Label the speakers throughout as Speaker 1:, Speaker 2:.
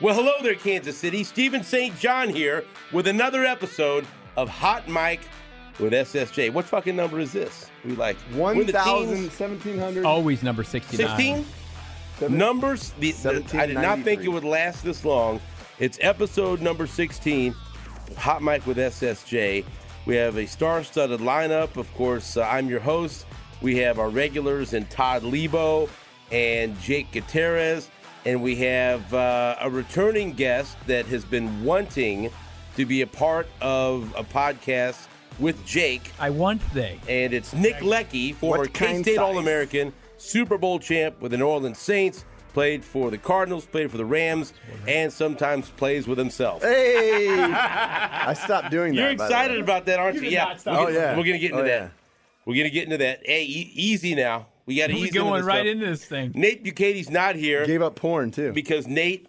Speaker 1: Well, hello there, Kansas City. Stephen St. John here with another episode of Hot Mike with SSJ. What fucking number is this? We like we're in
Speaker 2: 1,000,
Speaker 1: the teens?
Speaker 2: 1,700.
Speaker 1: Oh.
Speaker 3: Always number 69.
Speaker 1: 16
Speaker 2: Seven-
Speaker 1: numbers. The, the- I did not think
Speaker 2: 1793.
Speaker 1: it would last this long. It's episode number 16, Hot Mic with SSJ. We have a star studded lineup. Of course, uh, I'm your host. We have our regulars and Todd Lebo and Jake Gutierrez. And we have uh, a returning guest that has been wanting to be a part of a podcast with Jake
Speaker 3: I want they.
Speaker 1: and it's Nick Leckie, former
Speaker 2: What kind
Speaker 1: K State
Speaker 2: size?
Speaker 1: All American, Super Bowl champ with the New Orleans Saints, played for the Cardinals, played for the Rams, and sometimes plays with himself.
Speaker 2: Hey! I stopped doing that.
Speaker 1: You're
Speaker 2: by the way.
Speaker 1: excited about that, aren't you?
Speaker 3: did
Speaker 1: yeah.
Speaker 3: not stop.
Speaker 1: We're
Speaker 2: Oh,
Speaker 1: gonna-
Speaker 2: yeah.
Speaker 1: We're gonna get into
Speaker 2: Oh,
Speaker 1: that.
Speaker 2: yeah.
Speaker 1: We're gonna get into that. Hey, e- easy now. We got to
Speaker 3: We're
Speaker 1: easy.
Speaker 3: going
Speaker 1: into this
Speaker 3: right
Speaker 1: stuff.
Speaker 3: into this thing.
Speaker 1: Nate Bucati's not here
Speaker 2: Gave up porn, too.
Speaker 1: because Nate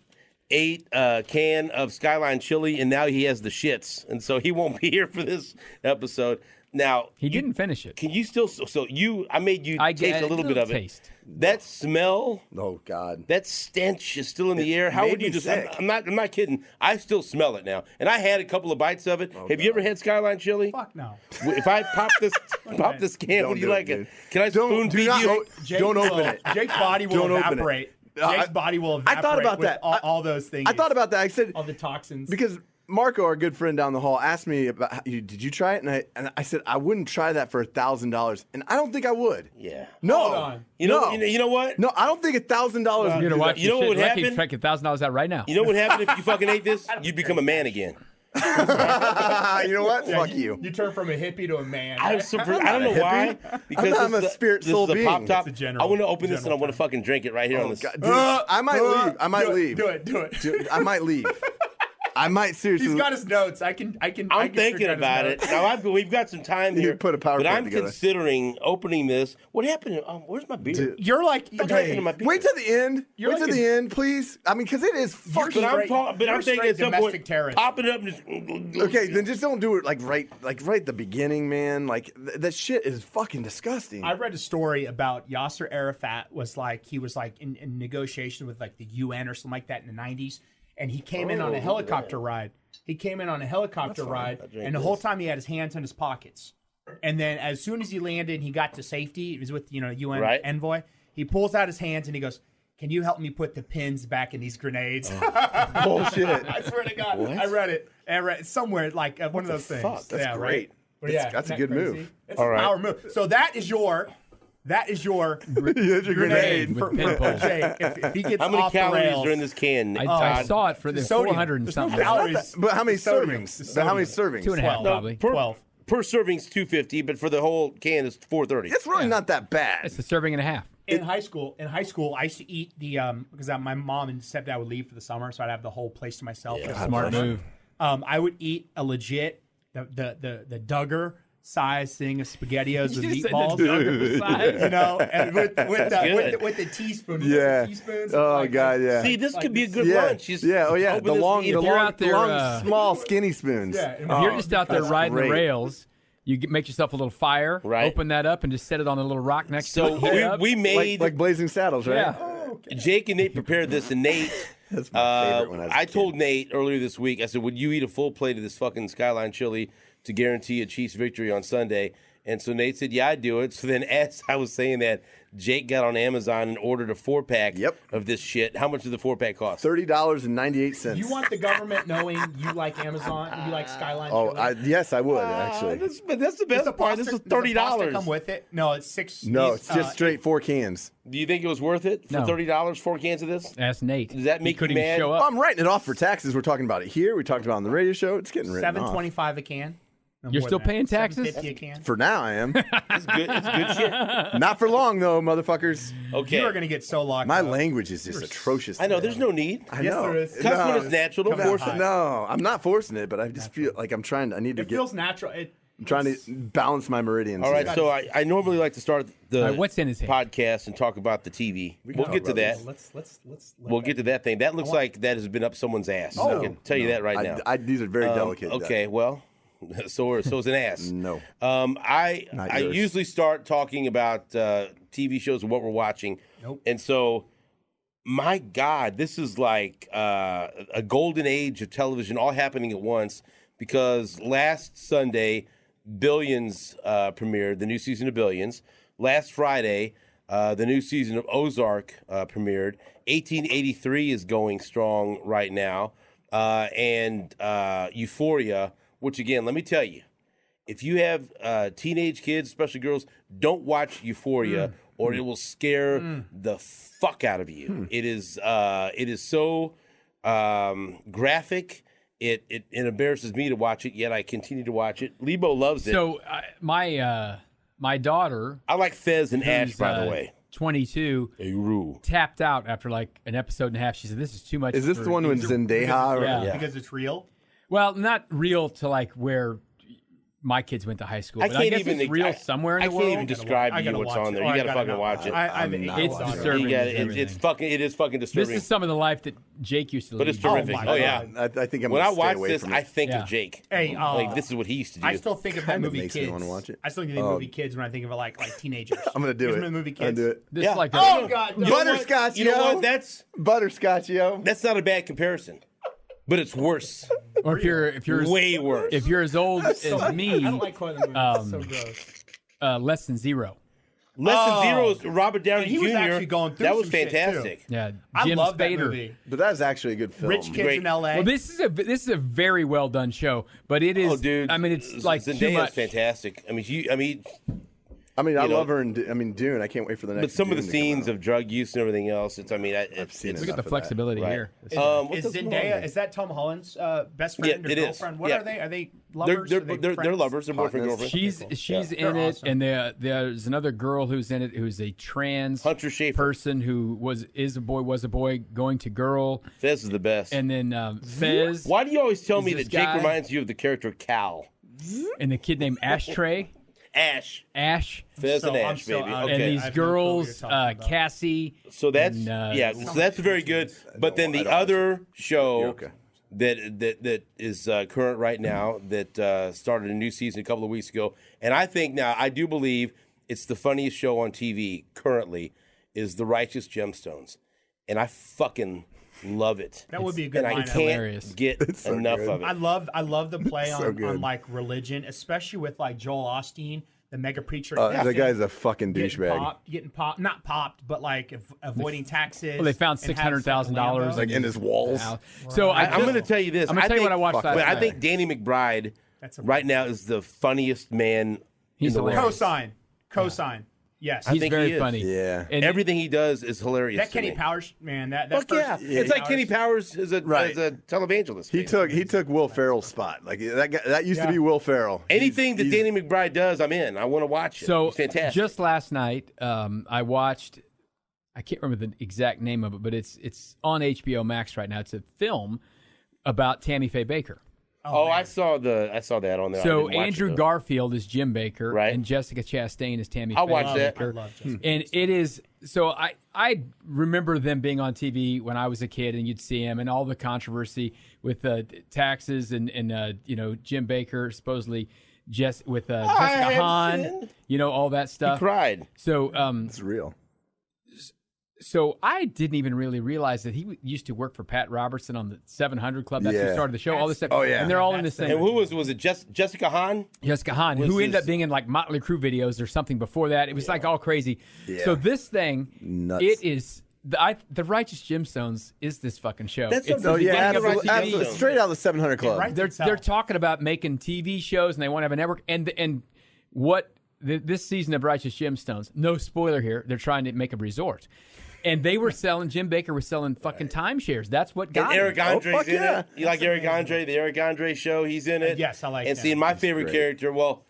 Speaker 1: ate a can of Skyline chili and now he has the shits, and so he won't be here for this episode. Now
Speaker 3: He didn't finish it.
Speaker 1: Can you still? So, so you, I made you
Speaker 3: I
Speaker 1: taste
Speaker 3: get
Speaker 1: a little bit of
Speaker 3: taste.
Speaker 1: it. That smell,
Speaker 2: oh, God.
Speaker 1: that stench is still in the air. How
Speaker 2: made
Speaker 1: would you
Speaker 2: me
Speaker 1: just? I'm,
Speaker 2: sick.
Speaker 1: I'm not. I'm not kidding. I still smell it now, and I had a couple of bites of it. Have you ever had skyline chili?
Speaker 4: Fuck no.
Speaker 1: If I pop this, pop this can,
Speaker 2: Don't
Speaker 1: would you
Speaker 2: do it,
Speaker 1: like it?
Speaker 2: dude.
Speaker 1: Can I
Speaker 2: Don't-
Speaker 1: spoon
Speaker 2: do
Speaker 1: feed
Speaker 2: not
Speaker 1: you?
Speaker 2: o- Don't open
Speaker 4: will-
Speaker 2: it.
Speaker 4: Jake's body will
Speaker 2: Don't open it.
Speaker 4: evaporate.
Speaker 2: Uh, I-
Speaker 4: Jake's body will
Speaker 2: I
Speaker 4: evaporate.
Speaker 2: thought about
Speaker 4: with
Speaker 2: that.
Speaker 4: All,
Speaker 2: I-
Speaker 4: all those things.
Speaker 2: I thought about that. I said,
Speaker 4: all the toxins.
Speaker 2: because Marco, our good friend down the hall, asked me about, how- you- did you try it? And I, and I said, I wouldn't try that for a $1,000. And I don't think I would.
Speaker 1: Yeah.
Speaker 2: No.
Speaker 4: Hold on.
Speaker 1: You know.
Speaker 2: no.
Speaker 1: You know. You know what?
Speaker 2: no, I don't think a thousand dollars.
Speaker 3: You're gonna watch
Speaker 1: You know
Speaker 3: this
Speaker 1: what
Speaker 3: shit.
Speaker 1: would
Speaker 3: Lucky
Speaker 1: happen?
Speaker 3: Track a thousand dollars out right now.
Speaker 1: You know what happened if you fucking ate this? You'd become a man again.
Speaker 2: you know what?
Speaker 4: Yeah,
Speaker 2: Fuck you.
Speaker 4: You turn from a hippie to a man.
Speaker 1: I'm so, I don't know why. Because
Speaker 2: I'm
Speaker 1: this
Speaker 2: a
Speaker 1: is
Speaker 2: spirit
Speaker 1: this
Speaker 2: soul
Speaker 1: is a
Speaker 2: being.
Speaker 1: pop top.
Speaker 4: It's a general-
Speaker 1: I want to open this and I
Speaker 4: general
Speaker 1: want to
Speaker 4: term.
Speaker 1: fucking drink it right here on
Speaker 2: Oh,
Speaker 1: this.
Speaker 2: God, dude,
Speaker 4: Uh,
Speaker 2: I might
Speaker 4: uh,
Speaker 2: leave. I might
Speaker 4: do it,
Speaker 2: leave.
Speaker 4: Do it. Do it.
Speaker 2: Dude, I might leave. I might seriously.
Speaker 4: He's got his notes. I can. I can. I
Speaker 1: I'm
Speaker 4: can
Speaker 1: thinking
Speaker 4: figure out his
Speaker 1: about it.
Speaker 4: notes.
Speaker 1: Now I've, we've got some time
Speaker 2: You
Speaker 1: here.
Speaker 2: put a PowerPoint
Speaker 1: But I'm
Speaker 2: together.
Speaker 1: considering opening this. What happened? Um, where's my beer?
Speaker 4: You're like.
Speaker 1: What happened to my
Speaker 4: Hey,
Speaker 1: beer?
Speaker 2: Wait till the end.
Speaker 4: You're
Speaker 2: Wait
Speaker 4: like
Speaker 2: till
Speaker 4: a-
Speaker 2: the end, please. I mean, because it is
Speaker 1: but
Speaker 2: fucking.
Speaker 1: I'm
Speaker 4: straight-
Speaker 1: talking. But
Speaker 4: you're
Speaker 1: I'm thinking
Speaker 4: straight
Speaker 1: at some
Speaker 4: domestic
Speaker 1: point,
Speaker 4: terrorist.
Speaker 1: pop it up. And just,
Speaker 2: Okay, then just don't do it like right, like right at the beginning, man. Like th- that shit is fucking disgusting.
Speaker 4: I read a story about Yasser Arafat was like he was like in, in negotiation with like the UN or something like that in the 90s, and he came in
Speaker 1: Oh,
Speaker 4: on
Speaker 1: look
Speaker 4: a
Speaker 1: at
Speaker 4: helicopter ride. He came in on a helicopter
Speaker 2: fine.
Speaker 4: ride,
Speaker 1: I drink
Speaker 4: and the whole
Speaker 1: this.
Speaker 4: time he had his hands in his pockets. And then as soon as he landed, he got to safety. He was with you know UN
Speaker 1: Right.
Speaker 4: envoy. He pulls out his hands and he goes, "Can you help me put the pins back in these grenades?"
Speaker 2: Bullshit.
Speaker 4: I swear to God,
Speaker 1: What?
Speaker 4: I read it. I read it somewhere like uh, one of those
Speaker 1: the
Speaker 4: things.
Speaker 1: fuck?
Speaker 2: That's
Speaker 4: yeah, right?
Speaker 2: great.
Speaker 4: But
Speaker 2: That's-
Speaker 4: yeah,
Speaker 2: that's a
Speaker 4: isn't that
Speaker 2: good move.
Speaker 4: crazy? It's
Speaker 1: All
Speaker 4: a
Speaker 1: right.
Speaker 4: power move. So that is your, that is your grenade,
Speaker 2: Here's your grenade.
Speaker 3: with
Speaker 4: for,
Speaker 3: pin
Speaker 4: for,
Speaker 3: pole.
Speaker 4: Jay. If, if he gets
Speaker 1: How many
Speaker 4: off the
Speaker 1: calories
Speaker 4: rails,
Speaker 1: are in this can?
Speaker 3: I, I
Speaker 1: Todd?
Speaker 3: saw it for the
Speaker 4: There's sodium.
Speaker 3: 400 and
Speaker 4: There's no
Speaker 3: something.
Speaker 4: calories.
Speaker 2: But how many
Speaker 4: It's sodium.
Speaker 2: servings?
Speaker 4: It's
Speaker 2: But how many
Speaker 4: sodium.
Speaker 2: servings?
Speaker 3: Two and a half,
Speaker 4: Well,
Speaker 3: probably.
Speaker 1: per,
Speaker 4: 12.
Speaker 1: per serving's 250, but for the whole can is 430.
Speaker 2: It's really not that bad.
Speaker 3: It's a serving and a half.
Speaker 4: in high school, in high school, I used to eat the um because I, my mom and stepdad would leave for the summer, so I'd have the whole place to myself. for the whole
Speaker 3: Smart
Speaker 4: summer.
Speaker 3: move.
Speaker 4: Um, I would eat a legit the the the, the Duggar size thing of spaghettios with
Speaker 3: You said
Speaker 4: meatballs.
Speaker 3: the Duggar size.
Speaker 4: you know, and with with the,
Speaker 1: good.
Speaker 4: with, the, with the teaspoon. with
Speaker 2: Yeah.
Speaker 4: the teaspoons,
Speaker 2: Oh,
Speaker 4: like,
Speaker 2: God, yeah.
Speaker 1: See, this could be a good
Speaker 2: yeah.
Speaker 1: lunch. Just
Speaker 2: yeah. Oh yeah.
Speaker 1: open
Speaker 2: The
Speaker 1: this
Speaker 2: long,
Speaker 1: and eat
Speaker 2: the
Speaker 1: it.
Speaker 3: You're
Speaker 2: long,
Speaker 3: out there,
Speaker 2: long
Speaker 3: uh,
Speaker 2: small skinny spoons.
Speaker 4: Yeah, and
Speaker 3: If you're
Speaker 4: Oh,
Speaker 3: just out there
Speaker 4: that's
Speaker 3: riding
Speaker 2: great.
Speaker 3: the rails, you get, make yourself a little fire,
Speaker 1: Right.
Speaker 3: open that up, and just set it on a little rock next to
Speaker 1: So
Speaker 3: it. heat it up.
Speaker 1: we, we
Speaker 2: like,
Speaker 1: made
Speaker 2: like blazing saddles, right?
Speaker 4: Oh,
Speaker 3: yeah.
Speaker 1: Jake and Nate prepared this, and Nate.
Speaker 2: That's my
Speaker 1: Uh,
Speaker 2: favorite when I was a
Speaker 1: I
Speaker 2: kid.
Speaker 1: told Nate earlier this week, I said, Would you eat a full plate of this fucking Skyline chili to guarantee a Chiefs victory on Sunday? And so Nate said, Yeah, I'd do it. So then, as I was saying that, Jake got on Amazon and ordered a four pack
Speaker 2: Yep.
Speaker 1: of this shit. How much did the four pack cost?
Speaker 2: thirty dollars and ninety eight cents.
Speaker 4: You want the government knowing you like Amazon and you like Skyline?
Speaker 2: Oh,
Speaker 4: Chili?
Speaker 2: I, yes, I would
Speaker 1: Uh,
Speaker 2: actually.
Speaker 1: that's, but that's the
Speaker 4: Does
Speaker 1: best
Speaker 4: the
Speaker 1: part.
Speaker 4: pasta-
Speaker 1: This was
Speaker 4: does
Speaker 1: thirty
Speaker 4: the pasta
Speaker 1: dollars.
Speaker 4: Come with it? No, it's six.
Speaker 2: No,
Speaker 4: these,
Speaker 2: it's just
Speaker 4: uh,
Speaker 2: straight four cans.
Speaker 1: Do you think it was worth it for
Speaker 3: No.
Speaker 1: thirty dollars four cans of this?
Speaker 3: That's Nate.
Speaker 1: Does that
Speaker 3: He
Speaker 1: make you
Speaker 3: couldn't even
Speaker 1: mad?
Speaker 3: show
Speaker 2: Oh,
Speaker 3: up?
Speaker 2: I'm writing it off for taxes. We're talking about it here. We talked about it on the radio show. It's getting written
Speaker 4: Seven
Speaker 2: off.
Speaker 4: twenty-five a can. No
Speaker 3: You're
Speaker 4: more
Speaker 3: still
Speaker 4: than that.
Speaker 3: paying taxes?
Speaker 4: $7.50 a can.
Speaker 2: For now, I am.
Speaker 1: It's good. It's good shit.
Speaker 2: Not for long though, motherfuckers.
Speaker 1: Okay.
Speaker 4: You are gonna get so locked.
Speaker 2: My
Speaker 4: up.
Speaker 2: language is just atrocious.
Speaker 1: Uh, I know.
Speaker 2: today.
Speaker 1: There's no need.
Speaker 2: I
Speaker 4: Yes,
Speaker 2: know.
Speaker 4: there is.
Speaker 2: No,
Speaker 1: Cuss when it's natural. Don't
Speaker 4: Come on.
Speaker 1: force it.
Speaker 4: Hot.
Speaker 2: No, I'm not forcing it, but I just feel like I'm trying to. I need to
Speaker 4: It
Speaker 2: get.
Speaker 4: feels natural. It,
Speaker 2: I'm trying
Speaker 4: it's-
Speaker 2: to balance my meridians.
Speaker 1: All right,
Speaker 2: here.
Speaker 1: so I, I normally like to start the
Speaker 3: All right, what's in his hand?
Speaker 1: podcast and talk about the TV. We will
Speaker 2: talk
Speaker 1: get to
Speaker 2: about
Speaker 1: that.
Speaker 2: this.
Speaker 4: Let's let's let's. let
Speaker 1: We'll
Speaker 4: that-
Speaker 1: get to that thing. That looks like that has been up someone's ass. I can tell you that right
Speaker 2: I-
Speaker 1: now. Um,
Speaker 2: I, these are very delicate. though.
Speaker 1: okay, well, so are, so is an ass.
Speaker 2: No.
Speaker 1: Um, I
Speaker 2: Not
Speaker 1: I
Speaker 2: yours.
Speaker 1: usually start talking about uh, TV shows and what we're watching.
Speaker 4: Nope.
Speaker 1: And so my God, this is like uh, a golden age of television all happening at once because last Sunday, Billions uh, premiered, the new season of Billions. Last Friday, uh, the new season of Ozark uh, premiered. 1883 is going strong right now. Uh, and uh, Euphoria, which again, let me tell you, if you have uh, teenage kids, especially girls, don't watch Euphoria or it will scare the fuck out of you. It is uh, it is so um, graphic. It, it it embarrasses me to watch it, yet I continue to watch it. Lebo loves it.
Speaker 3: So uh, my uh, my daughter,
Speaker 1: I like Fez and Ash,
Speaker 3: who's,
Speaker 1: by
Speaker 3: uh,
Speaker 1: the way.
Speaker 3: 22,
Speaker 1: They rule.
Speaker 3: tapped out after like an episode and a half. She said, "This is too much."
Speaker 2: Is this
Speaker 3: for-
Speaker 2: the one with Zendaya?
Speaker 3: Yeah.
Speaker 4: because it's real.
Speaker 3: Well, not real to like where my kids went to high school.
Speaker 1: I
Speaker 3: but
Speaker 1: can't
Speaker 3: guess
Speaker 1: even
Speaker 3: it's real
Speaker 1: I-
Speaker 3: somewhere in
Speaker 1: I
Speaker 3: the
Speaker 1: can't
Speaker 3: world.
Speaker 1: even describe
Speaker 4: I
Speaker 1: to you
Speaker 4: gotta
Speaker 1: what's on
Speaker 4: watch it.
Speaker 1: there.
Speaker 4: Oh,
Speaker 1: you
Speaker 4: I
Speaker 1: got to
Speaker 4: gotta
Speaker 1: fucking
Speaker 4: know.
Speaker 1: watch it.
Speaker 4: I, I'm
Speaker 2: I'm not
Speaker 4: eight
Speaker 3: watching
Speaker 4: on
Speaker 3: it.
Speaker 4: it.
Speaker 3: Disturbing
Speaker 1: You gotta- it- it's
Speaker 3: everything.
Speaker 1: fucking it is fucking
Speaker 3: this
Speaker 1: disturbing.
Speaker 3: is some of the life that Jake used to lead.
Speaker 1: but it's terrific.
Speaker 4: my
Speaker 1: Oh, yeah.
Speaker 4: God.
Speaker 2: I, I think I'm
Speaker 1: When
Speaker 2: gonna
Speaker 1: I
Speaker 2: stay
Speaker 1: watch
Speaker 2: away
Speaker 1: this,
Speaker 2: from
Speaker 1: I
Speaker 2: it.
Speaker 1: think
Speaker 3: Yeah.
Speaker 1: of Jake.
Speaker 4: Hey, uh,
Speaker 1: like this is what he used to do.
Speaker 4: I still think of that
Speaker 2: Kinda
Speaker 4: movie
Speaker 2: makes me
Speaker 4: kids.
Speaker 2: wanna watch it.
Speaker 4: I still think of the movie kids when I think of like like teenagers.
Speaker 2: I'm gonna do
Speaker 4: Here's
Speaker 2: it.
Speaker 4: my movie
Speaker 2: I'm
Speaker 4: kids.
Speaker 2: gonna do it.
Speaker 3: This
Speaker 1: Yeah.
Speaker 3: is like
Speaker 4: Oh
Speaker 3: a,
Speaker 4: God,
Speaker 1: You
Speaker 4: no.
Speaker 1: know what?
Speaker 2: Butterscotch,
Speaker 1: You know
Speaker 2: yo.
Speaker 1: what? That's
Speaker 2: Butterscotch, yo.
Speaker 1: that's not a bad comparison, but it's worse,
Speaker 3: or if you're if you're
Speaker 1: way worse.
Speaker 3: if you're as old as me,
Speaker 4: I don't like Coil movies.
Speaker 3: Um,
Speaker 4: it's so gross.
Speaker 3: uh, less than zero.
Speaker 1: Less
Speaker 4: Oh.
Speaker 1: than zero is Robert Downey
Speaker 4: And he was
Speaker 1: Jr.
Speaker 4: actually going through
Speaker 1: that was
Speaker 4: some shit, too.
Speaker 1: fantastic.
Speaker 3: Yeah, Jim
Speaker 4: I love
Speaker 3: Spader.
Speaker 4: that movie.
Speaker 2: But that's actually a good film.
Speaker 4: Rich kids
Speaker 1: Great.
Speaker 4: in L.A.
Speaker 3: Well, this is a this is a very well done show, but it is.
Speaker 1: Oh, dude!
Speaker 3: I mean, it's like
Speaker 1: Zendaya's
Speaker 3: too much.
Speaker 1: fantastic. I mean, you, I mean,
Speaker 2: I mean, I
Speaker 1: You know-
Speaker 2: love her in. D- I mean, Dune. I can't wait for the next.
Speaker 1: but some of the
Speaker 2: Dune to come
Speaker 1: scenes
Speaker 2: out.
Speaker 1: of drug use and everything else. It's, I mean, I, it's,
Speaker 2: seen
Speaker 1: it's
Speaker 3: Look
Speaker 2: enough
Speaker 3: at the
Speaker 2: of that.
Speaker 3: flexibility
Speaker 1: right.
Speaker 3: here.
Speaker 4: Is,
Speaker 1: Um, what
Speaker 4: is
Speaker 1: the fuck?
Speaker 4: Zendaya? Is that Tom Holland's uh, best friend
Speaker 1: Yeah,
Speaker 4: or
Speaker 1: it is.
Speaker 4: girlfriend? What
Speaker 1: Yeah.
Speaker 4: are they? Are they
Speaker 1: They're
Speaker 4: lovers?
Speaker 1: they're,
Speaker 4: Are they
Speaker 1: they're, they're
Speaker 4: friends?
Speaker 1: lovers. They're boyfriend girlfriend.
Speaker 2: Partners.
Speaker 3: She's she's
Speaker 4: They're
Speaker 3: in it,
Speaker 4: awesome.
Speaker 3: and there there's another girl who's in it who's a trans
Speaker 1: Hunter Schafer.
Speaker 3: person who was is a boy was a boy going to girl,
Speaker 1: Fez is the best.
Speaker 3: and then um, Fez
Speaker 1: Why do you always tell
Speaker 3: Is
Speaker 1: me
Speaker 3: this
Speaker 1: that
Speaker 3: guy-
Speaker 1: Jake reminds you of the character Cal?
Speaker 3: and the kid named Ashtray,
Speaker 1: Ash.
Speaker 3: Ash,
Speaker 1: Fez
Speaker 4: So
Speaker 1: and
Speaker 4: I'm
Speaker 1: Ash,
Speaker 4: so
Speaker 1: baby.
Speaker 4: out.
Speaker 1: Okay.
Speaker 3: and
Speaker 4: I
Speaker 3: these
Speaker 4: have no clue what
Speaker 3: girls,
Speaker 4: you're
Speaker 3: uh,
Speaker 4: talking about.
Speaker 3: Cassie.
Speaker 1: So that's
Speaker 3: And, uh,
Speaker 1: yeah. So that's very good. But then
Speaker 2: I
Speaker 1: the
Speaker 2: don't watch
Speaker 1: other show
Speaker 2: okay.
Speaker 1: that that that is uh, current right now that uh, started a new season a couple of weeks ago, and I think now I do believe it's the funniest show on TV currently is The Righteous Gemstones, and I fucking love it.
Speaker 4: That would be a good
Speaker 1: and I
Speaker 4: lineup.
Speaker 1: can't
Speaker 3: Hilarious.
Speaker 1: get enough of
Speaker 4: I
Speaker 1: it.
Speaker 4: love I love the play
Speaker 2: So
Speaker 4: on,
Speaker 2: good.
Speaker 4: on like religion, especially with like Joel Austin, the mega preacher.
Speaker 2: Uh, the guy's a fucking
Speaker 4: getting
Speaker 2: douchebag.
Speaker 4: popped, getting popped, not popped, but like av- avoiding taxes.
Speaker 3: Well, they found
Speaker 4: and has,
Speaker 3: six hundred thousand dollars
Speaker 4: like,
Speaker 2: Like in his walls.
Speaker 3: So I,
Speaker 1: I'm going to tell you this.
Speaker 3: I'm gonna
Speaker 1: I
Speaker 3: tell you
Speaker 1: think-
Speaker 3: what I watched
Speaker 1: Fuck,
Speaker 3: last
Speaker 1: but I
Speaker 3: night.
Speaker 1: think Danny McBride
Speaker 4: That's a-
Speaker 1: right now is the funniest man. in
Speaker 3: He's
Speaker 1: the
Speaker 4: a
Speaker 1: world.
Speaker 3: hilarious.
Speaker 4: Cosign, cosign. Yes,
Speaker 3: he's
Speaker 1: think
Speaker 3: very
Speaker 1: he is.
Speaker 3: funny.
Speaker 2: Yeah.
Speaker 3: and
Speaker 1: Everything he does is hilarious.
Speaker 4: that
Speaker 1: to
Speaker 4: Kenny
Speaker 1: me.
Speaker 4: Powers man. That that
Speaker 1: Fuck yeah.
Speaker 4: first,
Speaker 1: It's like Kenny Powers is a,
Speaker 2: Right.
Speaker 1: is a televangelist.
Speaker 2: He
Speaker 1: basically.
Speaker 2: took he took Will Ferrell's spot. Like that guy, that used
Speaker 4: Yeah.
Speaker 2: to be Will Ferrell.
Speaker 1: anything that Danny McBride does, I'm in. I want to watch it.
Speaker 3: So
Speaker 1: it's fantastic.
Speaker 3: Just last night, um, I watched. I can't remember the exact name of it, but it's it's on HBO Max right now. It's a film about Tammy Faye Baker.
Speaker 1: oh, I saw the I saw that on there. I
Speaker 3: So
Speaker 1: didn't watch
Speaker 3: Andrew
Speaker 1: it, though.
Speaker 3: Garfield is Jim Baker,
Speaker 1: Right.
Speaker 3: and Jessica Chastain is Tammy.
Speaker 1: I'll
Speaker 3: Faye
Speaker 1: watch that.
Speaker 3: Baker.
Speaker 4: I love
Speaker 1: Hmm.
Speaker 4: Jessica
Speaker 3: and it is so. I I remember them being on TV when I was a kid, and you'd see him and all the controversy with uh, taxes and and uh, you know Jim Baker supposedly Jess with
Speaker 1: I
Speaker 3: uh, Jessica
Speaker 1: have
Speaker 3: Hahn,
Speaker 1: sinned.
Speaker 3: you know all that
Speaker 1: He
Speaker 3: stuff.
Speaker 1: cried.
Speaker 3: So um,
Speaker 2: It's real.
Speaker 3: so I didn't even really realize that he w- used to work for Pat Robertson on the 700 Club. That's who
Speaker 2: Yeah.
Speaker 3: started the show. all this stuff.
Speaker 2: Oh, yeah.
Speaker 3: and they're all in the
Speaker 1: And
Speaker 3: same.
Speaker 1: who was was it? Jess, Jessica Hahn.
Speaker 3: Jessica Hahn,
Speaker 1: was
Speaker 3: who ended
Speaker 1: his-
Speaker 3: up being in like Motley Crue videos or something before that. It was like all crazy.
Speaker 2: Yeah.
Speaker 3: So this thing,
Speaker 2: Nuts.
Speaker 3: it is the I, the Righteous Gemstones is this fucking show.
Speaker 1: That's
Speaker 3: it's
Speaker 1: what-
Speaker 3: the
Speaker 2: Oh yeah,
Speaker 3: beginning of
Speaker 2: absolutely,
Speaker 3: the TV.
Speaker 2: absolutely. straight out of the 700 Club.
Speaker 4: right
Speaker 3: They're
Speaker 4: itself.
Speaker 3: they're talking about making TV shows and they want to have a network and and what th this season of Righteous Gemstones. No spoiler here. They're trying to make a resort. And they were selling. Jim Baker was selling fucking timeshares. That's what got
Speaker 1: And
Speaker 3: him.
Speaker 1: Eric Andre's
Speaker 2: fuck
Speaker 1: in
Speaker 2: yeah.
Speaker 1: it. You like Eric Andre? The Eric Andre show. He's in it.
Speaker 4: Yes, I like
Speaker 1: And
Speaker 4: that.
Speaker 1: seeing my favorite character. Well,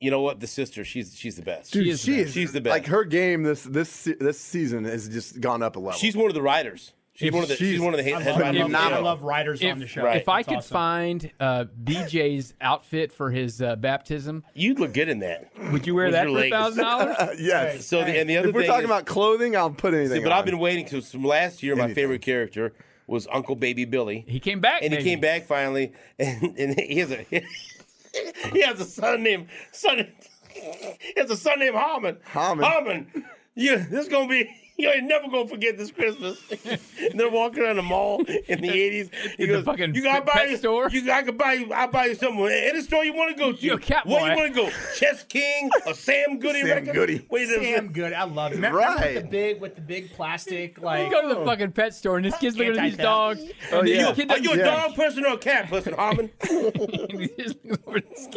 Speaker 1: you know what? The sister. She's she's the best.
Speaker 2: Dude,
Speaker 3: She is the best.
Speaker 1: She's the best.
Speaker 2: Like her game this this se- this season has just gone up a level.
Speaker 1: she's one of the writers. She's
Speaker 3: If
Speaker 1: one of the. She's,
Speaker 2: she's-
Speaker 1: one of the.
Speaker 4: I
Speaker 1: head-
Speaker 4: love,
Speaker 1: head
Speaker 4: I,
Speaker 1: writers of
Speaker 4: love,
Speaker 1: the
Speaker 4: I
Speaker 1: show.
Speaker 4: love writers
Speaker 3: If,
Speaker 4: on the show.
Speaker 1: Right.
Speaker 3: if I
Speaker 4: That's
Speaker 3: could
Speaker 4: awesome.
Speaker 3: find uh, BJ's outfit for his uh, baptism,
Speaker 1: You'd look good in that.
Speaker 3: would you wear
Speaker 1: With
Speaker 3: that
Speaker 1: your
Speaker 3: for
Speaker 1: legs.
Speaker 3: thousand dollars?
Speaker 2: yes.
Speaker 1: So the, and the other
Speaker 2: if we're
Speaker 1: thing
Speaker 2: talking
Speaker 1: is-
Speaker 2: about clothing, I'll put anything.
Speaker 1: but I've been
Speaker 2: on.
Speaker 1: waiting because from last year, my
Speaker 2: Anything.
Speaker 1: favorite character was Uncle Baby Billy.
Speaker 3: He came back,
Speaker 1: and he
Speaker 3: baby.
Speaker 1: came back finally, and, and he has a he has a son named son. He has a son named Harmon.
Speaker 2: Harmon.
Speaker 1: Harmon. Yeah, this is gonna be You ain't never gonna forget this Christmas. and they're walking around the mall in the eighties. He
Speaker 3: In the
Speaker 1: goes,
Speaker 3: fucking
Speaker 1: "You gotta buy
Speaker 3: pet
Speaker 1: you,
Speaker 3: store?
Speaker 1: You, I could buy you. I will buy you something. Any store you want to go to.
Speaker 3: You're a cat
Speaker 1: Where
Speaker 3: boy.
Speaker 1: you want to go? Chess King or Sam Goody?
Speaker 2: Sam
Speaker 1: record?
Speaker 2: Goody.
Speaker 1: Wait, there's-
Speaker 4: Damn good. I love it. Remember
Speaker 2: Right.
Speaker 4: with the big with the big plastic like
Speaker 3: You go to
Speaker 1: Oh.
Speaker 3: the fucking pet store and this kid's looking at these
Speaker 4: Anti-cat.
Speaker 3: dogs. and
Speaker 2: yeah.
Speaker 3: the kid
Speaker 1: Are Oh, you a
Speaker 2: Yeah.
Speaker 1: dog person or a cat person, Harmon?
Speaker 3: He just looks over at this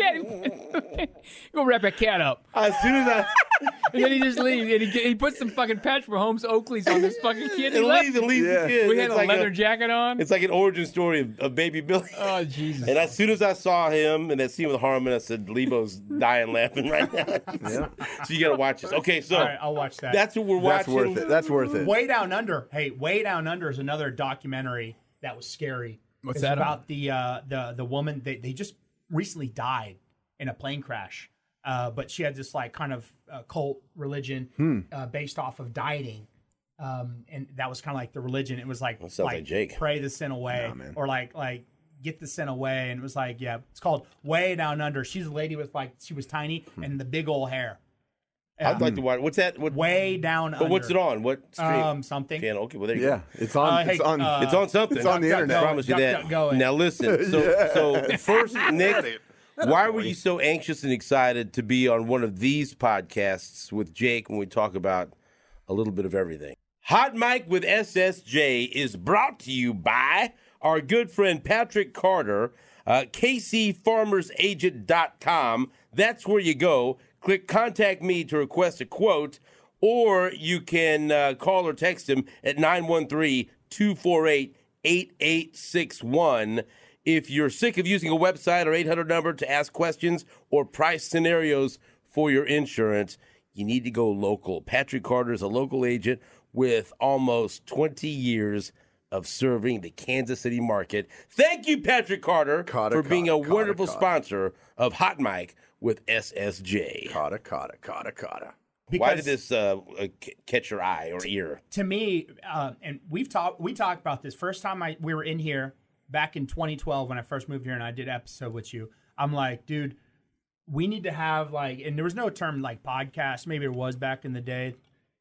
Speaker 3: cat. Go wrap that cat up.
Speaker 1: as soon as I
Speaker 3: And then he just leaves. And he, get- he puts some fucking Patch Mahomes Oakleys on this fucking kid. and He
Speaker 1: it
Speaker 3: left.
Speaker 1: leaves, it leaves
Speaker 2: Yeah.
Speaker 1: the kid.
Speaker 3: We had
Speaker 1: it's
Speaker 3: a
Speaker 1: like
Speaker 3: leather jacket on.
Speaker 1: It's like an origin story of, of Baby Billy.
Speaker 3: oh, Jesus.
Speaker 1: And as soon as I saw him and that scene with Harmon, I said, Lebo's dying laughing right now.
Speaker 2: Yeah.
Speaker 1: so you got to watch this. Okay, so
Speaker 4: All right, I'll watch that.
Speaker 1: that's what we're
Speaker 2: That's
Speaker 1: watching.
Speaker 2: worth it. That's worth it.
Speaker 4: Way Down Under. Hey, Way Down Under is another documentary that was scary.
Speaker 3: What's
Speaker 4: it's
Speaker 3: that
Speaker 4: about the uh, the the woman they they just recently died in a plane crash. Uh, but she had this like kind of uh, cult religion
Speaker 3: Hmm.
Speaker 4: uh, based off of dieting. Um, and that was kind of like the religion. It was like,
Speaker 1: sounds like Jake.
Speaker 4: pray the sin away or like like get the sin away. And it was like, yeah, it's called Way Down Under. She's a lady with like she was tiny
Speaker 1: Hmm.
Speaker 4: and the big old hair.
Speaker 1: I'd like to watch. What's that? What,
Speaker 4: Way down
Speaker 1: but what's it
Speaker 4: under.
Speaker 1: on? What stream?
Speaker 4: Um, something.
Speaker 1: Channel. Okay, well, there you
Speaker 2: Yeah, it's on.
Speaker 4: Uh,
Speaker 2: it's
Speaker 4: hey,
Speaker 1: go.
Speaker 2: on.
Speaker 4: uh,
Speaker 1: it's on something.
Speaker 2: it's on the
Speaker 1: I
Speaker 2: internet.
Speaker 1: promise you that.
Speaker 4: DuckDuckGo.
Speaker 1: Now listen. So, so first, Nick, why were you so anxious and excited to be on one of these podcasts with Jake when we talk about a little bit of everything? Hot Mike with SSJ is brought to you by our good friend Patrick Carter, uh, KCFarmersAgent.com. That's where you go. Click contact me to request a quote, or you can uh, call or text him at 913 248 8861. If you're sick of using a website or 800 number to ask questions or price scenarios for your insurance, you need to go local. Patrick Carter is a local agent with almost 20 years of serving the Kansas City market. Thank you, Patrick Carter,
Speaker 2: Carter,
Speaker 1: for being a
Speaker 2: Carter, Carter,
Speaker 1: wonderful
Speaker 2: Carter.
Speaker 1: sponsor of Hot Mike with SSJ.
Speaker 2: Cotta, cotta, cotta, cotta.
Speaker 1: Why
Speaker 4: Because-
Speaker 1: did this uh, uh, c- catch your eye or ear?
Speaker 4: to me, uh, and we've talked we talked about this first time I we were in here back in 2012 when I first moved here and I did an episode with you. I'm like, dude, we need to have like, and there was no term like podcast. Maybe it was back in the day.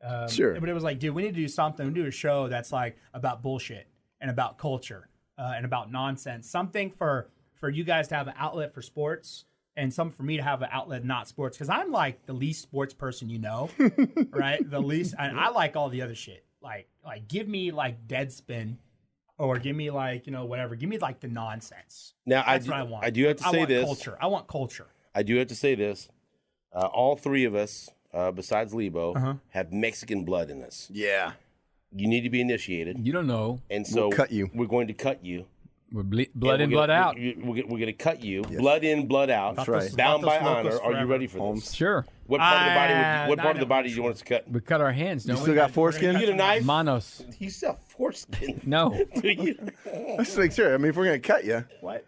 Speaker 4: Um,
Speaker 2: Sure.
Speaker 4: but it was like, dude, we need to do something. We need to do a show that's like about bullshit and about culture uh, and about nonsense. Something for for you guys to have an outlet for sports. And some for me to have an outlet not sports because I'm like the least sports person you know, right? The least, and I like all the other shit. Like, like give me like Deadspin, or give me like you know whatever. Give me like the nonsense.
Speaker 1: Now, I
Speaker 4: That's
Speaker 1: do,
Speaker 4: what I want.
Speaker 1: I do have to say
Speaker 4: want
Speaker 1: this.
Speaker 4: Culture. I want culture.
Speaker 1: I do have to say this. Uh, all three of us, uh, besides Lebo,
Speaker 2: Uh-huh.
Speaker 1: have Mexican blood in us.
Speaker 2: Yeah.
Speaker 1: You need to be initiated.
Speaker 3: you don't know.
Speaker 1: And so
Speaker 2: cut you.
Speaker 1: we're going to cut you.
Speaker 3: We're ble- blood
Speaker 1: Yeah,
Speaker 3: in,
Speaker 1: we're
Speaker 3: blood
Speaker 1: gonna-
Speaker 3: out.
Speaker 1: we- we- We're, gonna- we're going to cut you. Blood in, blood out.
Speaker 2: That's right.
Speaker 1: Bound by
Speaker 4: Santos
Speaker 1: honor.
Speaker 4: Locos
Speaker 1: Are you
Speaker 4: forever.
Speaker 1: ready for this?
Speaker 2: Holmes.
Speaker 3: Sure.
Speaker 1: What part of the body? Would
Speaker 4: Uh,
Speaker 3: Ah,
Speaker 1: you, what
Speaker 4: no,
Speaker 1: part
Speaker 4: I
Speaker 1: of the
Speaker 4: don't
Speaker 1: body
Speaker 4: know.
Speaker 1: do you want us to cut?
Speaker 3: We cut our hands, don't
Speaker 2: You still
Speaker 3: we?
Speaker 2: got
Speaker 1: You
Speaker 2: foreskin?
Speaker 1: get a knife.
Speaker 3: Manos.
Speaker 1: He's got foreskin.
Speaker 3: No.
Speaker 1: Do you-
Speaker 2: Just make sure. I mean, if we're gonna cut you,
Speaker 4: What?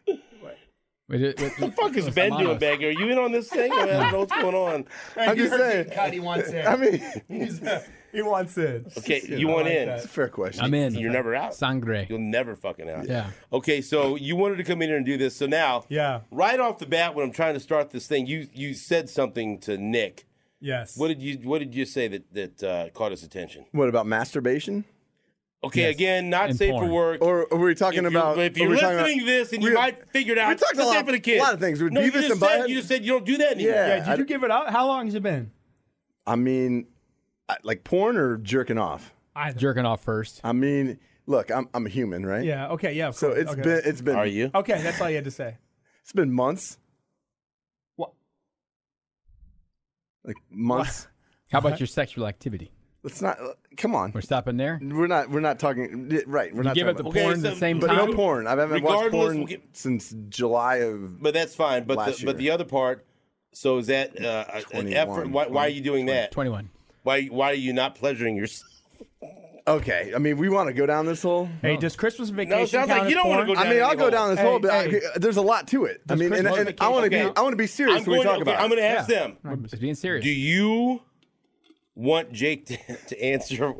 Speaker 3: We did- we-
Speaker 1: the fuck is Ben doing
Speaker 3: Manos.
Speaker 1: back here? Are you in on this thing? I don't know what's going on.
Speaker 2: I'm just saying.
Speaker 4: Cut. He wants it.
Speaker 2: I mean,
Speaker 4: He's- he wants it.
Speaker 1: Okay, you want
Speaker 4: like
Speaker 1: in.
Speaker 4: that.
Speaker 2: it's a fair question.
Speaker 3: I'm in.
Speaker 1: You're never out.
Speaker 3: Sangre.
Speaker 1: You'll never fucking out.
Speaker 3: Yeah.
Speaker 1: Okay, so you wanted to come in here and do this. So now,
Speaker 4: Yeah.
Speaker 1: right off the bat, when I'm trying to start this thing, you you said something to Nick.
Speaker 4: Yes.
Speaker 1: What did you What did you say that that uh, caught his attention?
Speaker 2: What about masturbation?
Speaker 1: Okay, again, not
Speaker 3: And
Speaker 1: safe
Speaker 3: porn.
Speaker 1: for work.
Speaker 2: Or, or were we talking
Speaker 1: if
Speaker 2: about?
Speaker 1: you're, if you're
Speaker 2: were we talking about-
Speaker 1: listening to this and you
Speaker 2: we-
Speaker 1: might figure it out,
Speaker 2: we talked a
Speaker 1: that's
Speaker 2: lot-
Speaker 1: it for the kids.
Speaker 2: lot of things. With
Speaker 1: no, you
Speaker 2: Beavis
Speaker 1: just
Speaker 2: and
Speaker 1: said,
Speaker 2: Butthead-
Speaker 1: you just said you don't do that anymore.
Speaker 2: Yeah.
Speaker 4: yeah, did you give it up? How long has it been?
Speaker 2: I mean, I- like porn or jerking off.
Speaker 4: Either.
Speaker 3: Jerking off first.
Speaker 2: I mean, look, I'm I'm a human, right?
Speaker 4: Yeah. Okay. Yeah. of
Speaker 2: So
Speaker 4: course.
Speaker 2: it's
Speaker 4: okay.
Speaker 2: been it's been
Speaker 1: Are you?
Speaker 4: Okay, that's all you had to say.
Speaker 2: it's been months,
Speaker 4: What?
Speaker 2: like months.
Speaker 3: How
Speaker 1: Uh-huh.
Speaker 3: about your sexual activity?
Speaker 2: Let's not. Come on.
Speaker 3: We're stopping there.
Speaker 2: We're not. We're not talking. Right. We're not
Speaker 3: give
Speaker 2: talking
Speaker 3: up the
Speaker 2: about-
Speaker 1: Okay,
Speaker 3: porn at
Speaker 1: so-
Speaker 3: the same
Speaker 2: But
Speaker 3: time.
Speaker 2: no porn. I haven't watched
Speaker 1: Regardless,
Speaker 2: porn
Speaker 1: we'll get-
Speaker 2: since July of.
Speaker 1: But that's fine. But
Speaker 2: Last
Speaker 1: the, but
Speaker 2: year.
Speaker 1: the other part. So is that uh, a- an
Speaker 2: 21,
Speaker 1: effort? Why, why are you doing that?
Speaker 3: 21.
Speaker 1: Why why are you not pleasuring yourself?
Speaker 2: Okay. I mean, we want to go down this hole.
Speaker 4: Hey, does Christmas vacation
Speaker 1: No, it sounds
Speaker 4: count
Speaker 1: like
Speaker 4: as
Speaker 1: you don't
Speaker 4: porn?
Speaker 1: want to go. Down
Speaker 2: I mean, I'll
Speaker 1: any
Speaker 2: go
Speaker 1: hole.
Speaker 2: down this
Speaker 4: Hey,
Speaker 2: hole, but I-
Speaker 4: hey.
Speaker 2: there's a lot to it. I mean,
Speaker 3: Chris
Speaker 2: and,
Speaker 3: Rock
Speaker 2: and
Speaker 3: vacation
Speaker 2: I want to be
Speaker 3: count?
Speaker 2: I want to be serious
Speaker 1: I'm
Speaker 2: when
Speaker 1: going.
Speaker 2: we talk
Speaker 1: okay,
Speaker 2: about.
Speaker 1: I'm
Speaker 2: it.
Speaker 1: going to ask them.
Speaker 3: We're being serious.
Speaker 1: Do you want Jake to, to answer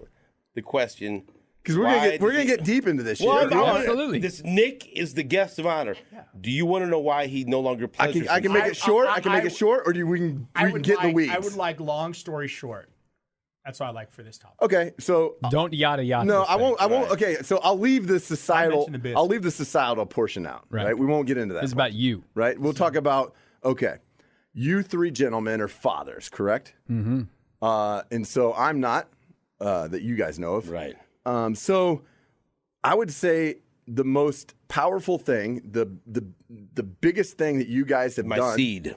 Speaker 1: the question?
Speaker 2: Because we're
Speaker 1: Why
Speaker 2: gonna get we're
Speaker 1: did
Speaker 2: gonna
Speaker 1: you-
Speaker 2: get deep into this
Speaker 1: Well,
Speaker 2: shit.
Speaker 1: I- I wanna-
Speaker 3: Absolutely.
Speaker 1: This Nick is the guest of honor. Do you want to know why he no longer
Speaker 2: I
Speaker 1: pleasures?
Speaker 2: can I can
Speaker 1: himself?
Speaker 2: make
Speaker 4: I-
Speaker 2: it short. I,
Speaker 4: I-
Speaker 2: can make
Speaker 4: I-
Speaker 2: it short, or do you, we can we
Speaker 4: I
Speaker 2: can
Speaker 4: would
Speaker 2: get in
Speaker 4: like,
Speaker 2: the weeds.
Speaker 4: I would like long story short. That's what I like for this topic.
Speaker 2: Okay, so
Speaker 3: Don't yada yada.
Speaker 2: No,
Speaker 3: this
Speaker 2: I
Speaker 3: thing.
Speaker 2: won't. I won't. Okay, so I'll leave the societal.
Speaker 4: mentioned the biz.
Speaker 2: I'll leave the societal portion out. Right. We won't get into that.
Speaker 3: It's
Speaker 2: part,
Speaker 3: about you.
Speaker 2: right. We'll talk about. Okay, you three gentlemen are fathers, correct? Mm-hmm. Uh, and so I'm not. Uh, that you guys know of.
Speaker 1: Right.
Speaker 2: Um, so I would say the most powerful thing, the the the biggest thing that you guys have
Speaker 1: My
Speaker 2: done.
Speaker 1: seed.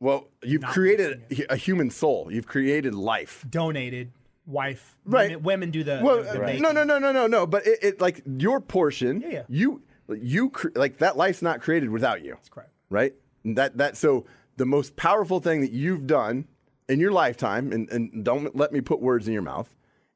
Speaker 2: Well, you've created a human soul. You've created life.
Speaker 4: Donated, wife,
Speaker 2: Right.
Speaker 4: Women, women do the,
Speaker 2: Well,
Speaker 4: the, the
Speaker 2: uh,
Speaker 4: baking.
Speaker 2: no, no, no, no, no, no. But it, it like your portion.
Speaker 4: yeah.
Speaker 2: You you cr- like that life's not created without you. That's
Speaker 4: correct.
Speaker 2: Right. And That that so the most powerful thing that you've done in your lifetime, and, and don't let me put words in your mouth,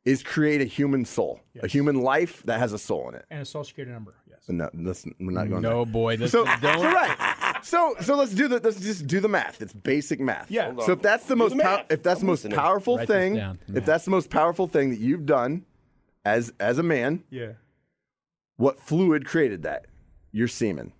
Speaker 2: is create a human soul, a human life that has a soul in it.
Speaker 4: and a social security number. Yes.
Speaker 2: No, listen, we're not going.
Speaker 3: No
Speaker 2: there.
Speaker 3: boy, this
Speaker 2: So,
Speaker 3: don't.
Speaker 2: so right. So so let's do the let's just do the math. It's basic math.
Speaker 4: Yeah. Hold
Speaker 2: So if that's the
Speaker 1: Do
Speaker 2: most
Speaker 1: the
Speaker 2: pow-
Speaker 1: math.
Speaker 2: if that's the
Speaker 1: I'm
Speaker 2: most
Speaker 1: listening.
Speaker 2: powerful
Speaker 3: Write this
Speaker 2: thing,
Speaker 3: down.
Speaker 2: if that's the most powerful thing that you've done as as a man,
Speaker 4: Yeah.
Speaker 2: what fluid created that? Your semen.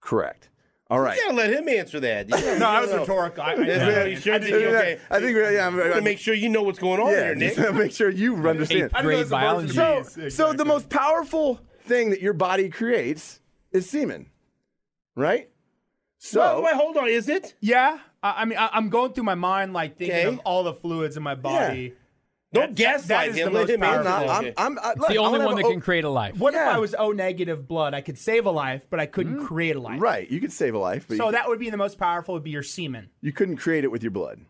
Speaker 2: Correct. All right.
Speaker 1: You gotta let him answer that.
Speaker 4: No, I was rhetorical. I, I,
Speaker 1: Yeah, you sure
Speaker 4: I
Speaker 1: did.
Speaker 4: did.
Speaker 2: Yeah, yeah,
Speaker 1: okay.
Speaker 2: I think we're, yeah, I'm,
Speaker 1: I
Speaker 2: I'm,
Speaker 1: gotta make sure you know what's going on
Speaker 2: yeah,
Speaker 1: here, Nick.
Speaker 2: just make sure you understand.
Speaker 3: Eighth grade biology.
Speaker 2: So, so the most powerful thing that your body creates is semen, right? So
Speaker 1: Well, wait, hold on. Is it?
Speaker 4: Yeah. I, I mean, I, I'm going through my mind, like thinking
Speaker 1: Okay.
Speaker 4: of all the fluids in my body.
Speaker 1: Don't
Speaker 4: That- that
Speaker 1: gaslight
Speaker 4: is the
Speaker 1: him. Let
Speaker 4: most
Speaker 1: him
Speaker 2: I'm
Speaker 1: answer.
Speaker 4: powerful.
Speaker 2: not.
Speaker 1: that.
Speaker 2: I'm. I'm I, look,
Speaker 3: the
Speaker 2: I
Speaker 3: only
Speaker 2: wanna
Speaker 3: one that
Speaker 2: have a-
Speaker 3: can create a life.
Speaker 4: What if
Speaker 2: Yeah. Mm-hmm.
Speaker 4: I was O negative blood? I could save a life, but I couldn't create a life.
Speaker 2: Right, you could save a life, but
Speaker 4: So
Speaker 2: you,
Speaker 4: that would be the most powerful. Would be your semen.
Speaker 2: you couldn't create it with your blood.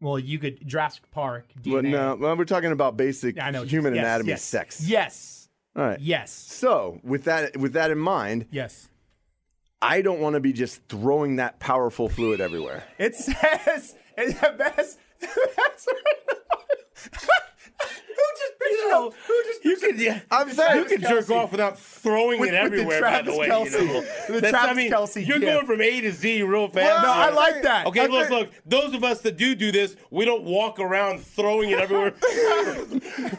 Speaker 4: Well, you could Jurassic Park DNA.
Speaker 2: But no, well, we're talking about basic
Speaker 4: Yeah, I know.
Speaker 2: human
Speaker 4: Yes,
Speaker 2: anatomy,
Speaker 4: yes.
Speaker 2: sex.
Speaker 4: Yes.
Speaker 2: All right.
Speaker 4: Yes.
Speaker 2: So with that with that in mind,
Speaker 4: Yes.
Speaker 2: I don't want to be just throwing that powerful fluid everywhere.
Speaker 4: It says it's the best. The best who just picked it up? Who just
Speaker 1: You could, yeah,
Speaker 2: I'm saying-
Speaker 1: you could jerk
Speaker 4: Travis Kelce.
Speaker 1: off without throwing
Speaker 4: With-
Speaker 1: it
Speaker 4: with the
Speaker 1: everywhere. by the
Speaker 4: Travis
Speaker 1: way,
Speaker 4: Kelce.
Speaker 1: you know,
Speaker 4: The Travis Kelce
Speaker 1: You're
Speaker 4: gif.
Speaker 1: going from A to Z real fast.
Speaker 2: Well,
Speaker 4: No, I
Speaker 1: here.
Speaker 4: like that.
Speaker 1: Okay,
Speaker 2: I
Speaker 1: look,
Speaker 2: think-
Speaker 1: look. Those of us that do do this, we don't walk around throwing it everywhere,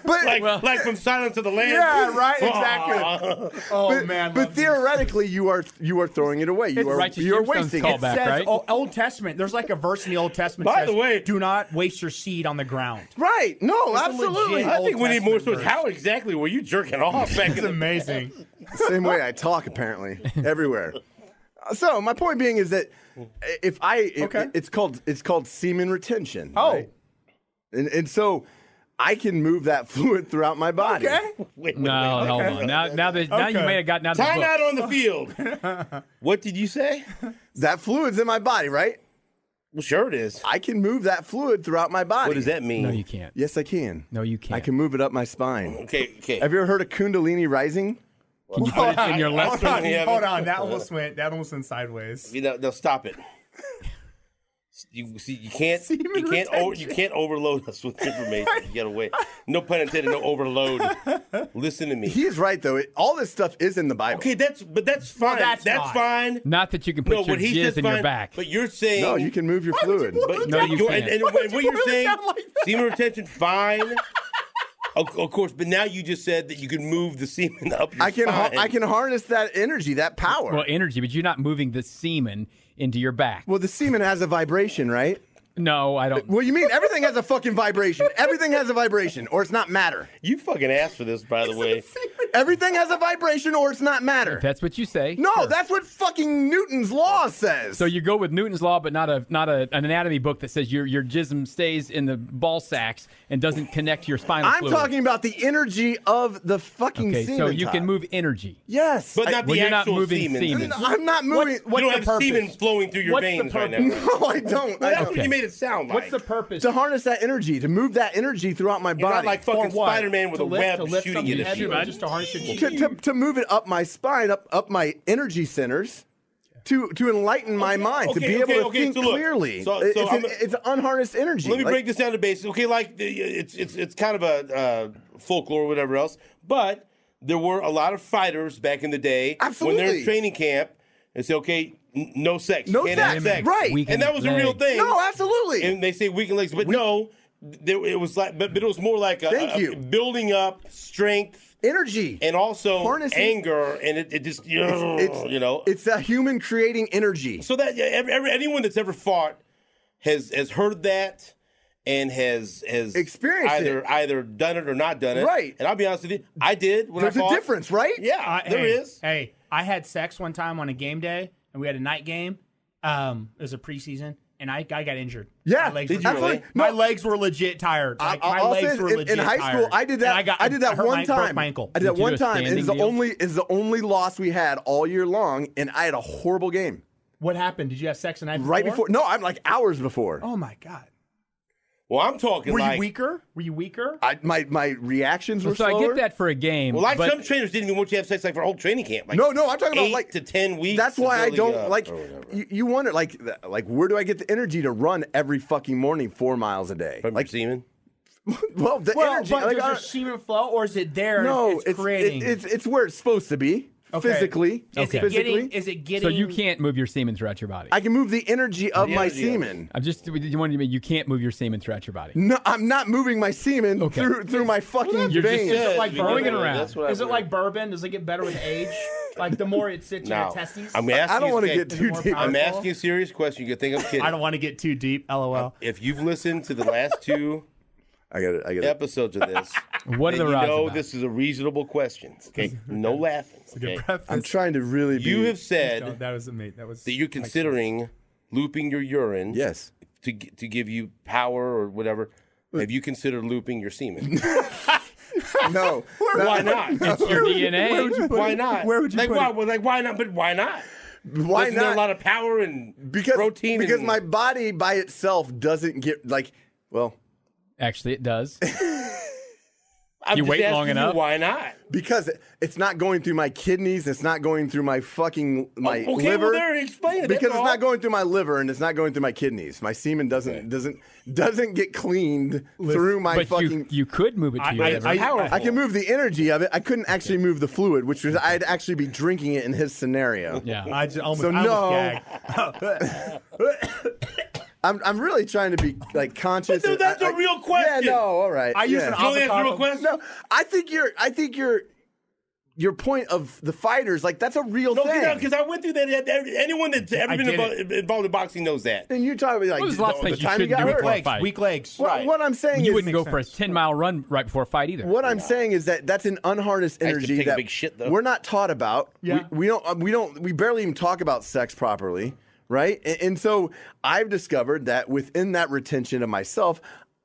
Speaker 2: But
Speaker 1: like
Speaker 3: Well-
Speaker 1: like from Silence of the Lambs.
Speaker 4: Yeah, right,
Speaker 1: exactly.
Speaker 4: Oh
Speaker 2: but,
Speaker 4: man.
Speaker 2: but
Speaker 4: love this.
Speaker 2: theoretically, you are you are throwing it away. You are
Speaker 3: Righteous
Speaker 2: you are
Speaker 3: Gemstones
Speaker 2: wasting
Speaker 3: callback,
Speaker 2: it.
Speaker 3: back,
Speaker 4: says
Speaker 3: right?
Speaker 4: O- Old Testament. There's like a verse in the Old Testament.
Speaker 1: By
Speaker 4: says,
Speaker 1: the way-
Speaker 4: do not waste your seed on the ground.
Speaker 2: Right? No,
Speaker 4: It's a
Speaker 2: absolutely.
Speaker 4: legit-
Speaker 1: I think we need more
Speaker 4: Old Testament
Speaker 1: stories. How exactly were you jerking off back in the
Speaker 4: amazing.
Speaker 2: Same way I talk, apparently, everywhere. So my point being is that if I, if-
Speaker 4: Okay.
Speaker 2: it's called it's called semen retention.
Speaker 4: Oh,
Speaker 2: right? and and so I can move that fluid throughout my body.
Speaker 4: okay.
Speaker 1: wait, wait,
Speaker 3: No,
Speaker 1: wait.
Speaker 3: hold on. Now, now, that, now you
Speaker 4: Okay.
Speaker 3: may have gotten out of the
Speaker 1: Time
Speaker 3: book.
Speaker 1: out on the field. what did you say?
Speaker 2: That fluid's in my body, right?
Speaker 1: Well, sure it is.
Speaker 2: I can move that fluid throughout my body.
Speaker 1: What does that mean?
Speaker 3: No, you can't.
Speaker 2: Yes, I can.
Speaker 3: No, you can't.
Speaker 2: I can move it up my spine.
Speaker 1: Okay, okay.
Speaker 2: Have you ever heard of Kundalini rising?
Speaker 3: Can you put it in your left?
Speaker 1: Hold on, hold on.
Speaker 4: That almost went. That almost went sideways.
Speaker 1: You know, no, stop it. You see, you can't, you
Speaker 4: Semen
Speaker 1: can't, o- you
Speaker 4: retention.
Speaker 1: can't overload us with information. You gotta wait. No pun intended. No overload. Listen to me.
Speaker 2: He is right, though. It, all this stuff is in the Bible.
Speaker 1: Okay, that's but that's fine.
Speaker 4: that's not.
Speaker 1: fine.
Speaker 3: Not that you can put
Speaker 1: No,
Speaker 3: your
Speaker 1: what he
Speaker 3: jizz
Speaker 1: says
Speaker 3: in
Speaker 1: fine.
Speaker 3: your back.
Speaker 1: But you're saying
Speaker 2: No, you can move your fluid.
Speaker 1: But
Speaker 3: No, you
Speaker 1: you're-
Speaker 3: can't.
Speaker 1: And, and
Speaker 4: Why would
Speaker 1: what
Speaker 4: you
Speaker 1: you're
Speaker 4: boil it
Speaker 1: saying,
Speaker 4: down like that?
Speaker 1: semen retention, fine. of, of course, but now you just said that you can move the semen up. Your
Speaker 2: I can ha-
Speaker 1: spine.
Speaker 2: I can harness that energy, that power.
Speaker 3: well,
Speaker 2: Well,
Speaker 3: energy, but you're not moving the semen into your back.
Speaker 2: the semen has a vibration, right?
Speaker 3: no, I don't.
Speaker 2: Well, you mean everything has a fucking vibration. Everything has a vibration, or it's not matter.
Speaker 1: You fucking asked for this, by the way.
Speaker 2: Everything has a vibration, or it's not matter.
Speaker 3: That's what you say.
Speaker 2: No, that's what fucking Newton's law says.
Speaker 3: So you go with Newton's law, but not a not a, an anatomy book that says your your jism stays in the ball sacks and doesn't connect to your spinal
Speaker 2: I'm
Speaker 3: fluid.
Speaker 2: talking about the energy of the fucking
Speaker 3: Okay,
Speaker 2: semen.
Speaker 3: so you
Speaker 2: Todd.
Speaker 3: can move energy.
Speaker 2: Yes,
Speaker 1: But
Speaker 2: I-
Speaker 1: not
Speaker 3: Well,
Speaker 1: the
Speaker 3: you're not
Speaker 1: actual
Speaker 3: moving semen.
Speaker 2: No, I'm not moving.
Speaker 1: You don't have
Speaker 4: purpose?
Speaker 1: semen flowing through your
Speaker 4: What's the
Speaker 1: veins right now.
Speaker 4: purpose?
Speaker 2: no, I don't. I
Speaker 1: That's
Speaker 2: don't.
Speaker 1: what you made it sound like.
Speaker 4: What's the purpose?
Speaker 2: To harness that energy, to move that energy throughout my
Speaker 1: You're not
Speaker 2: body,
Speaker 1: like fucking
Speaker 4: what?
Speaker 1: Spider-Man with
Speaker 4: To
Speaker 1: a
Speaker 4: lift- to
Speaker 1: web
Speaker 4: lift
Speaker 1: shooting
Speaker 4: something
Speaker 1: you.
Speaker 4: heavy,
Speaker 1: This
Speaker 4: just to harness your
Speaker 2: to, to, to move it up my spine, up up my energy centers, to to enlighten my mind, to
Speaker 1: okay,
Speaker 2: be able
Speaker 1: okay,
Speaker 2: to
Speaker 1: okay,
Speaker 2: think
Speaker 1: so look,
Speaker 2: clearly.
Speaker 1: so- so
Speaker 2: it's,
Speaker 1: I'm
Speaker 2: an,
Speaker 1: a-
Speaker 2: it's unharnessed energy.
Speaker 1: Let me
Speaker 2: Like,
Speaker 1: break this down to basics. Okay, like the- it's it's it's kind of a uh, folklore, or whatever else. But there were a lot of fighters back in the day when they're
Speaker 2: Absolutely.
Speaker 1: in training camp. They say, okay, n- no sex,
Speaker 2: No
Speaker 1: can't have
Speaker 2: sex, right.
Speaker 1: And that was a
Speaker 3: Weakened
Speaker 1: real
Speaker 3: leg.
Speaker 1: thing.
Speaker 2: No, absolutely.
Speaker 1: And they say weakened legs, but no, there, it was like, but, but it was more like a,
Speaker 2: Thank
Speaker 1: a-
Speaker 2: you.
Speaker 1: building up strength
Speaker 2: energy.
Speaker 1: and also
Speaker 2: Harnessing-
Speaker 1: anger, and it, it just you know,
Speaker 2: it's,
Speaker 1: you know
Speaker 2: it's a human creating energy.
Speaker 1: so that yeah, every, every, anyone that's ever fought has has heard that and has has
Speaker 2: Experienced
Speaker 1: either
Speaker 2: it.
Speaker 1: either done it or not done it.
Speaker 2: Right.
Speaker 1: And I'll be honest with you, I did when
Speaker 2: There's
Speaker 1: I
Speaker 2: a
Speaker 1: fought.
Speaker 2: difference, right?
Speaker 1: Yeah,
Speaker 4: I,
Speaker 1: there
Speaker 4: hey,
Speaker 1: is.
Speaker 4: Hey, I had sex one time on a game day, and we had a night game. Um, it was a preseason, and I, I got injured.
Speaker 2: Yeah,
Speaker 4: my legs,
Speaker 2: did
Speaker 4: were,
Speaker 2: you
Speaker 4: tired.
Speaker 2: really?
Speaker 4: My
Speaker 2: No.
Speaker 4: legs were legit tired. Like,
Speaker 2: I-
Speaker 4: my
Speaker 2: I'll
Speaker 4: legs
Speaker 2: say
Speaker 4: were
Speaker 2: this, in,
Speaker 4: legit
Speaker 2: in high school,
Speaker 4: tired.
Speaker 2: I did
Speaker 4: And
Speaker 2: that.
Speaker 4: I,
Speaker 2: I,
Speaker 4: got,
Speaker 2: did that
Speaker 4: hurt
Speaker 2: one
Speaker 4: my,
Speaker 2: time.
Speaker 4: Broke my ankle.
Speaker 2: I did that
Speaker 3: Did you do
Speaker 2: one
Speaker 3: a
Speaker 2: time. It
Speaker 3: standing
Speaker 2: is the
Speaker 3: deal?
Speaker 2: only is the only loss we had all year long, and I had a horrible game
Speaker 4: What happened? Did you have sex the night
Speaker 2: right before. No, I'm like hours before.
Speaker 4: Oh my god.
Speaker 1: Well, I'm talking
Speaker 4: Were
Speaker 1: like
Speaker 4: you weaker? Were you weaker?
Speaker 2: I, my my reactions were
Speaker 3: So I
Speaker 2: slower.
Speaker 3: get that for a game.
Speaker 1: well, like
Speaker 3: but
Speaker 1: some trainers didn't even want you to have sex like for a whole training camp. Like
Speaker 2: No, no, I'm talking
Speaker 1: eight
Speaker 2: about like
Speaker 1: to ten weeks.
Speaker 2: That's
Speaker 1: to uh,
Speaker 2: why I
Speaker 1: building
Speaker 2: don't
Speaker 1: it up Oh,
Speaker 2: like.
Speaker 1: or whatever.
Speaker 2: You, you wonder like th- like where do I get the energy to run every fucking morning four miles a day?
Speaker 1: from
Speaker 2: like
Speaker 1: your semen.
Speaker 2: well, the
Speaker 4: well,
Speaker 2: energy.
Speaker 4: but
Speaker 2: like,
Speaker 4: does
Speaker 2: I
Speaker 4: your
Speaker 2: don't-
Speaker 4: semen flow, or is it there? and
Speaker 2: no,
Speaker 4: it's,
Speaker 2: it's
Speaker 4: creating.
Speaker 2: it- it's it's where it's supposed to be
Speaker 4: Okay.
Speaker 2: physically.
Speaker 4: Is it
Speaker 2: physically.
Speaker 4: getting? Is it getting?
Speaker 3: so you can't move your semen throughout your body.
Speaker 2: I can move the energy of
Speaker 1: The
Speaker 2: my
Speaker 1: energy of it.
Speaker 2: semen.
Speaker 3: I'm just you want to mean you can't move your semen throughout your body.
Speaker 2: No, I'm not moving my semen
Speaker 3: Okay.
Speaker 2: through through my fucking
Speaker 3: You're just-
Speaker 2: veins.
Speaker 1: Yeah,
Speaker 4: like
Speaker 1: you know,
Speaker 4: throwing it
Speaker 3: around.
Speaker 1: that's what I
Speaker 4: Is it
Speaker 1: would-
Speaker 4: like bourbon? Does it get better with age? like the more it sits in
Speaker 1: No,
Speaker 4: your testes.
Speaker 1: I'm asking.
Speaker 2: I don't
Speaker 1: you-
Speaker 2: want to
Speaker 1: okay,
Speaker 2: get
Speaker 4: Is it
Speaker 2: too
Speaker 4: more
Speaker 2: deep.
Speaker 4: powerful?
Speaker 1: I'm asking a serious question. You could think I'm kidding.
Speaker 4: I don't want to get too deep. LOL.
Speaker 1: if you've listened to the last two
Speaker 2: I got it. I got it.
Speaker 1: episodes of this,
Speaker 3: What are
Speaker 1: then Mm.
Speaker 3: the
Speaker 1: you
Speaker 3: rods
Speaker 1: know
Speaker 3: about?
Speaker 1: this is a reasonable question. Okay, no laughing. Okay?
Speaker 2: I'm trying to really be.
Speaker 1: You have said
Speaker 4: that was amazing. That was.
Speaker 1: that you're considering looping your urine
Speaker 2: yes.
Speaker 1: to g- to give you power or whatever. Have you considered looping your semen?
Speaker 2: No.
Speaker 1: Why not?
Speaker 3: It's your DNA.
Speaker 1: Why not?
Speaker 4: where would you
Speaker 1: like
Speaker 4: put
Speaker 1: why?
Speaker 4: it?
Speaker 1: well, Like why not? But why not?
Speaker 2: Why
Speaker 1: Isn't there
Speaker 2: not?
Speaker 1: a lot of power and
Speaker 2: because
Speaker 1: protein?
Speaker 2: because
Speaker 1: and-
Speaker 2: my body by itself doesn't get like well
Speaker 3: Actually, it does.
Speaker 1: I'm
Speaker 3: You
Speaker 1: just
Speaker 3: wait
Speaker 1: asking
Speaker 3: long
Speaker 1: you,
Speaker 3: enough?
Speaker 1: Why not?
Speaker 2: because it's not going through my kidneys. It's not going through my fucking my
Speaker 1: Oh, okay, well,
Speaker 2: liver.
Speaker 1: there, explain it, that's
Speaker 2: Because it's
Speaker 1: all.
Speaker 2: not going through my liver and it's not going through my kidneys. My semen doesn't doesn't doesn't get cleaned through my
Speaker 3: but
Speaker 2: fucking.
Speaker 3: you you could move it to your
Speaker 1: I-
Speaker 3: liver.
Speaker 1: I- Powerful.
Speaker 2: I can move the energy of it. I couldn't actually move the fluid, which was I'd actually be drinking it in his scenario.
Speaker 3: yeah.
Speaker 4: I just almost.
Speaker 2: So
Speaker 4: I
Speaker 2: no.
Speaker 4: almost gagged.
Speaker 2: I'm I'm really trying to be like conscious.
Speaker 1: dude,
Speaker 2: and
Speaker 1: that's
Speaker 2: I-
Speaker 1: a
Speaker 2: I-
Speaker 1: real question.
Speaker 2: Yeah, no, all right.
Speaker 4: I use
Speaker 2: yeah.
Speaker 4: an
Speaker 1: You only answer
Speaker 4: Avocado-
Speaker 1: real question.
Speaker 2: No, I think you're. I think you're. Your point of the fighters, like that's a real
Speaker 1: No,
Speaker 2: thing.
Speaker 1: because I went through that. that- that- Anyone that's ever
Speaker 4: I
Speaker 1: been
Speaker 4: did
Speaker 1: involved, involved in boxing knows that.
Speaker 2: and you talk about like
Speaker 3: Well, there's lots of
Speaker 2: the
Speaker 3: things you
Speaker 2: time
Speaker 3: shouldn't
Speaker 2: got
Speaker 3: do
Speaker 2: hurt.
Speaker 3: before a
Speaker 4: Legs,
Speaker 3: fight.
Speaker 4: weak legs.
Speaker 2: What,
Speaker 1: Right.
Speaker 2: what I'm saying
Speaker 3: You
Speaker 2: is,
Speaker 3: wouldn't go
Speaker 4: makes
Speaker 3: for a ten mile run right before a fight either.
Speaker 2: what I'm saying is that that's an
Speaker 1: used
Speaker 2: unharnessed
Speaker 1: to
Speaker 2: energy
Speaker 1: take a
Speaker 2: that
Speaker 1: big shit, though.
Speaker 2: we're not taught about.
Speaker 4: Yeah.
Speaker 2: We, we don't. um, We don't. We barely even talk about sex properly, right? And, and so I've discovered that within that retention of myself,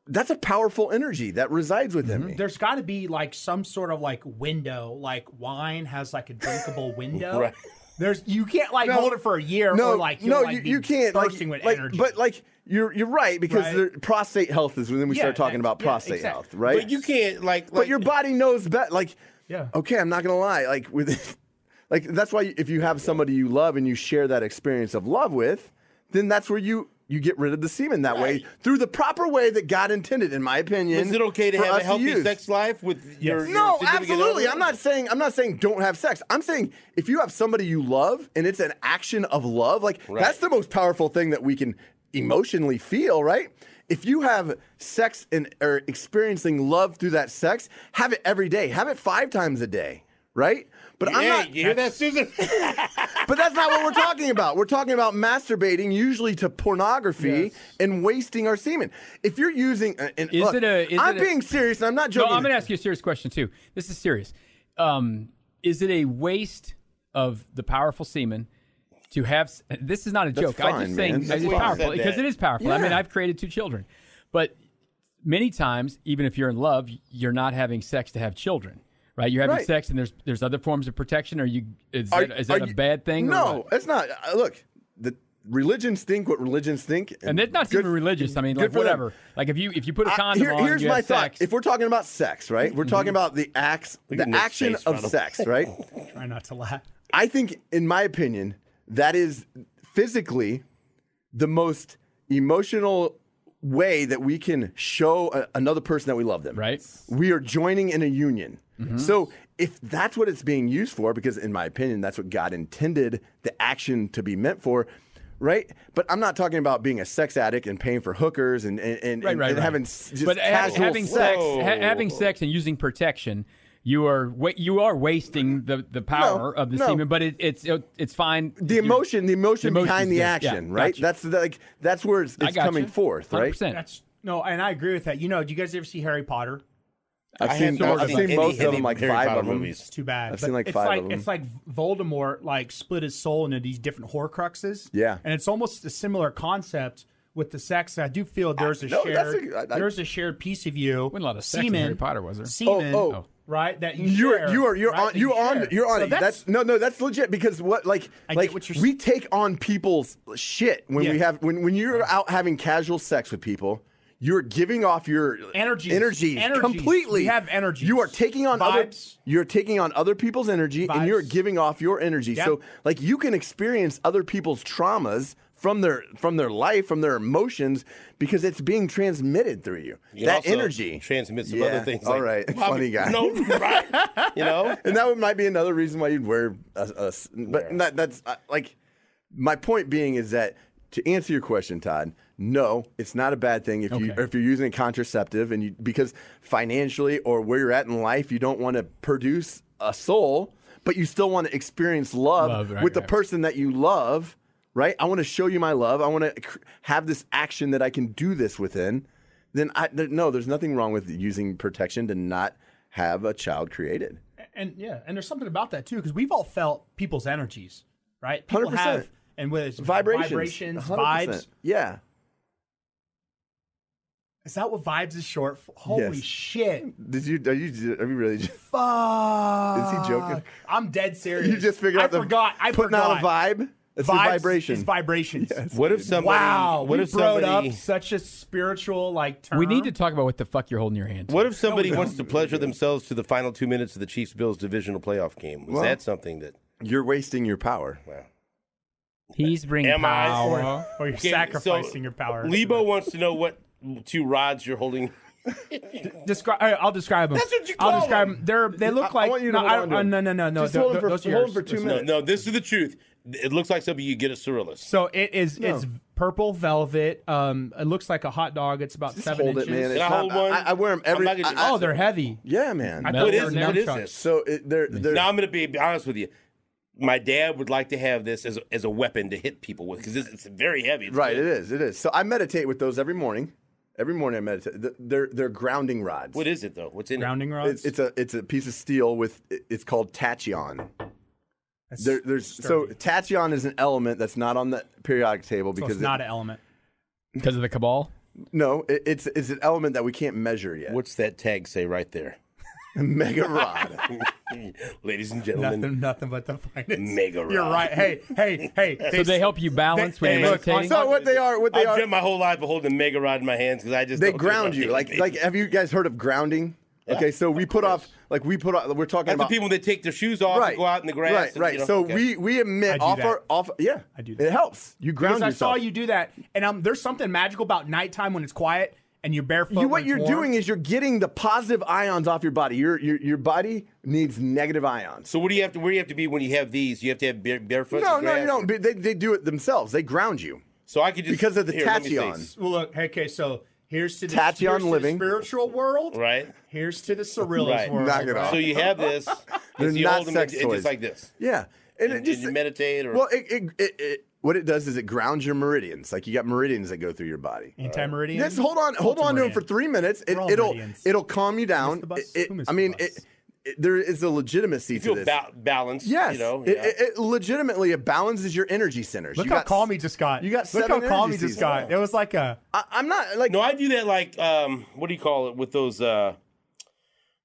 Speaker 2: that's a powerful energy that resides within me.
Speaker 4: There's got to be like some sort of like window, like wine has like a drinkable window.
Speaker 1: Right.
Speaker 4: There's you can't like hold it for a year
Speaker 2: no,
Speaker 4: or like you
Speaker 2: no,
Speaker 4: like,
Speaker 2: you,
Speaker 4: be
Speaker 2: you can't like,
Speaker 4: bursting with
Speaker 2: like-
Speaker 4: energy.
Speaker 2: But like you're you're right because
Speaker 4: Right.
Speaker 2: there- prostate health is when we
Speaker 4: Yeah,
Speaker 2: start talking
Speaker 4: that's-
Speaker 2: about
Speaker 4: yeah,
Speaker 2: prostate
Speaker 4: exactly.
Speaker 2: health, right?
Speaker 1: But you can't like.
Speaker 2: But your body knows better. Like,
Speaker 4: Yeah.
Speaker 2: okay, I'm not gonna lie. Like with, like that's why if you have somebody you love and you share that experience of love with, then that's where you you get rid of the semen that way through the proper way that God intended, in my opinion.
Speaker 1: is it okay to
Speaker 2: for
Speaker 1: have
Speaker 2: us
Speaker 1: a healthy
Speaker 2: use.
Speaker 1: sex life with your? your
Speaker 2: No,
Speaker 1: significant
Speaker 2: absolutely.
Speaker 1: other?
Speaker 2: I'm not saying I'm not saying don't have sex. I'm saying if you have somebody you love and it's an action of love, like
Speaker 1: Right.
Speaker 2: that's the most powerful thing that we can emotionally feel, right? If you have sex and are experiencing love through that sex, have it every day. Have it five times a day, right? But I'm
Speaker 1: Hey,
Speaker 2: not
Speaker 1: you hear that, Susan?
Speaker 2: but that's not what we're talking about. We're talking about masturbating, usually to pornography and wasting our semen. If you're using, uh, and
Speaker 3: Is
Speaker 2: look,
Speaker 3: it a- is
Speaker 2: I'm
Speaker 3: it a-
Speaker 2: being serious, and I'm not
Speaker 3: No,
Speaker 2: joking.
Speaker 3: I'm going to ask you a serious question too. This is serious. Um, is it a waste of the powerful semen to have? s- This is not a joke. I'm
Speaker 2: fine, man.
Speaker 3: just saying
Speaker 2: That's
Speaker 3: it's
Speaker 1: fine.
Speaker 3: powerful
Speaker 1: Said that.
Speaker 3: because it is powerful. I mean,
Speaker 2: Yeah.
Speaker 3: I've created two children, but many times, even if you're in love, you're not having sex to have children. Right, you're having
Speaker 2: Right.
Speaker 3: sex, and there's there's other forms of protection. Are you is
Speaker 2: Are-
Speaker 3: that, is
Speaker 2: are
Speaker 3: that a
Speaker 2: you-
Speaker 3: bad thing? or
Speaker 2: No,
Speaker 3: what?
Speaker 2: it's not. Uh, Look, the religions think what religions think,
Speaker 3: and that's not even religious. I mean,
Speaker 2: good
Speaker 3: like
Speaker 2: for them.
Speaker 3: whatever. Like if you if you put a
Speaker 2: I-
Speaker 3: condom
Speaker 2: here-
Speaker 3: on,
Speaker 2: here's
Speaker 3: you
Speaker 2: my
Speaker 3: have
Speaker 2: thought.
Speaker 3: sex. Mm-hmm.
Speaker 2: If we're talking about sex, right? We're talking about the acts, the
Speaker 1: at Nick's
Speaker 2: action
Speaker 1: face,
Speaker 2: of
Speaker 1: Ronald.
Speaker 2: sex, right?
Speaker 4: try not to laugh.
Speaker 2: I think, in my opinion, that is physically the most emotional way that we can show a, another person that we love them.
Speaker 3: Right. Mm-hmm.
Speaker 2: We are joining in a union. So if that's what it's being used for, because in my opinion, that's what God intended the action to be meant for. Right, but I'm not talking about being a sex addict and paying for hookers and and, and,
Speaker 3: right, right,
Speaker 2: and
Speaker 3: right.
Speaker 2: having s- just
Speaker 3: but ha-
Speaker 2: casual
Speaker 3: having
Speaker 2: sex.
Speaker 3: sex,
Speaker 1: Whoa.
Speaker 3: ha- having sex, and using protection, you are wa- you are wasting the, the power of the
Speaker 2: no.
Speaker 3: semen. But it, it's it, it's fine.
Speaker 2: the emotion, the emotion
Speaker 3: The emotion's
Speaker 2: behind the
Speaker 3: there.
Speaker 2: action,
Speaker 3: Yeah,
Speaker 2: right?
Speaker 3: gotcha.
Speaker 2: That's the, like that's where it's, it's coming forth, right?
Speaker 4: That's no, and I agree with that. You know, do you guys ever see Harry Potter?
Speaker 2: I've
Speaker 1: I
Speaker 2: seen,
Speaker 1: haven't
Speaker 2: I've
Speaker 1: seen
Speaker 2: seen
Speaker 1: any-
Speaker 2: most of
Speaker 1: any
Speaker 2: them, like
Speaker 1: Harry
Speaker 2: five
Speaker 1: Potter
Speaker 2: of them.
Speaker 1: movies.
Speaker 4: It's too bad.
Speaker 2: I've
Speaker 4: But
Speaker 2: seen, like,
Speaker 4: it's
Speaker 2: five
Speaker 4: like
Speaker 2: of them.
Speaker 4: it's like Voldemort like split his soul into these different Horcruxes.
Speaker 2: Yeah.
Speaker 4: and it's almost a similar concept with the sex. I do feel there's a
Speaker 2: Ah, no, that's
Speaker 4: shared
Speaker 2: a- I- I-
Speaker 4: there's a shared piece of you.
Speaker 3: Wasn't a lot of sex in Harry Potter, was there?
Speaker 4: Semen,
Speaker 2: Oh, oh.
Speaker 4: right? That you
Speaker 2: You are
Speaker 4: share,
Speaker 2: you are you're
Speaker 4: right,
Speaker 2: on
Speaker 4: that
Speaker 2: you on
Speaker 4: share.
Speaker 2: you're on
Speaker 4: So
Speaker 2: it. That's no no that's legit because what like
Speaker 4: I get
Speaker 2: like
Speaker 4: what you're
Speaker 2: we take on people's shit when we
Speaker 4: Yeah.
Speaker 2: have when when you're out having casual sex with people. You're giving off your
Speaker 4: Energies.
Speaker 2: energies,
Speaker 4: Energies.
Speaker 2: completely.
Speaker 4: We have energies.
Speaker 2: You are taking on other
Speaker 4: Vibes.
Speaker 2: you're taking on other people's energy and you're
Speaker 4: Vibes.
Speaker 2: giving off your energy.
Speaker 4: Yeah.
Speaker 2: So like you can experience other people's traumas from their from their life, from their emotions because it's being transmitted through you.
Speaker 1: You
Speaker 2: that
Speaker 1: also
Speaker 2: energy
Speaker 1: transmit some
Speaker 2: Yeah.
Speaker 1: other things.
Speaker 2: All
Speaker 1: like,
Speaker 2: right.
Speaker 1: "Bobby,
Speaker 2: funny guy.
Speaker 1: No, right? You know,
Speaker 2: and that would- might be another reason why you'd wear a, a s- but that, that's uh, like my point being is that to answer your question todd no it's not a bad thing if you
Speaker 3: Okay.
Speaker 2: or if you're using a contraceptive and you because financially or where you're at in life you don't want to produce a soul but you still want to experience love,
Speaker 3: Love, right,
Speaker 2: with the
Speaker 3: right.
Speaker 2: person that you love right i want to show you my love i want to cr- have this action that i can do this within then i there, no there's nothing wrong with using protection to not have a child created
Speaker 4: and yeah, and there's something about that too because we've all felt people's energies, right? People
Speaker 2: 100%.
Speaker 4: have and with it's
Speaker 2: vibrations,
Speaker 4: vibrations,
Speaker 2: 100%.
Speaker 4: vibes.
Speaker 2: Yeah,
Speaker 4: Is that what vibes is short for? Holy
Speaker 2: Yes.
Speaker 4: shit!
Speaker 2: did you? Are you? Are you really? Just,
Speaker 4: Fuck.
Speaker 2: joking?
Speaker 4: I'm dead serious.
Speaker 2: you just figured
Speaker 4: I
Speaker 2: out the
Speaker 4: forgot. I
Speaker 2: putting
Speaker 4: forgot.
Speaker 2: out a vibe. It's the
Speaker 4: Vibes
Speaker 2: vibration.
Speaker 4: is vibrations.
Speaker 1: what if somebody?
Speaker 4: Wow.
Speaker 1: What
Speaker 4: we
Speaker 1: if
Speaker 4: brought
Speaker 1: somebody?
Speaker 4: up such a spiritual like term.
Speaker 3: We need to talk about what the fuck you're holding in your hand.
Speaker 1: What if somebody wants to pleasure themselves to the final two minutes of the Chiefs Bills divisional playoff game? Is
Speaker 2: Well-
Speaker 1: that something that?
Speaker 2: You're wasting your power.
Speaker 1: Wow.
Speaker 3: He's bringing
Speaker 1: Am I-
Speaker 3: power.
Speaker 4: or you're
Speaker 1: Okay,
Speaker 4: sacrificing
Speaker 1: so
Speaker 4: your power.
Speaker 1: Lebo wants to know what two rods you're holding.
Speaker 4: Descri- all right, I'll describe them.
Speaker 1: That's what you
Speaker 4: I'll
Speaker 1: call
Speaker 4: describe
Speaker 1: them.
Speaker 4: them. They're they
Speaker 2: I- I
Speaker 4: look like
Speaker 2: want you to
Speaker 4: no,
Speaker 2: hold
Speaker 4: I-
Speaker 2: on to
Speaker 4: uh,
Speaker 2: it.
Speaker 4: no no no no.
Speaker 2: Just
Speaker 4: th-
Speaker 2: hold
Speaker 4: th-
Speaker 2: them for,
Speaker 4: those are
Speaker 2: hold 'em
Speaker 4: yours.
Speaker 2: for two
Speaker 4: Those-
Speaker 1: No,
Speaker 2: minutes.
Speaker 1: no, this is the truth. It looks like something you get at Cyrillus.
Speaker 4: So it is it's purple velvet. Um, it looks like a hot dog. It's about
Speaker 2: Just
Speaker 4: seven
Speaker 2: hold
Speaker 4: inches.
Speaker 2: it, man. It's
Speaker 1: I
Speaker 2: not,
Speaker 1: hold one?
Speaker 2: I, I wear them
Speaker 1: I'm
Speaker 2: every.
Speaker 1: not gonna do
Speaker 2: I-
Speaker 4: Oh, they're heavy.
Speaker 2: yeah, man.
Speaker 4: I
Speaker 1: what
Speaker 4: thought
Speaker 1: is,
Speaker 4: they were
Speaker 1: what is
Speaker 4: nunchucks.
Speaker 1: this?
Speaker 2: so it, they're they're.
Speaker 1: Now I'm going to be, be honest with you. My dad would like to have this as a, as a weapon to hit people with because it's very heavy. It's
Speaker 2: right,
Speaker 1: good.
Speaker 2: it is. It is. So I meditate with those every morning. Every morning I meditate. Th- They're they're grounding rods.
Speaker 1: What is it though? What's in
Speaker 4: Grounding rods.
Speaker 2: It's, it's a it's a piece of steel with it- it's called tachyon.
Speaker 4: That's
Speaker 2: There, there's so
Speaker 4: sturdy.
Speaker 2: tachyon is an element that's not on the periodic table
Speaker 4: So
Speaker 2: because
Speaker 4: it's
Speaker 2: it-
Speaker 4: not an element.
Speaker 3: Because of the cabal?
Speaker 2: No, it, it's it's an element that we can't measure
Speaker 1: it?
Speaker 2: yet.
Speaker 1: What's that tag say right there,
Speaker 2: Mega rod.
Speaker 1: ladies and gentlemen?
Speaker 4: Nothing, nothing but the finest.
Speaker 1: Mega
Speaker 4: You're
Speaker 1: rod.
Speaker 4: right. Hey, hey, hey.
Speaker 3: So they help you balance when
Speaker 4: Hey,
Speaker 3: you're
Speaker 4: look,
Speaker 3: meditating?
Speaker 2: so what they are, what they
Speaker 1: I've
Speaker 2: are,
Speaker 1: spent my whole life holding a mega rod in my hands because I just
Speaker 2: they
Speaker 1: don't care
Speaker 2: ground
Speaker 1: about
Speaker 2: you.
Speaker 1: anything.
Speaker 2: Like like have you guys heard of grounding? okay, so we put off like we put off. We're talking
Speaker 1: that's the
Speaker 2: about
Speaker 1: people that take their shoes off
Speaker 2: right,
Speaker 1: and go out in the grass.
Speaker 2: Right,
Speaker 1: and,
Speaker 2: right.
Speaker 1: you know,
Speaker 2: so
Speaker 1: okay.
Speaker 2: we we
Speaker 4: I
Speaker 2: emit
Speaker 4: do
Speaker 2: off
Speaker 4: that.
Speaker 2: our off. Yeah, I
Speaker 4: do that.
Speaker 2: It helps. You ground
Speaker 4: Because I
Speaker 2: yourself.
Speaker 4: saw you do that, and um, there's something magical about nighttime when it's quiet and you're barefoot.
Speaker 2: You-
Speaker 4: when
Speaker 2: what
Speaker 4: it's
Speaker 2: you're
Speaker 4: warm.
Speaker 2: doing is you're getting the positive ions off your body. Your your your body needs negative ions.
Speaker 1: So what do you have to? Where do you have to be when you have these? You have to have bare, barefoot. in
Speaker 2: no,
Speaker 1: the
Speaker 2: no,
Speaker 1: grass?
Speaker 2: you don't. They, they do it themselves. They ground you.
Speaker 1: So I could just
Speaker 2: Because of the
Speaker 1: here, let me see.
Speaker 2: tachyon.
Speaker 4: Well, look. hey, Okay, so here's to the,
Speaker 2: Tachyon
Speaker 4: here's to the
Speaker 2: living.
Speaker 4: spiritual world.
Speaker 1: Right.
Speaker 4: Here's to the Cyrilus
Speaker 1: Right.
Speaker 4: world.
Speaker 2: Knock it off.
Speaker 1: So you have this.
Speaker 2: They're
Speaker 1: and you
Speaker 2: not
Speaker 1: hold them,
Speaker 2: sex
Speaker 1: it's, it's
Speaker 2: toys.
Speaker 1: just like this.
Speaker 2: Yeah, and,
Speaker 1: Did you meditate or
Speaker 2: Well, it, it, it, it what it does is it grounds your meridians. Like you got meridians that go throul your body.
Speaker 4: Anti-meridian.
Speaker 2: Yes, hold on, hold on to them for three minutes. It,
Speaker 4: We're all
Speaker 2: it'll
Speaker 4: meridians.
Speaker 2: it'll calm you down.
Speaker 4: the bus?
Speaker 2: It- it-
Speaker 4: Who missed
Speaker 2: I
Speaker 4: the
Speaker 2: mean,
Speaker 4: bus?
Speaker 2: it, it, there is a legitimacy
Speaker 1: you
Speaker 2: to
Speaker 1: feel
Speaker 2: this.
Speaker 1: ba- balanced?
Speaker 2: yes,
Speaker 1: you know.
Speaker 2: it,
Speaker 1: yeah.
Speaker 2: it, it legitimately it balances your energy centers.
Speaker 4: Look
Speaker 2: you
Speaker 4: how
Speaker 2: got,
Speaker 4: calm he just got.
Speaker 2: you got
Speaker 4: Look how
Speaker 2: seven
Speaker 4: calm he
Speaker 2: energy
Speaker 4: just got.
Speaker 2: seasons.
Speaker 4: It was like a.
Speaker 2: I, I'm not like
Speaker 1: no, I do that like um, what do you call it with those? Uh,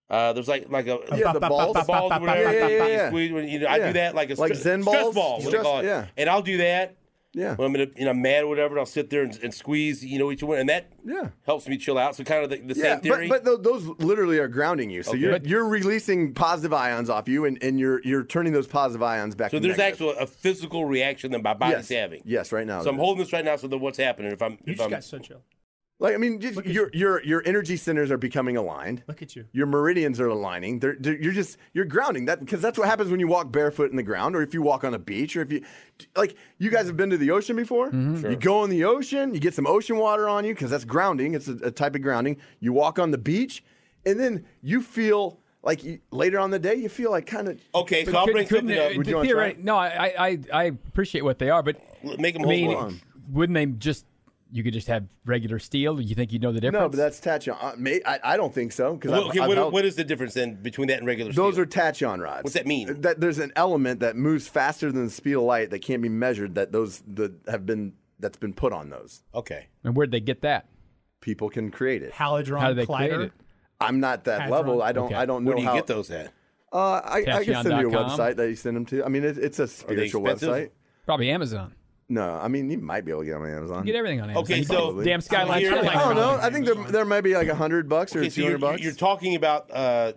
Speaker 1: uh, there's like like a
Speaker 2: Yeah, the balls.
Speaker 1: the balls, or whatever.
Speaker 2: Yeah, yeah,
Speaker 1: you
Speaker 2: yeah.
Speaker 1: squeeze when- you know, I
Speaker 2: Yeah.
Speaker 1: do that like a
Speaker 2: Like
Speaker 1: stre-
Speaker 2: Zen
Speaker 1: stress
Speaker 2: balls?
Speaker 1: ball. What
Speaker 2: Stress-
Speaker 1: they call it.
Speaker 2: yeah.
Speaker 1: And I'll do that.
Speaker 2: yeah.
Speaker 1: When I'm in a, you know, mad or whatever, and I'll sit there and, and squeeze, you know, each one, and that
Speaker 2: Yeah.
Speaker 1: helps me chill out. So kind of the, the
Speaker 2: yeah,
Speaker 1: same theory.
Speaker 2: but, but tho- those literally are grounding you. So you're
Speaker 3: But-
Speaker 2: you're releasing positive ions off you, and, and you're you're turning those positive ions back.
Speaker 1: so
Speaker 2: to
Speaker 1: there's
Speaker 2: negative.
Speaker 1: actually a physical reaction that my body's
Speaker 2: yes,
Speaker 1: having.
Speaker 2: yes, right now.
Speaker 1: So I'm
Speaker 2: there is.
Speaker 1: holding this right now. So then what's happening if I'm
Speaker 4: You
Speaker 1: if
Speaker 4: just
Speaker 1: I'm
Speaker 4: got so chill.
Speaker 2: Like I mean, just, your your your energy centers are becoming aligned.
Speaker 4: Look at you.
Speaker 2: Your meridians are aligning. They're, they're- you're just you're grounding that because that's what happens when you walk barefoot in the ground, or if you walk on a beach, or if you like. You guys have been to the ocean before.
Speaker 1: Mm-hmm.
Speaker 2: You go in the ocean, you get some ocean water on you because that's grounding. It's a, a type of grounding. You walk on the beach, and then you feel like you, later on in the day you feel like kind of
Speaker 1: okay? So
Speaker 3: But
Speaker 1: I'll
Speaker 3: could-
Speaker 1: bring
Speaker 3: couldn't
Speaker 1: something
Speaker 3: it-
Speaker 1: up.
Speaker 2: Would you wanna try
Speaker 3: theoretic- No, I, I, I- I appreciate what they are, but
Speaker 1: Make 'em
Speaker 3: I mean,
Speaker 1: hold on.
Speaker 3: wouldn't they just you could just have regular steel? You think you know the difference?
Speaker 2: No, but that's Tachyon. Uh, may, I, I don't think so because
Speaker 1: Well, okay, what, what is the difference then between that and regular steel?
Speaker 2: those are Tachyon rods.
Speaker 1: What's that mean?
Speaker 2: That there's an element that moves faster than the speed of light that can't be measured. That those that have been that's been put on those.
Speaker 1: okay.
Speaker 3: and where'd they get that?
Speaker 2: People can create it.
Speaker 4: Halodron
Speaker 3: How did they create
Speaker 4: collider.
Speaker 3: it?
Speaker 2: I'm not that
Speaker 4: Hadron.
Speaker 2: level. I don't. I don't know
Speaker 1: Where do you
Speaker 2: how.
Speaker 1: get those at?
Speaker 2: Uh, I, I can send you a
Speaker 3: Tachyon.com?
Speaker 2: website that you send them to. I mean, it, it's a spiritual
Speaker 1: expensive?
Speaker 2: website.
Speaker 3: Probably Amazon.
Speaker 2: No, I mean you might be able to get them on Amazon.
Speaker 3: Get everything on Amazon.
Speaker 1: Okay,
Speaker 3: You
Speaker 1: so-
Speaker 3: can- damn skyline.
Speaker 1: Here-
Speaker 3: Skyline.
Speaker 2: I don't know. I think there there might be like a hundred bucks or
Speaker 1: Okay, so
Speaker 2: two
Speaker 1: you're,
Speaker 2: hundred bucks.
Speaker 1: you're talking about uh,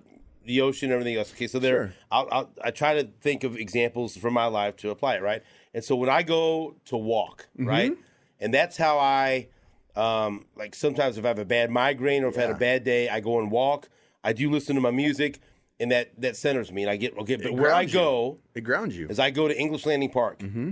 Speaker 1: the ocean and everything else. Okay, so there,
Speaker 2: Sure.
Speaker 1: I'll, I'll, I try to think of examples from my life to apply it, right? And so when I go to walk,
Speaker 2: Mm-hmm.
Speaker 1: right, and that's how I, um, like sometimes if I have a bad migraine or if I had a bad day, I go and walk. I do listen to my music, and that that centers me, and I get okay. But where I
Speaker 2: grounds you.
Speaker 1: go
Speaker 2: it grounds you
Speaker 1: is I go to English Landing Park, mm-hmm.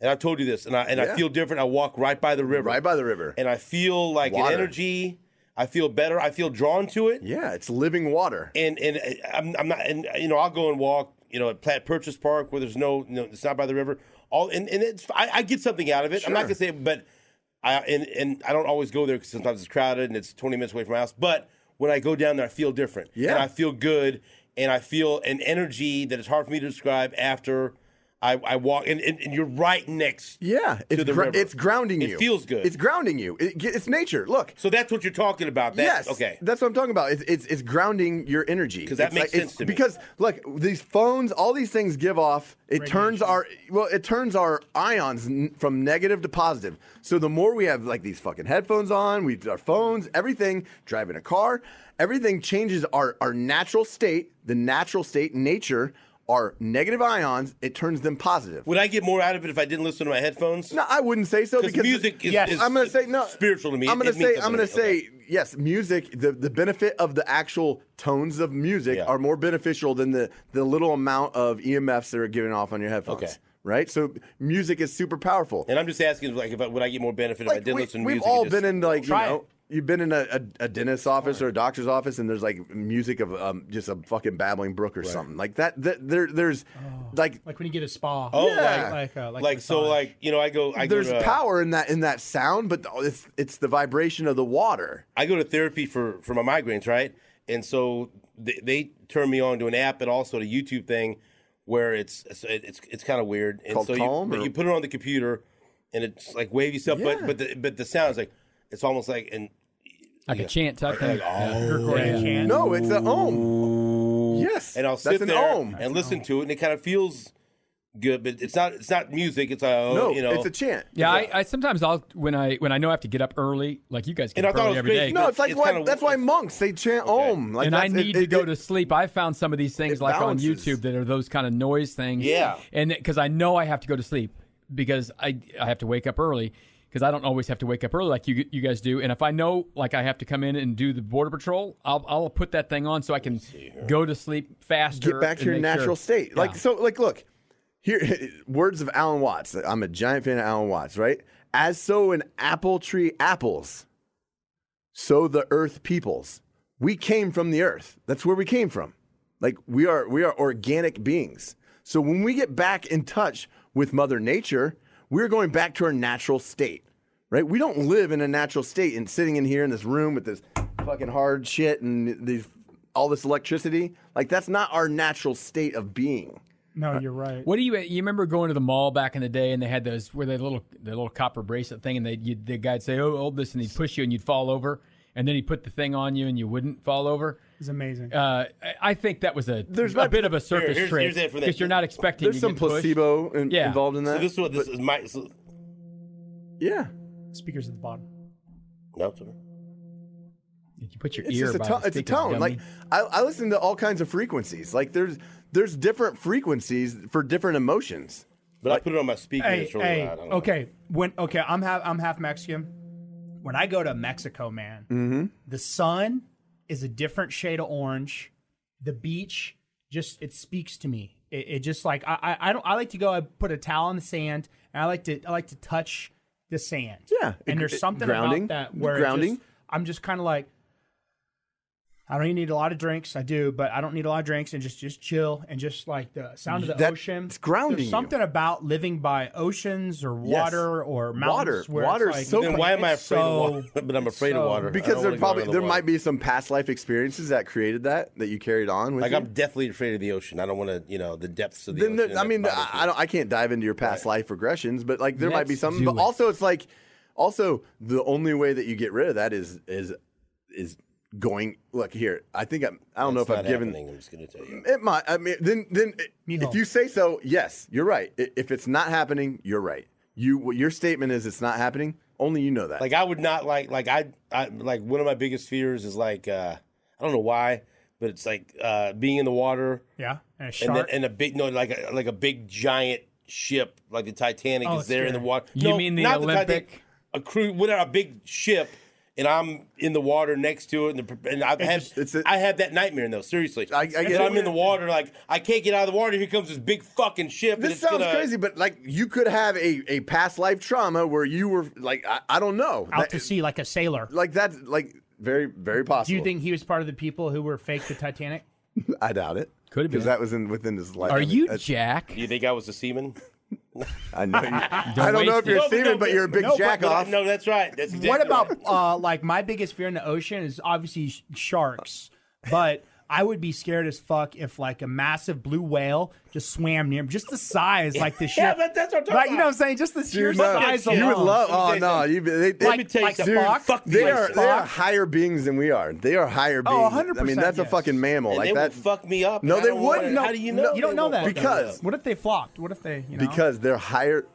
Speaker 1: and I told you this, and I and I
Speaker 2: Yeah.
Speaker 1: feel different. I walk right by the river,
Speaker 2: right by the river.
Speaker 1: and I feel like an
Speaker 2: Water.
Speaker 1: energy. I feel better. I feel drawn to it
Speaker 2: yeah, it's living water.
Speaker 1: and and uh, I'm, I'm not and uh, you know I'll go and walk you know at Platt Purchase Park where there's no, no it's not by the river all and and it's I, I get something out of it I'm not
Speaker 2: Sure.
Speaker 1: gonna say but I and and I don't always go there because sometimes it's crowded and it's 20 minutes away from my house but when I go down there I feel different
Speaker 2: Yeah.
Speaker 1: and I feel good and I feel an energy that is hard for me to describe after I, I walk and, and and you're right next
Speaker 2: Yeah, it's
Speaker 1: the
Speaker 2: gr-
Speaker 1: river.
Speaker 2: it's grounding
Speaker 1: It
Speaker 2: you.
Speaker 1: feels good.
Speaker 2: It's grounding you. It, it's nature. Look.
Speaker 1: so that's what you're talking about that,
Speaker 2: yes.
Speaker 1: okay
Speaker 2: That's what I'm talking about. It's it's, it's grounding your energy
Speaker 1: 'Cause that
Speaker 2: It's
Speaker 1: makes
Speaker 2: it's-
Speaker 1: sense to me.
Speaker 2: Because look, these phones, all these things give off. It turns our well, it turns our ions n- from negative to positive. So the more we have like these fucking headphones on, we our phones, everything, driving a car, everything changes our our natural state, the natural state nature. Our negative ions, it turns them positive.
Speaker 1: would I get more out of it if I didn't listen to my headphones
Speaker 2: No, I wouldn't say so
Speaker 1: 'Cause
Speaker 2: because
Speaker 1: music is-
Speaker 4: Yes.
Speaker 1: is-
Speaker 2: I'm going to say no.
Speaker 1: spiritual to me.
Speaker 2: I'm going
Speaker 1: It
Speaker 2: to
Speaker 1: means
Speaker 2: say
Speaker 1: something
Speaker 2: I'm going to
Speaker 1: to me. Okay.
Speaker 2: say yes. Music, the, the benefit of the actual tones of music
Speaker 1: Yeah.
Speaker 2: are more beneficial than the the little amount of EMFs that are given off on your headphones.
Speaker 1: Okay.
Speaker 2: Right. So music is super powerful.
Speaker 1: and I'm just asking like if I, would I get more benefit if I didn't listen to
Speaker 2: we've
Speaker 1: music and
Speaker 2: all
Speaker 1: just-
Speaker 2: been in like you
Speaker 4: Try
Speaker 2: know.
Speaker 4: it.
Speaker 2: You've been in a, a, a dentist's office or a doctor's office, and there's like music of um, just a fucking babbling brook or something like that. that there, there's
Speaker 4: Oh.
Speaker 2: like
Speaker 4: Like when you get a spa.
Speaker 1: Oh,
Speaker 2: Yeah.
Speaker 1: like
Speaker 4: Like, uh, like
Speaker 1: like so
Speaker 4: massage.
Speaker 1: like you know I go I
Speaker 2: there's
Speaker 1: go to, uh,
Speaker 2: power in that in that sound, but it's it's the vibration of the water.
Speaker 1: I go to therapy for for my migraines right, and so they, they turn me on to an app and also to YouTube thing where it's it's it's, it's kind of weird. And
Speaker 2: Called
Speaker 1: so
Speaker 2: Calm,
Speaker 1: you, but
Speaker 2: or-
Speaker 1: you put it on the computer and it's like wavy stuff,
Speaker 2: Yeah.
Speaker 1: but but the but the sounds like it's almost like and
Speaker 3: Like a chant type
Speaker 1: like
Speaker 3: thing.
Speaker 1: oh.
Speaker 4: Gregorian chant.
Speaker 2: No, it's an ohm. Yes,
Speaker 1: And I'll sit
Speaker 2: that's an
Speaker 1: there
Speaker 2: ohm.
Speaker 1: and listen to it, and it kind of feels good, but it's not it's not music. It's like oh,
Speaker 2: no,
Speaker 1: you know,
Speaker 2: it's a chant.
Speaker 3: Yeah, I, I sometimes I'll when I when I know I have to get up early, like you guys get
Speaker 1: And I
Speaker 3: up
Speaker 1: thought it
Speaker 3: early
Speaker 1: was
Speaker 3: every
Speaker 1: crazy
Speaker 3: day.
Speaker 1: because-
Speaker 2: No, it's like
Speaker 1: It's
Speaker 2: why
Speaker 1: kinda-
Speaker 2: that's why monks they chant ohm. Like
Speaker 3: and I
Speaker 2: that's-
Speaker 3: need
Speaker 2: it-
Speaker 3: to
Speaker 2: it-
Speaker 3: go
Speaker 2: it-
Speaker 3: to sleep. I found some of these things
Speaker 2: it
Speaker 3: like on
Speaker 2: balances.
Speaker 3: YouTube that are those kind of noise things.
Speaker 1: Yeah.
Speaker 3: and because I know I have to go to sleep because I I have to wake up early because I don't always have to wake up early like you you guys do. And if I know like I have to come in and do the border patrol, I'll I'll put that thing on so I can go to sleep faster.
Speaker 2: get back to
Speaker 3: and
Speaker 2: your
Speaker 3: make
Speaker 2: natural
Speaker 3: sure.
Speaker 2: state. Like
Speaker 3: Yeah.
Speaker 2: so, like look here. Words of Alan Watts. I'm a giant fan of Alan Watts. Right, as so an apple tree apples, so the earth peoples. We came from the earth. That's where we came from. Like we are, we are organic beings. So when we get back in touch with Mother Nature, we're going back to our natural state. Right? We don't live in a natural state and sitting in here in this room with this fucking hard shit and these all this electricity. Like that's not our natural state of being.
Speaker 4: No, you're right.
Speaker 3: uh, What do you you remember going to the mall back in the day and they had those where they little the little copper bracelet thing and they you, the guy'd say oh hold this and he'd push you and you'd fall over and then he'd put the thing on you and you wouldn't fall over.
Speaker 4: It's amazing.
Speaker 3: Uh, I- I think that was a
Speaker 2: There's
Speaker 3: a
Speaker 2: not-
Speaker 3: bit of a circus
Speaker 1: here's-
Speaker 3: trick
Speaker 1: here's that for that.
Speaker 3: because you're not expecting.
Speaker 2: There's
Speaker 3: you
Speaker 2: some
Speaker 3: get pushed.
Speaker 2: placebo in-
Speaker 3: Yeah.
Speaker 2: involved in that.
Speaker 1: So this is what this is my so,
Speaker 2: yeah.
Speaker 4: Speakers at the bottom.
Speaker 1: no.
Speaker 3: You put your
Speaker 2: It's
Speaker 3: ear.
Speaker 2: just a
Speaker 3: by
Speaker 2: tone.
Speaker 3: the
Speaker 2: It's a
Speaker 3: speaker,
Speaker 2: tone.
Speaker 3: dummy.
Speaker 2: Like I, I listen to all kinds of frequencies. Like there's there's different frequencies for different emotions.
Speaker 1: But I put it on my speaker. and it's really loud. I don't know.
Speaker 4: okay. When okay, I'm half I'm half Mexican. When I go to Mexico, man,
Speaker 2: Mm-hmm.
Speaker 4: the sun is a different shade of orange. The beach just it speaks to me. It, it just like I, I I don't I like to go. I put a towel in the sand, and I like to I like to touch the sand.
Speaker 2: Yeah, it-
Speaker 4: and there's
Speaker 2: it-
Speaker 4: something
Speaker 2: grounding,
Speaker 4: about that where it
Speaker 2: grounding.
Speaker 4: just- I'm just kind of like. I don't even need a lot of drinks. I do, but I don't need a lot of drinks and just just chill and just like the sound of the
Speaker 2: That-
Speaker 4: ocean.
Speaker 2: it's grounding
Speaker 4: There's
Speaker 2: you.
Speaker 4: something about living by oceans or
Speaker 2: Yes.
Speaker 4: water or
Speaker 2: Water.
Speaker 4: mountains. where it's
Speaker 2: Water's
Speaker 4: like-
Speaker 2: so
Speaker 1: Then why am I
Speaker 4: it's
Speaker 1: afraid of
Speaker 4: so-
Speaker 1: water? But I'm
Speaker 4: it's
Speaker 1: afraid of
Speaker 4: so-
Speaker 1: water. I
Speaker 2: Because
Speaker 1: don't
Speaker 2: there
Speaker 1: wanna go
Speaker 2: probably
Speaker 1: under the
Speaker 2: there
Speaker 1: water.
Speaker 2: might be some past life experiences that created that that you carried on with.
Speaker 1: Like
Speaker 2: you.
Speaker 1: I'm deathly afraid of the ocean. I don't want to, you know, the depths of the
Speaker 2: then
Speaker 1: ocean.
Speaker 2: there, I
Speaker 1: That
Speaker 2: mean,
Speaker 1: bothers
Speaker 2: I, I don't. I can't dive into your past life regressions, but like there might be
Speaker 3: Let's
Speaker 2: something.
Speaker 3: do
Speaker 2: But
Speaker 3: it.
Speaker 2: also, it's like also the only way that you get rid of that is is is going. Look here, I think I'm. I don't know if
Speaker 1: It's
Speaker 2: I've
Speaker 1: not
Speaker 2: given.
Speaker 1: happening, I'm just going to tell you.
Speaker 2: It might. I mean, then then it-
Speaker 4: Mijo.
Speaker 2: if you say so, yes, you're right. I- If it's not happening, you're right. You what your statement is it's not happening. Only you know that.
Speaker 1: Like I would not like like I, I like one of my biggest fears is like uh I don't know why, but it's like uh being in the water
Speaker 4: Yeah, and
Speaker 1: and
Speaker 4: a
Speaker 1: then
Speaker 4: shark.
Speaker 1: and a big no like a, like a big giant ship like the Titanic
Speaker 4: Oh,
Speaker 1: is there in the
Speaker 4: scary.
Speaker 1: water.
Speaker 3: You
Speaker 1: No,
Speaker 3: mean the
Speaker 1: not
Speaker 3: Olympic?
Speaker 1: Titanic, a crew, whatever, a big ship. And I'm in the water next to it, and, the, and I've had
Speaker 2: it's a-
Speaker 1: I have that nightmare though. Seriously,
Speaker 2: I- I get
Speaker 1: that
Speaker 2: it.
Speaker 1: I'm in the water, like I can't get out of the water. Here comes this big fucking ship. and
Speaker 2: this
Speaker 1: it's
Speaker 2: sounds
Speaker 1: gonna-
Speaker 2: crazy, but like you could have a, a past life trauma where you were like I, I don't know That-
Speaker 4: out to sea like a sailor.
Speaker 2: like that's like very very
Speaker 4: Do
Speaker 2: possible.
Speaker 4: you think he was part of the people who were fake the Titanic?
Speaker 2: I doubt it.
Speaker 3: Could have
Speaker 2: because
Speaker 3: been.
Speaker 2: that was in within his life.
Speaker 3: Are
Speaker 2: I mean,
Speaker 3: you
Speaker 2: that's-
Speaker 3: Jack?
Speaker 1: You think I was a seaman?
Speaker 2: I know. You, I don't know if
Speaker 3: waste
Speaker 2: you're
Speaker 1: No,
Speaker 2: a
Speaker 1: but no,
Speaker 2: seaman, but you're a big
Speaker 1: no, but-
Speaker 2: jack
Speaker 1: but I-
Speaker 2: off.
Speaker 1: No, that's right. That's exactly
Speaker 4: what about
Speaker 1: right.
Speaker 4: uh, like my biggest fear in the ocean is obviously sh- sharks, but I would be scared as fuck if like a massive blue whale just swam near me, just the size, like the shit.
Speaker 1: Yeah, but that's what I'm talking
Speaker 4: Like, you
Speaker 1: about.
Speaker 4: know what I'm saying? Just the sheer
Speaker 2: no.
Speaker 4: size
Speaker 2: you would
Speaker 4: alone.
Speaker 2: love.
Speaker 1: Let
Speaker 2: Oh
Speaker 1: me
Speaker 2: no,
Speaker 1: tell you
Speaker 2: you. They, they,
Speaker 1: Let me tell you
Speaker 4: like
Speaker 1: something.
Speaker 4: Spock?
Speaker 1: Fuck
Speaker 2: They
Speaker 1: me.
Speaker 2: are, they are higher beings than we are. They are higher beings. I
Speaker 4: 100%
Speaker 2: mean, that's a
Speaker 4: yes.
Speaker 2: fucking mammal.
Speaker 1: And
Speaker 2: like
Speaker 1: they
Speaker 2: that.
Speaker 1: would fuck me up.
Speaker 2: No,
Speaker 1: and I
Speaker 2: they
Speaker 1: don't wanna-
Speaker 2: wouldn't.
Speaker 1: How do you know?
Speaker 2: No,
Speaker 4: You don't
Speaker 1: they
Speaker 4: know
Speaker 1: won't
Speaker 4: that
Speaker 1: fuck me
Speaker 2: Because-
Speaker 1: up?
Speaker 4: What if they flopped? What if they you know?
Speaker 2: because they're higher.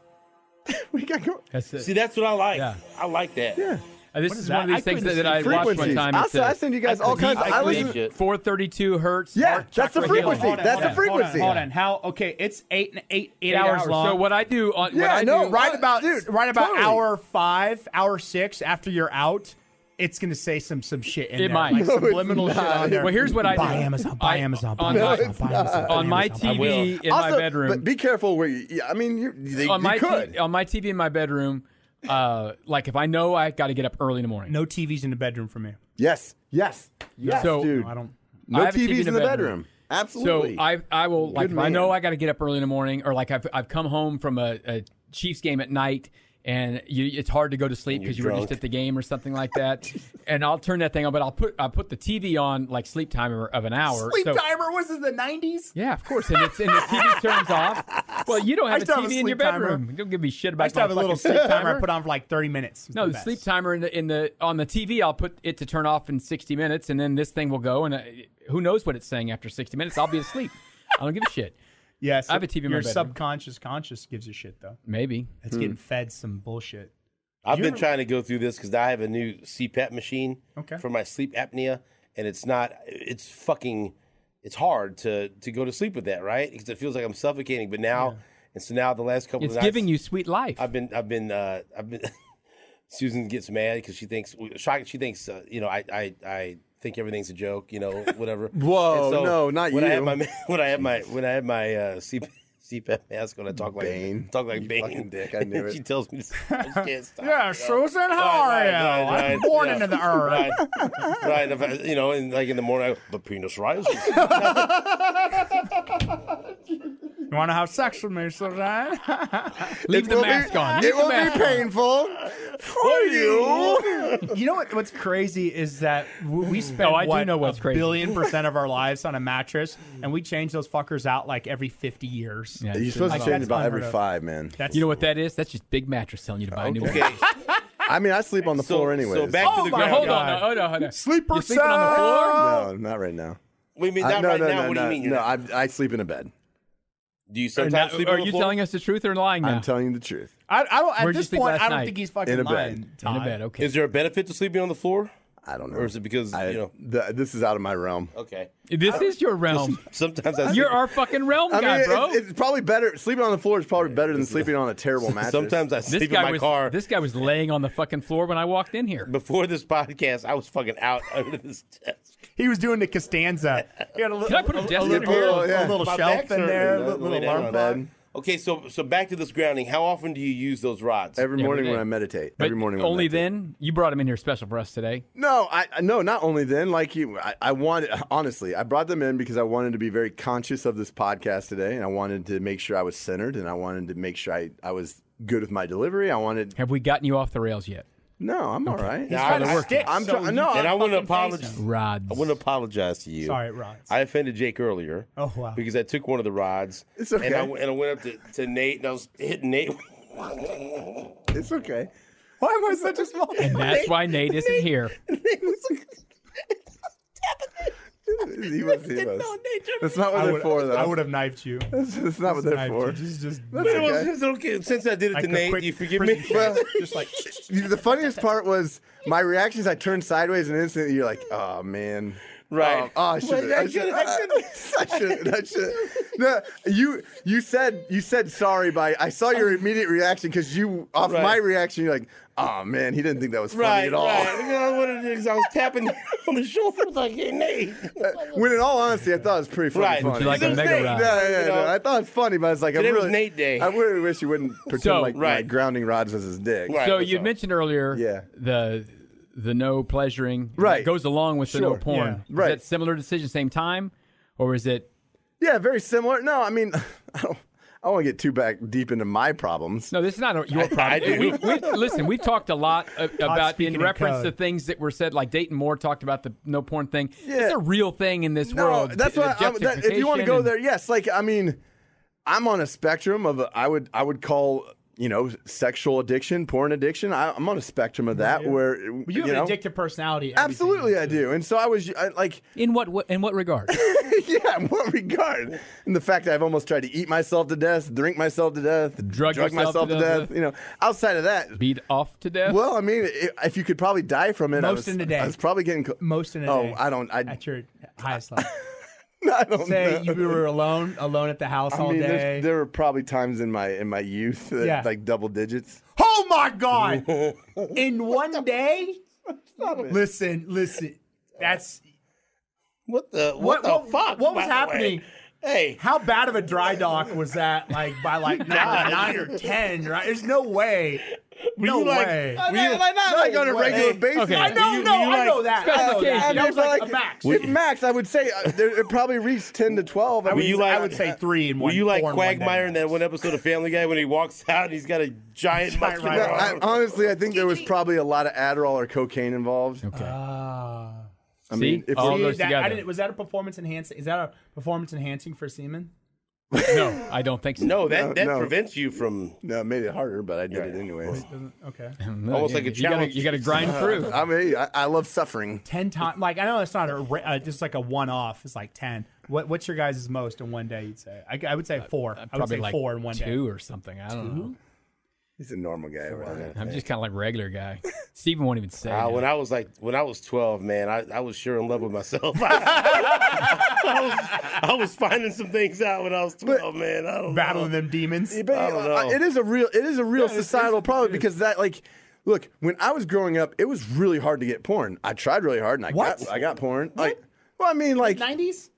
Speaker 2: we got go.
Speaker 3: That's it.
Speaker 1: See, that's what I like.
Speaker 3: Yeah.
Speaker 1: I like that.
Speaker 2: Yeah.
Speaker 3: Uh, this
Speaker 4: What
Speaker 3: is
Speaker 4: is
Speaker 3: one of
Speaker 4: that?
Speaker 3: these
Speaker 4: I
Speaker 3: things that,
Speaker 4: couldn't
Speaker 3: that I
Speaker 4: see
Speaker 3: watched one
Speaker 2: frequencies.
Speaker 3: time.
Speaker 2: I'll
Speaker 3: It's
Speaker 2: s-
Speaker 3: a-
Speaker 2: I send you guys all kinds of- I
Speaker 3: couldn't-
Speaker 1: listen-
Speaker 3: 432 hertz.
Speaker 2: Yeah,
Speaker 3: heart
Speaker 2: that's the
Speaker 3: chakra healing.
Speaker 2: frequency. That's the
Speaker 4: hold on,
Speaker 2: frequency.
Speaker 4: Hold on, How? Okay, it's eight and eight eight
Speaker 3: Eight
Speaker 4: hours, long.
Speaker 3: So what I do on what
Speaker 2: Yeah,
Speaker 3: I
Speaker 2: no,
Speaker 3: do,
Speaker 2: right
Speaker 4: right about
Speaker 2: Dude,
Speaker 4: right about
Speaker 2: totally.
Speaker 4: hour five, hour six after you're out, it's gonna say some some shit in
Speaker 3: It
Speaker 4: there,
Speaker 3: might.
Speaker 4: like
Speaker 3: No,
Speaker 2: it's
Speaker 4: subliminal shit
Speaker 2: not.
Speaker 4: on there.
Speaker 3: Well, here's what I
Speaker 4: buy
Speaker 3: do.
Speaker 4: Amazon, buy
Speaker 3: I-
Speaker 4: Amazon, buy
Speaker 3: on my-
Speaker 4: Amazon, buy Amazon, buy
Speaker 3: on my
Speaker 4: Amazon, buy
Speaker 3: TV in
Speaker 2: also,
Speaker 3: my bedroom.
Speaker 2: but be careful where you. yeah, I mean, you, they,
Speaker 3: on
Speaker 2: you
Speaker 3: my
Speaker 2: could.
Speaker 3: T- oh. on my TV in my bedroom. Uh, like if I know I got to get up early in the morning.
Speaker 4: No TVs in the bedroom for me.
Speaker 2: yes, yes, yes,
Speaker 3: So-
Speaker 2: dude.
Speaker 4: No, I don't.
Speaker 2: No
Speaker 3: I have a
Speaker 2: TVs
Speaker 3: TV
Speaker 2: in the bedroom.
Speaker 3: So
Speaker 2: Absolutely.
Speaker 3: I I will like
Speaker 2: Good
Speaker 3: if I know
Speaker 2: man.
Speaker 3: I got to get up early in the morning or like I've I've come home from a, a Chiefs game at night and you, it's hard to go to sleep because you
Speaker 1: you're
Speaker 3: were just
Speaker 1: drunk.
Speaker 3: at the game or something like that. and I'll turn that thing on, but I'll put I will put the TV on like sleep timer of an hour.
Speaker 4: Sleep
Speaker 3: So-
Speaker 4: timer was in the nineties.
Speaker 3: Yeah, of course. And it's and the TV turns off. Well, you don't have
Speaker 4: I
Speaker 3: a
Speaker 4: still have a
Speaker 3: TV in your
Speaker 4: sleep timer.
Speaker 3: bedroom. You Don't give me shit about.
Speaker 4: I still have a
Speaker 3: my
Speaker 4: little
Speaker 3: fucking
Speaker 4: sleep timer I put on for like thirty minutes. It's
Speaker 3: No, the
Speaker 4: best.
Speaker 3: sleep timer in the in the on the TV. I'll put it to turn off in sixty minutes, and then this thing will go. And uh, who knows what it's saying after sixty minutes? I'll be asleep. I don't give a shit.
Speaker 4: Yes,
Speaker 3: I have a TV in my
Speaker 4: Your
Speaker 3: bedroom.
Speaker 4: subconscious conscious gives a shit though.
Speaker 3: Maybe.
Speaker 4: It's getting fed some bullshit.
Speaker 1: I've been trying to go through this because I have a new CPAP machine
Speaker 4: Okay.
Speaker 1: for my sleep apnea, and it's not. It's fucking. It's hard to to go to sleep with that, right? Because it feels like I'm suffocating. But now, and so now the last couple
Speaker 3: It's
Speaker 1: of nights,
Speaker 3: giving you sweet life.
Speaker 1: I've been, I've been, uh, I've been. Susan gets mad because she thinks shock. She thinks uh, you know I, I I think everything's a joke. You know whatever.
Speaker 2: Whoa,
Speaker 1: And
Speaker 2: no, not
Speaker 1: when I had
Speaker 2: you.
Speaker 1: my when I had my when I had my uh, CP, CPAP mask on, I talk like
Speaker 2: Bane.
Speaker 1: talk like
Speaker 2: You
Speaker 1: Bane.
Speaker 2: fucking dick, I knew
Speaker 1: she
Speaker 2: it.
Speaker 1: tells me, I just can't stop.
Speaker 4: Yeah, Susan, how
Speaker 1: Right,
Speaker 4: are you?
Speaker 1: right, right,
Speaker 4: I'm born
Speaker 1: yeah.
Speaker 4: into the earth.
Speaker 1: Right, right. If I- you know, and like in the morning, I go, the penis rises.
Speaker 4: You want to have sex with me, Susan?
Speaker 3: Leave
Speaker 2: It
Speaker 3: the
Speaker 2: will be-
Speaker 3: mask on. Leave
Speaker 2: It
Speaker 3: the
Speaker 2: will
Speaker 3: mask
Speaker 2: be
Speaker 3: on.
Speaker 2: painful for you.
Speaker 4: you know what, what's crazy is that w- we spend
Speaker 3: I do
Speaker 4: what,
Speaker 3: know what's
Speaker 4: a
Speaker 3: crazy.
Speaker 4: billion percent of our lives on a mattress, and we change those fuckers out like every fifty years.
Speaker 3: Yeah,
Speaker 2: You're
Speaker 3: it's
Speaker 2: supposed to
Speaker 3: just-
Speaker 4: Like,
Speaker 2: change
Speaker 4: that's
Speaker 2: about every
Speaker 4: unheard of.
Speaker 2: five, man.
Speaker 4: That's
Speaker 3: You know what that is? That's just big mattress telling you to buy a new one.
Speaker 1: Okay,
Speaker 2: I mean, I sleep on the
Speaker 1: so,
Speaker 2: floor anyway.
Speaker 1: so back
Speaker 4: Oh
Speaker 1: to the
Speaker 4: my
Speaker 3: Now,
Speaker 1: ground.
Speaker 3: hold
Speaker 4: God.
Speaker 3: on. No, oh, no, hold on.
Speaker 4: Sleeper
Speaker 3: You're sleeping on the floor?
Speaker 2: No, not right now.
Speaker 1: We mean
Speaker 2: I-
Speaker 1: not
Speaker 2: no,
Speaker 1: right
Speaker 2: no,
Speaker 1: now.
Speaker 2: no,
Speaker 1: what
Speaker 2: no,
Speaker 1: do you mean?
Speaker 2: No,
Speaker 1: You're
Speaker 2: I, I sleep in a bed.
Speaker 1: do you
Speaker 3: Or
Speaker 1: sometimes
Speaker 3: not-
Speaker 1: sleep
Speaker 3: are
Speaker 1: on the
Speaker 3: you
Speaker 1: floor?
Speaker 3: telling us the truth or lying now?
Speaker 2: I'm telling you the truth.
Speaker 4: I, I don't. At
Speaker 3: Where'd you
Speaker 4: this
Speaker 3: sleep
Speaker 4: point,
Speaker 3: last
Speaker 4: I don't
Speaker 3: night?
Speaker 4: think he's fucking
Speaker 2: In a bed.
Speaker 4: lying.
Speaker 3: In a
Speaker 4: Todd.
Speaker 3: bed, okay.
Speaker 1: Is there a benefit to sleeping on the floor,
Speaker 2: I don't know.
Speaker 1: or is it because
Speaker 2: I-
Speaker 1: you know? Oh,
Speaker 2: the- this is out of my realm.
Speaker 1: Okay,
Speaker 3: this is your realm.
Speaker 1: sometimes I.
Speaker 3: Uh, You're
Speaker 1: sleep-
Speaker 3: our fucking realm
Speaker 2: I mean,
Speaker 3: guy,
Speaker 2: it-
Speaker 3: bro.
Speaker 2: it's, it's probably better. Sleeping on the floor is probably better than sleeping on a terrible mattress.
Speaker 1: Sometimes I
Speaker 3: this
Speaker 1: sleep in
Speaker 3: guy
Speaker 1: my
Speaker 3: was
Speaker 1: car.
Speaker 3: this guy was laying on the fucking floor when I walked in here.
Speaker 1: Before this podcast, I was fucking out under this desk.
Speaker 4: He was doing the Costanza. He had a little,
Speaker 3: Can I put a desk
Speaker 4: little,
Speaker 3: under here?
Speaker 4: a little
Speaker 2: Yeah.
Speaker 3: Oh,
Speaker 4: little
Speaker 1: My
Speaker 4: shelf
Speaker 1: back's
Speaker 4: in
Speaker 1: hurting,
Speaker 4: there,
Speaker 1: man.
Speaker 4: a little
Speaker 1: Lay down
Speaker 4: alarm
Speaker 1: on
Speaker 4: plug.
Speaker 2: bed.
Speaker 1: Okay, so so back to this grounding. How often do you use those rods?
Speaker 2: Every morning when
Speaker 3: day.
Speaker 2: I meditate.
Speaker 3: But
Speaker 2: every morning. When I
Speaker 3: Only
Speaker 2: meditate.
Speaker 3: then you brought him in here special for us today.
Speaker 2: No, I I- no, not only then. Like you, I, I wanted honestly, I brought them in because I wanted to be very conscious of this podcast today, and I wanted to make sure I was centered, and I wanted to make sure I, I was good with my delivery. I wanted
Speaker 3: Have we gotten you off the rails yet,
Speaker 2: no, I'm all right.
Speaker 1: Now,
Speaker 4: trying to
Speaker 1: I- I-
Speaker 4: work it.
Speaker 2: I'm
Speaker 4: So
Speaker 2: try-
Speaker 4: you
Speaker 2: no,
Speaker 4: can
Speaker 1: and I want to
Speaker 4: fucking face
Speaker 1: apologize.
Speaker 4: him.
Speaker 3: Rods?
Speaker 1: I want to apologize to you.
Speaker 4: Sorry, Rods.
Speaker 1: I offended Jake earlier.
Speaker 4: Oh, wow.
Speaker 1: Because I took one of the rods.
Speaker 2: It's okay.
Speaker 1: And I, w- and I went up to, to Nate and I was hitting Nate.
Speaker 2: It's okay. Why am I such a small?
Speaker 3: And that's why Nate isn't here.
Speaker 2: he was, he was. That's not what
Speaker 4: I
Speaker 2: they're
Speaker 4: would,
Speaker 2: for, though.
Speaker 4: I would have knifed you.
Speaker 2: That's not what they're
Speaker 4: Knifed
Speaker 2: for.
Speaker 4: you. Just, just,
Speaker 2: That's
Speaker 1: It was-
Speaker 2: okay.
Speaker 1: it's okay. Since I did it
Speaker 4: like
Speaker 1: to
Speaker 4: a
Speaker 1: Nate,
Speaker 4: quick
Speaker 1: do you forgive
Speaker 4: prison
Speaker 1: me?
Speaker 4: shake. just like
Speaker 2: the funniest part was my reactions. I turned sideways and instantly you're like, oh man.
Speaker 1: Right.
Speaker 2: Um, oh, I should.
Speaker 1: Well, I
Speaker 2: I should.
Speaker 1: should've-
Speaker 2: I should. I should. No, you. You said. You said sorry by. I saw your immediate reaction because you off
Speaker 1: Um, Right.
Speaker 2: my reaction. You're like, oh man, he didn't think that was funny
Speaker 1: right,
Speaker 2: at all.
Speaker 1: right. You know, what it is, I was tapping on the shoulder. I was like, hey, Nate.
Speaker 2: When in all honesty, I thought it was pretty fucking
Speaker 1: Right.
Speaker 2: funny.
Speaker 3: you like a
Speaker 1: It was
Speaker 3: mega
Speaker 1: Nate.
Speaker 3: rod?
Speaker 2: Yeah, yeah,
Speaker 1: You
Speaker 2: yeah,
Speaker 1: know?
Speaker 2: I thought it's funny, but I was like,
Speaker 1: Today
Speaker 2: I'm
Speaker 1: was
Speaker 2: really,
Speaker 1: Nate Day.
Speaker 2: I really wish you wouldn't pretend
Speaker 3: So-
Speaker 2: like,
Speaker 1: Right.
Speaker 2: like grounding rods was his dick.
Speaker 1: Right.
Speaker 3: So
Speaker 1: what's
Speaker 3: you
Speaker 1: up?
Speaker 3: mentioned earlier,
Speaker 2: Yeah.
Speaker 3: the the no pleasuring that
Speaker 2: Right.
Speaker 3: goes along with the no
Speaker 2: Sure.
Speaker 3: porn.
Speaker 4: Yeah.
Speaker 2: Right.
Speaker 3: Is that similar decision, same time, or is it?
Speaker 2: Yeah, very similar. No, I mean, I don't. I don't want to get too back deep into my problems.
Speaker 3: No, this is not your problem.
Speaker 1: I do.
Speaker 3: We, we, listen, we've talked a lot a- about
Speaker 4: speaking
Speaker 3: in
Speaker 4: in
Speaker 3: reference
Speaker 4: code.
Speaker 3: to things that were said, like Dayton Moore talked about the no porn thing.
Speaker 2: Yeah.
Speaker 3: It's a real thing in this world.
Speaker 2: that's
Speaker 3: The
Speaker 2: why. I'm- that- If you want to
Speaker 3: objectification
Speaker 2: go
Speaker 3: and-
Speaker 2: there, yes. Like, I mean, I'm on a spectrum of. I would. I would call you know sexual addiction, porn addiction. I, I'm on a spectrum of that where you,
Speaker 4: you have
Speaker 2: know.
Speaker 4: an addictive personality. and everything.
Speaker 2: Absolutely, I do. And so I was I, like,
Speaker 3: in what wa- in what regard?
Speaker 2: yeah, in what regard? And the fact that I've almost tried to eat myself to death, drink myself to death,
Speaker 3: Drug yourself
Speaker 2: myself
Speaker 3: to
Speaker 2: to
Speaker 3: death.
Speaker 2: death, you know, outside of that,
Speaker 3: Beat off to death.
Speaker 2: Well, I mean, i- if you could probably die from it, I
Speaker 4: Most
Speaker 2: was,
Speaker 4: in a day.
Speaker 2: I was probably getting. Cl-
Speaker 4: Most in a
Speaker 2: oh,
Speaker 4: day.
Speaker 2: I don't. I,
Speaker 4: At your highest level.
Speaker 2: I don't
Speaker 4: Say
Speaker 2: know.
Speaker 4: you were alone, alone at the house
Speaker 2: I
Speaker 4: all
Speaker 2: mean, there's-
Speaker 4: day.
Speaker 2: there were probably times in my in my youth, that,
Speaker 4: Yeah.
Speaker 2: like double digits.
Speaker 4: Oh my God! In one day? Listen, listen. That's
Speaker 1: What the, what,
Speaker 4: What-
Speaker 1: the
Speaker 4: what-
Speaker 1: fuck?
Speaker 4: what
Speaker 1: by the
Speaker 4: was
Speaker 1: way?
Speaker 4: happening?
Speaker 1: Hey.
Speaker 4: how bad of a dry dock was that? Like by like nine, nine or ten, right? There's no way. No
Speaker 1: you like-
Speaker 4: way.
Speaker 1: I- Were you-
Speaker 2: not like on a
Speaker 4: way.
Speaker 2: regular basis.
Speaker 3: Okay.
Speaker 4: I
Speaker 3: were
Speaker 4: know,
Speaker 1: you-
Speaker 4: no,
Speaker 1: were you
Speaker 4: I know
Speaker 1: like-
Speaker 4: that. I know that.
Speaker 3: Specification.
Speaker 4: that was
Speaker 2: but
Speaker 4: like, a max.
Speaker 2: if max, I would say uh, there, it probably reached ten to twelve. I
Speaker 1: Were
Speaker 2: would
Speaker 1: you
Speaker 2: say-
Speaker 1: like,
Speaker 4: I would say three in
Speaker 1: Were
Speaker 4: one-
Speaker 1: you like
Speaker 4: four in one day.
Speaker 1: Quagmire in that one episode of Family Guy when he walks out and he's got a giant
Speaker 4: Giant
Speaker 1: muscular
Speaker 4: right
Speaker 2: I,
Speaker 1: arm?
Speaker 2: honestly, I think there was probably a lot of Adderall or cocaine involved.
Speaker 3: okay.
Speaker 4: Ah.
Speaker 2: I mean,
Speaker 3: See?
Speaker 2: if
Speaker 3: All
Speaker 2: we-
Speaker 4: See,
Speaker 3: goes
Speaker 4: that- I
Speaker 3: together.
Speaker 4: didn't- was that a performance enhancing? Is that a performance enhancing for semen?
Speaker 3: no, I don't think so.
Speaker 1: No, that,
Speaker 2: No,
Speaker 1: that
Speaker 2: no.
Speaker 1: prevents you from
Speaker 2: no, it made it harder, but I did it anyways.
Speaker 4: Doesn't- Okay.
Speaker 3: No,
Speaker 1: Almost
Speaker 3: you-
Speaker 1: like a
Speaker 3: you gotta,
Speaker 1: challenge. Uh-huh.
Speaker 3: you gotta grind through.
Speaker 2: I mean, I, I love suffering.
Speaker 4: Ten times, like I know it's not a re- uh, just like a one off. It's like ten. What what's your guys' most in one day? You'd say I, I would say four. I would
Speaker 3: Probably
Speaker 4: say
Speaker 3: like
Speaker 4: four in one day.
Speaker 3: two or something. I don't know.
Speaker 2: He's a normal guy. Right?
Speaker 3: I'm just kind of like regular guy. Steven won't even say.
Speaker 1: Uh,
Speaker 3: now.
Speaker 1: when I was like, when I was 12, man, I, I was sure in love with myself. I, was, I was finding some things out when I was 12, man. I don't
Speaker 4: Battling
Speaker 1: know.
Speaker 4: them demons.
Speaker 2: But,
Speaker 1: I don't
Speaker 2: uh,
Speaker 1: know.
Speaker 2: It is a real it is a real societal problem because that like look when I was growing up it was really hard to get porn. I tried really hard and I
Speaker 4: What?
Speaker 2: got I got porn. Like well I mean like
Speaker 4: Nineties,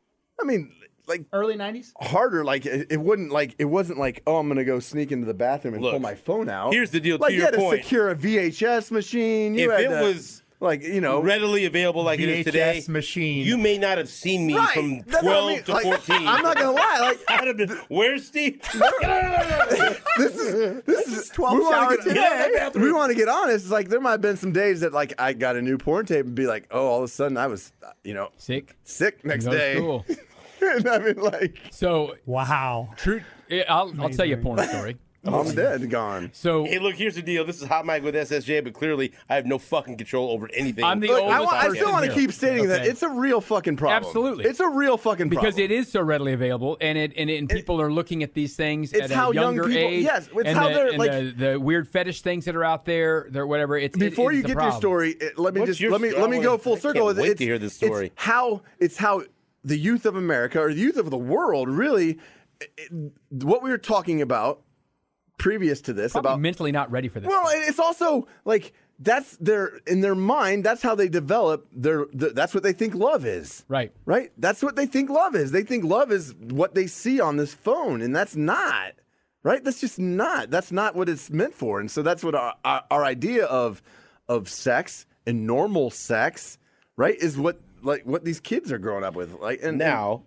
Speaker 2: I mean like
Speaker 4: early nineties.
Speaker 2: harder like it, it wouldn't like it wasn't like oh I'm gonna go sneak into the bathroom and
Speaker 1: Look,
Speaker 2: pull my phone out.
Speaker 1: here's the deal, to
Speaker 2: Like you
Speaker 1: your
Speaker 2: had to
Speaker 1: point.
Speaker 2: secure a VHS machine. You
Speaker 1: If
Speaker 2: had
Speaker 1: it
Speaker 2: to,
Speaker 1: was
Speaker 2: like you know
Speaker 1: Readily available like it is today.
Speaker 4: VHS machine.
Speaker 1: You may not have seen me
Speaker 2: Right.
Speaker 1: from
Speaker 2: That's what I
Speaker 1: 12
Speaker 2: mean.
Speaker 1: to
Speaker 2: Like,
Speaker 1: 14.
Speaker 2: I'm not gonna lie like
Speaker 1: I'd have been, Where's Steve?
Speaker 2: this is this is
Speaker 4: 12
Speaker 2: we wanna
Speaker 4: shower
Speaker 2: get-
Speaker 4: today.
Speaker 2: Yeah, we want to get honest. It's like there might have been some days that like I got a new porn tape and be like, oh, all of a sudden I was, uh, you know,
Speaker 3: sick.
Speaker 2: sick next
Speaker 3: Go to
Speaker 2: day.
Speaker 3: school.
Speaker 2: and I mean, like
Speaker 3: So
Speaker 4: Wow.
Speaker 3: true. I'll, I'll tell you a porn story.
Speaker 2: I'm dead, gone.
Speaker 3: So
Speaker 1: Hey, look, here's the deal. This is Hot Mike with SSJ, but clearly I have no fucking control over anything.
Speaker 3: I'm the
Speaker 2: Look,
Speaker 3: oldest
Speaker 2: I, wa- I
Speaker 3: person
Speaker 2: still want to
Speaker 3: here.
Speaker 2: keep stating that
Speaker 3: Okay.
Speaker 2: it's a real fucking problem.
Speaker 3: Absolutely.
Speaker 2: it's a real fucking problem.
Speaker 3: because it is so readily available, and it and, it, and people are looking at these things
Speaker 2: It's
Speaker 3: at a
Speaker 2: how young
Speaker 3: younger
Speaker 2: people-
Speaker 3: age.
Speaker 2: yes, it's
Speaker 3: and
Speaker 2: how
Speaker 3: the,
Speaker 2: they're,
Speaker 3: and
Speaker 2: like-
Speaker 3: the, the weird fetish things that are out there. They're whatever. It's it-
Speaker 2: Before
Speaker 3: it's
Speaker 2: you
Speaker 3: the
Speaker 2: get your
Speaker 3: problem.
Speaker 2: story, it, let me
Speaker 1: What's
Speaker 2: just
Speaker 1: your
Speaker 2: let me
Speaker 1: story?
Speaker 2: let me
Speaker 1: I
Speaker 2: go
Speaker 1: wanna-
Speaker 2: full
Speaker 1: I
Speaker 2: circle.
Speaker 1: can't
Speaker 2: with it.
Speaker 1: wait to
Speaker 2: it's,
Speaker 1: hear this
Speaker 2: it's
Speaker 1: story.
Speaker 2: how it's how the youth of America or the youth of the world really. it- it- what we were talking about previous to this
Speaker 3: Probably
Speaker 2: about
Speaker 3: mentally not ready for this.
Speaker 2: Well, and it's also like that's their in their mind. That's how they develop their. th that's what they think love is.
Speaker 3: Right.
Speaker 2: Right. That's what they think love is. They think love is what they see on this phone, and that's not. right? That's just not. That's not what it's meant for. And so that's what our our, our idea of of sex and normal sex, right, is what like what these kids are growing up with. Like and
Speaker 1: Now,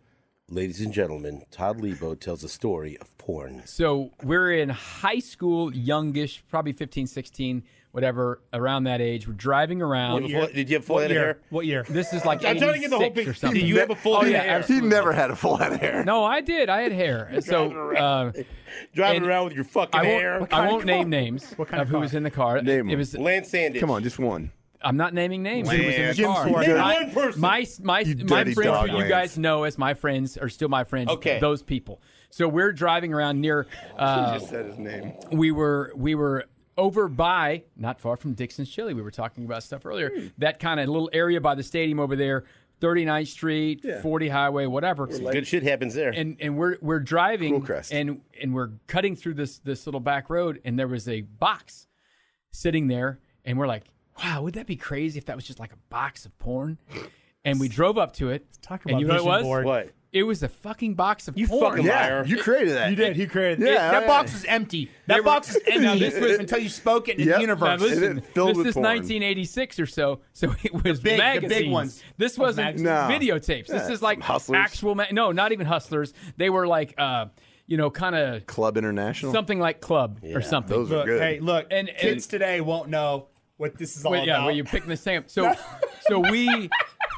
Speaker 1: ladies and gentlemen, Todd Lebo tells a story of porn.
Speaker 3: So we're in high school, youngish, probably 15, 16, whatever, around that age. We're driving around.
Speaker 1: Did you have a full- did you have full
Speaker 4: What
Speaker 1: head of
Speaker 4: year?
Speaker 1: hair?
Speaker 4: What year?
Speaker 3: This is like
Speaker 1: I'm trying to get the whole
Speaker 3: 86 or
Speaker 1: picture.
Speaker 3: something.
Speaker 1: Did you have a full
Speaker 3: Oh,
Speaker 1: head
Speaker 3: yeah,
Speaker 1: of hair?
Speaker 2: he never had a full head of hair.
Speaker 3: No, I did. I had hair. So uh,
Speaker 1: Driving
Speaker 3: and-
Speaker 1: around with your fucking
Speaker 3: I
Speaker 1: hair.
Speaker 3: won't, I won't name names
Speaker 4: kind
Speaker 3: of
Speaker 4: of
Speaker 3: who
Speaker 4: car?
Speaker 3: was in the car.
Speaker 2: Name
Speaker 3: it
Speaker 2: them.
Speaker 3: was.
Speaker 1: Lance Sandage.
Speaker 2: Come on, just one.
Speaker 3: I'm not naming names. Who was in the
Speaker 2: Jim
Speaker 3: car?
Speaker 2: Ford.
Speaker 3: My-
Speaker 1: Name one person.
Speaker 3: My my
Speaker 2: You
Speaker 3: my
Speaker 2: dirty
Speaker 3: friends
Speaker 2: dog,
Speaker 3: who you
Speaker 2: Lance.
Speaker 3: guys know as my friends are still my friends.
Speaker 1: Okay.
Speaker 3: Those people. So we're driving around near. Uh,
Speaker 2: Just said his name.
Speaker 3: we were we were over by not far from Dixon's Chili. We were talking about stuff earlier.
Speaker 2: Hmm.
Speaker 3: That kind of little area by the stadium over there, 39th Street, 40 Highway, whatever.
Speaker 1: Good shit happens there.
Speaker 3: And and we're we're driving
Speaker 2: Cool crest.
Speaker 3: and and we're cutting through this this little back road and there was a box sitting there and we're like, "Wow, would that be crazy if that was just like a box of porn?" And we drove up to it.
Speaker 4: Talk
Speaker 3: and
Speaker 4: about
Speaker 3: you know what it
Speaker 4: vision
Speaker 3: was?
Speaker 4: board.
Speaker 1: what?
Speaker 3: It was a fucking box of
Speaker 1: You
Speaker 3: porn.
Speaker 1: fucking
Speaker 2: Yeah,
Speaker 1: Liar.
Speaker 2: you created that.
Speaker 4: You did. He created.
Speaker 2: Yeah,
Speaker 4: that
Speaker 2: yeah,
Speaker 4: box
Speaker 2: yeah.
Speaker 4: is empty. That box is empty. this was until you spoke it in
Speaker 2: Yep.
Speaker 4: the universe.
Speaker 2: Now listen, Is it filled
Speaker 3: this
Speaker 2: with
Speaker 3: is
Speaker 2: porn?
Speaker 3: 1986 or so, so it was
Speaker 4: big- the big
Speaker 3: magazines.
Speaker 4: ones.
Speaker 3: This wasn't
Speaker 2: No.
Speaker 3: videotapes. This
Speaker 2: Yeah,
Speaker 3: is like
Speaker 2: Hustlers.
Speaker 3: actual. Ma- no, not even hustlers. They were like, uh, you know, kind of
Speaker 2: Club International.
Speaker 3: something like club or something.
Speaker 2: Those are
Speaker 4: Look,
Speaker 2: good.
Speaker 4: hey, look,
Speaker 3: And-
Speaker 4: and,
Speaker 3: and-
Speaker 4: kids today won't know what this is all
Speaker 3: Wait, yeah,
Speaker 4: about.
Speaker 3: where you're picking this thing up. So, so we.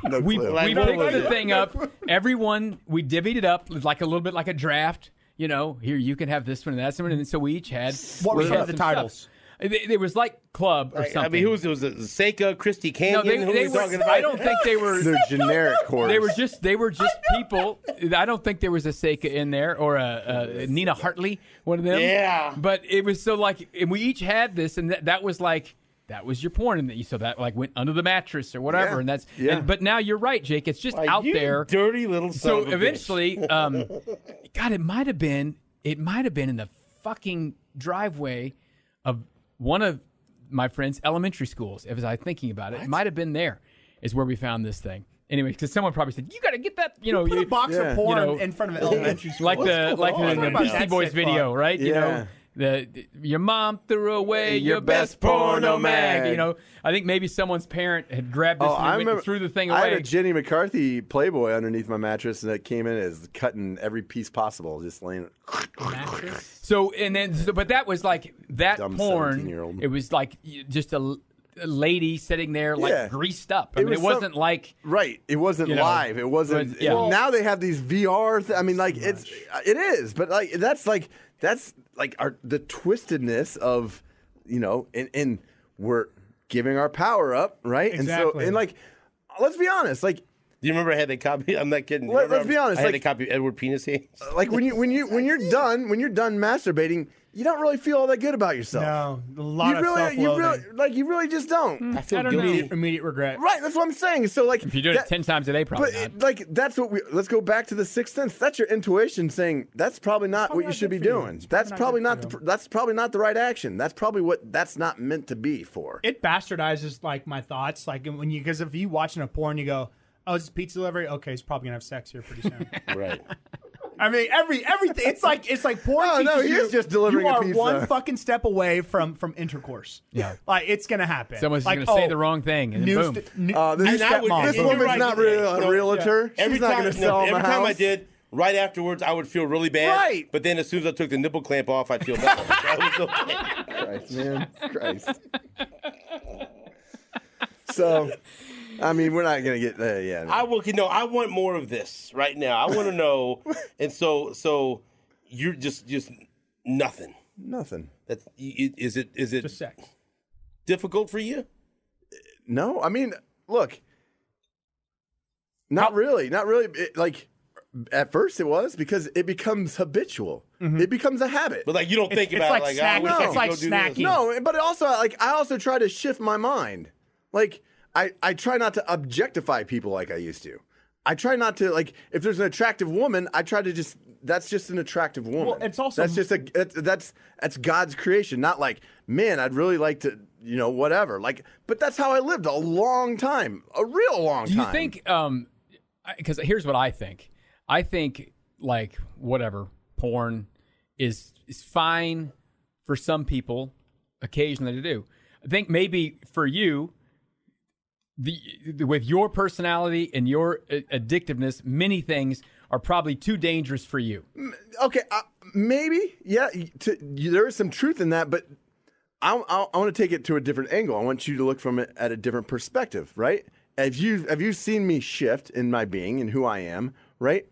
Speaker 2: No
Speaker 3: we,
Speaker 2: clue.
Speaker 3: we
Speaker 1: what
Speaker 3: picked
Speaker 1: was
Speaker 3: the
Speaker 1: it?
Speaker 3: thing up. Everyone, we divvied it up like a little bit like a draft. You know, here you can have this one and that one, and then so we each had.
Speaker 4: What were
Speaker 3: we
Speaker 4: some
Speaker 3: had
Speaker 4: of the
Speaker 3: some stuff.
Speaker 4: titles?
Speaker 3: It, it was like club or something.
Speaker 1: I mean, who was it? Was it Seika, Christy
Speaker 3: No,
Speaker 1: Canyon?
Speaker 3: they,
Speaker 1: who
Speaker 3: they
Speaker 1: we
Speaker 3: were,
Speaker 1: talking about?
Speaker 3: I don't think they were.
Speaker 2: They're generic horse.
Speaker 3: They were just they were just people. I don't think there was a Seika in there or a, a Nina Hartley, one of them.
Speaker 1: Yeah.
Speaker 3: But it was so like, and we each had this, and that, that was like that was your porn, and that you so that like went under the mattress or whatever,
Speaker 2: Yeah.
Speaker 3: and that's
Speaker 2: Yeah.
Speaker 3: and- but now you're right, Jake. It's just
Speaker 1: Like,
Speaker 3: out
Speaker 1: you
Speaker 3: there.
Speaker 1: dirty little. Son
Speaker 3: So
Speaker 1: of a bitch.
Speaker 3: eventually, um, God, it might have been it might have been in the fucking driveway of one of my friend's elementary schools. As I was thinking about it, it might have been there is where we found this thing. Anyway, because someone probably said you got to get that, you know,
Speaker 4: Put
Speaker 3: you,
Speaker 4: a box
Speaker 2: Yeah.
Speaker 4: of porn
Speaker 3: You know,
Speaker 4: in front of an elementary school.
Speaker 3: like the like
Speaker 2: on?
Speaker 3: the,
Speaker 2: What
Speaker 3: the
Speaker 2: about
Speaker 3: Beastie
Speaker 4: that
Speaker 3: Boys
Speaker 4: sick
Speaker 3: video,
Speaker 4: fuck?
Speaker 3: right? You
Speaker 2: Yeah.
Speaker 3: know. The, the- your mom threw away
Speaker 2: Your
Speaker 3: your,
Speaker 2: best
Speaker 3: best,
Speaker 2: porno
Speaker 3: porno mag.
Speaker 2: mag.
Speaker 3: You know, I think maybe someone's parent had grabbed this
Speaker 2: Oh,
Speaker 3: and
Speaker 2: I
Speaker 3: went-
Speaker 2: remember
Speaker 3: threw the thing
Speaker 2: I
Speaker 3: away.
Speaker 2: had a Jenny McCarthy Playboy underneath my mattress, and that came in as cutting every piece possible, just laying.
Speaker 3: So and then, so, but that was like that
Speaker 2: Dumb
Speaker 3: porn.
Speaker 2: 17-year-old.
Speaker 3: It was like y- just a, l- a lady sitting there, like
Speaker 2: Yeah.
Speaker 3: greased up. I
Speaker 2: It
Speaker 3: mean, it
Speaker 2: was some-
Speaker 3: wasn't like
Speaker 2: Right, it wasn't
Speaker 3: You know,
Speaker 2: live. It wasn't.
Speaker 3: was- yeah. Well-
Speaker 2: now they have these VR. Th- I mean, like it's it is, but like that's like that's like our the twistedness of you know, and and we're giving our power up, right? And so
Speaker 4: Exactly.
Speaker 2: and like, let's be honest, like
Speaker 1: do you remember I had the copy? I'm not kidding. Do you
Speaker 2: Let- let's
Speaker 1: remember
Speaker 2: be honest,
Speaker 1: I had
Speaker 2: like-
Speaker 1: the copy of Edward Penis Hands.
Speaker 2: like when you when you when you're done when you're done masturbating, you don't really feel all that good about yourself.
Speaker 4: no, a lot
Speaker 2: you
Speaker 4: of
Speaker 2: really, you
Speaker 4: self-loathing.
Speaker 2: really, like, you really just don't.
Speaker 4: Hmm.
Speaker 1: I feel
Speaker 3: don't
Speaker 1: guilty.
Speaker 3: know.
Speaker 4: immediate regret.
Speaker 2: Right, that's what I'm saying. So, like,
Speaker 3: if you do it
Speaker 2: that-
Speaker 3: ten times a day, probably
Speaker 2: but
Speaker 3: not.
Speaker 2: it- like, that's what we. Let's go back to the sixth sense. That's your intuition saying that's probably not
Speaker 4: probably
Speaker 2: what you
Speaker 4: not
Speaker 2: should be
Speaker 4: good for you.
Speaker 2: doing.
Speaker 4: It's
Speaker 2: That's probably
Speaker 4: probably not
Speaker 2: not.
Speaker 4: good
Speaker 2: The,
Speaker 4: for
Speaker 2: pr- that's probably not the right action. That's probably what that's not meant to be for.
Speaker 4: It bastardizes like my thoughts. Like when you because if you watching a porn, you go, "Oh, it's pizza delivery. Okay, he's probably gonna have sex here pretty soon."
Speaker 1: Right.
Speaker 4: I mean, every everything. It's like it's like porn.
Speaker 2: Oh, no,
Speaker 4: teaches
Speaker 2: he
Speaker 4: you,
Speaker 2: is just delivering
Speaker 4: You
Speaker 2: a
Speaker 4: are
Speaker 2: pizza.
Speaker 4: one fucking step away from from intercourse. Yeah, like it's gonna happen.
Speaker 3: Someone's
Speaker 4: like,
Speaker 3: just gonna say
Speaker 4: oh,
Speaker 3: the wrong thing, and then
Speaker 4: new
Speaker 3: boom.
Speaker 4: st- new-
Speaker 2: Uh, this
Speaker 4: new
Speaker 2: is-
Speaker 1: And I would-
Speaker 4: stepmom.
Speaker 2: this
Speaker 1: you're
Speaker 2: woman's
Speaker 1: right
Speaker 2: not
Speaker 1: today.
Speaker 2: really a
Speaker 1: No,
Speaker 2: realtor.
Speaker 1: Every
Speaker 2: She's not
Speaker 1: time,
Speaker 2: going to
Speaker 1: no,
Speaker 2: sell my
Speaker 1: every
Speaker 2: house.
Speaker 1: time I did, right afterwards, I would feel really bad.
Speaker 2: Right.
Speaker 1: But then as soon as I took the nipple clamp off, I'd feel better. That was okay.
Speaker 2: Christ, man, Christ. so, I mean, we're not going to get. Uh, yeah, no.
Speaker 1: I will. No, I want more of this right now. I want to know. and so, so you're just just nothing.
Speaker 2: nothing.
Speaker 1: That's you- is it is it
Speaker 4: Just sex.
Speaker 1: difficult for you?
Speaker 2: No, I mean, look, not really, not really. It- like at first, it was because it becomes habitual. It becomes a habit.
Speaker 1: But like you don't think
Speaker 4: it's
Speaker 1: about
Speaker 4: like
Speaker 1: it. Like, oh,
Speaker 4: snacking.
Speaker 1: we
Speaker 2: It's
Speaker 1: have to
Speaker 4: like
Speaker 1: go do this.
Speaker 4: snacking.
Speaker 2: no, but it also like I also try to shift my mind. Like I I try not to objectify people like I used to. I try not to like if there's an attractive woman, I try to just that's just an attractive woman.
Speaker 4: Well, it's also-
Speaker 2: that's just a that's that's, that's God's creation, not like man. I'd really like to you know whatever like, but that's how I lived a long time, a real long
Speaker 3: Do
Speaker 2: time.
Speaker 3: you think? Um, because here's what I think. I think like whatever porn. is is fine for some people occasionally to do. I think maybe for you, the, the- with your personality and your a- addictiveness, many things are probably too dangerous for you.
Speaker 2: okay, uh, maybe. Yeah, y- to, y there is some truth in that, but I, I, I want to take it to a different angle. I want you to look from it at a different perspective, right? Have you have you seen me shift in my being and who I am, right?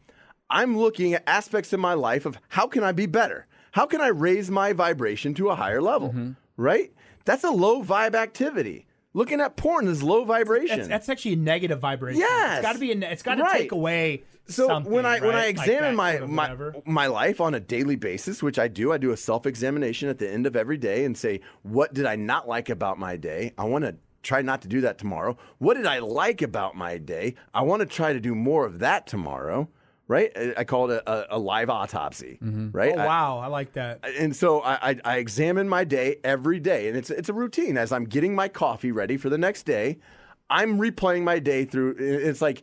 Speaker 2: I'm looking at aspects of my life of how can I be better? How can I raise my vibration to a higher level, right? That's a low vibe activity. Looking at porn is low vibration.
Speaker 4: That's, that's actually a negative vibration.
Speaker 2: Yes.
Speaker 4: it's got to be. A, ne- it's got to
Speaker 2: Right.
Speaker 4: take away.
Speaker 2: so
Speaker 4: something,
Speaker 2: when I when I
Speaker 4: right? Like
Speaker 2: examine
Speaker 4: that
Speaker 2: my
Speaker 4: sort of
Speaker 2: my,
Speaker 4: whatever.
Speaker 2: my life on a daily basis, which I do, I do a self examination at the end of every day and say, what did I not like about my day? I want to try not to do that tomorrow. What did I like about my day? I want to try to do more of that tomorrow. Right? I, I call it a, a, a live autopsy. Right?
Speaker 4: Oh
Speaker 2: I-
Speaker 4: wow, I like that.
Speaker 2: and so I, I, I examine my day every day, and it's it's a routine. As I'm getting my coffee ready for the next day, I'm replaying my day through. It's like,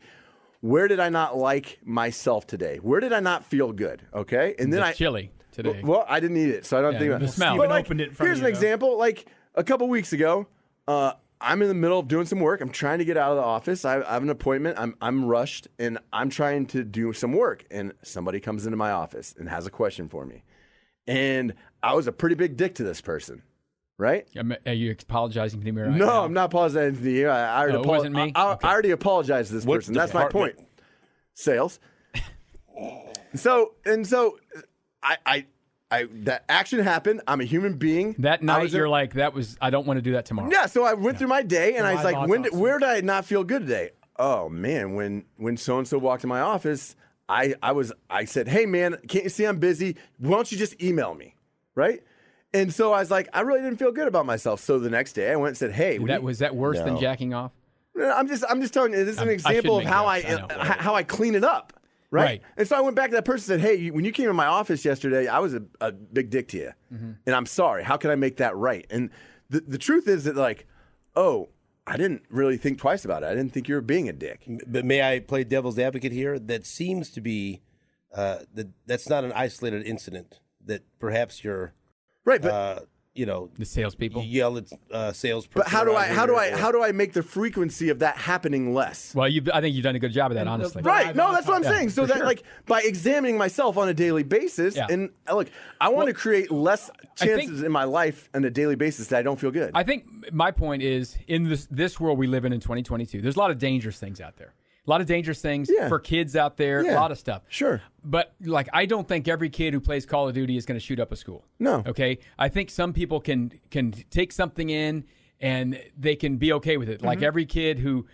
Speaker 2: where did I not like myself today? Where did I not feel good? Okay, and then
Speaker 3: The
Speaker 2: I
Speaker 3: chili today.
Speaker 2: well, I didn't eat it, so I don't think
Speaker 3: the
Speaker 2: about But
Speaker 3: smell. Steven
Speaker 2: like,
Speaker 4: opened it in front
Speaker 2: here's
Speaker 4: of
Speaker 2: an
Speaker 4: you, though.
Speaker 2: example. Like a couple weeks ago, uh, I'm in the middle of doing some work. I'm trying to get out of the office. I, I have an appointment. I'm I'm rushed, and I'm trying to do some work. And somebody comes into my office and has a question for me, and I was a pretty big dick to this person, right?
Speaker 3: Am- are you apologizing to me right
Speaker 2: no,
Speaker 3: now?
Speaker 2: I'm not apologizing to you. I, I already
Speaker 3: Oh, it
Speaker 2: apol-
Speaker 3: wasn't me?
Speaker 2: I, I- I
Speaker 3: Okay.
Speaker 2: already apologized to this
Speaker 1: What
Speaker 2: person. That's my
Speaker 1: department?
Speaker 2: point. Sales. so and so, I I. I, that action happened. I'm a human being.
Speaker 3: That
Speaker 2: I
Speaker 3: night
Speaker 2: was in-
Speaker 3: you're like, that was. I don't want to do that tomorrow.
Speaker 2: yeah. So I went through my day and I was
Speaker 4: live
Speaker 2: like, when did,
Speaker 4: autopsy.
Speaker 2: where did I not feel good today? Oh man, when when so and so walked in my office, I I was I said, hey man, can't you see I'm busy? Why don't you just email me, right? And so I was like, I really didn't feel good about myself. So the next day, I went and said, hey, would
Speaker 3: that
Speaker 2: you-
Speaker 3: was that worse than
Speaker 2: No.
Speaker 3: jacking off?
Speaker 2: no, I'm just I'm just telling you. This is an
Speaker 3: I
Speaker 2: example of
Speaker 3: shouldn't
Speaker 2: how I,
Speaker 3: make jokes, I know,
Speaker 2: h-
Speaker 3: whatever.
Speaker 2: how I clean it up, right?
Speaker 3: Right.
Speaker 2: And so I went back to that person and said, "Hey, you, when you came in my office yesterday, I was a, a big dick to you,
Speaker 3: Mm-hmm.
Speaker 2: and I'm sorry. How can I make that right?" And the the truth is that like, oh, I didn't really think twice about it. I didn't think you were being a dick.
Speaker 1: But may I play devil's advocate here? That seems to be uh, that that's not an isolated incident. That perhaps you're,
Speaker 2: Right. But
Speaker 1: uh, you know,
Speaker 3: The salespeople.
Speaker 1: you yell at uh, salesperson.
Speaker 2: but how do
Speaker 1: around
Speaker 2: I how do
Speaker 1: here
Speaker 2: I
Speaker 1: or-
Speaker 2: how do I make the frequency of that happening less?
Speaker 3: Well, you. I think you've done a good job of that,
Speaker 4: the-
Speaker 3: honestly.
Speaker 4: Right.
Speaker 2: Right. No, that's what I'm
Speaker 3: Yeah,
Speaker 2: saying. So
Speaker 3: for
Speaker 2: that
Speaker 3: sure.
Speaker 2: like by examining myself on a daily basis,
Speaker 3: Yeah.
Speaker 2: and uh, look, I want to create less
Speaker 3: I think-
Speaker 2: chances in my life on a daily basis that I don't feel good.
Speaker 3: I think my point is in this this world we live in in 2022. There's a lot of dangerous things out there. A lot of dangerous things
Speaker 2: Yeah.
Speaker 3: for kids out there. A
Speaker 2: Yeah.
Speaker 3: lot of stuff.
Speaker 2: Sure.
Speaker 3: But like, I don't think every kid who plays Call of Duty is going to shoot up a school.
Speaker 2: No.
Speaker 3: Okay. I think some people can can take something in and they can be okay with it. Like
Speaker 2: Mm-hmm.
Speaker 3: every kid who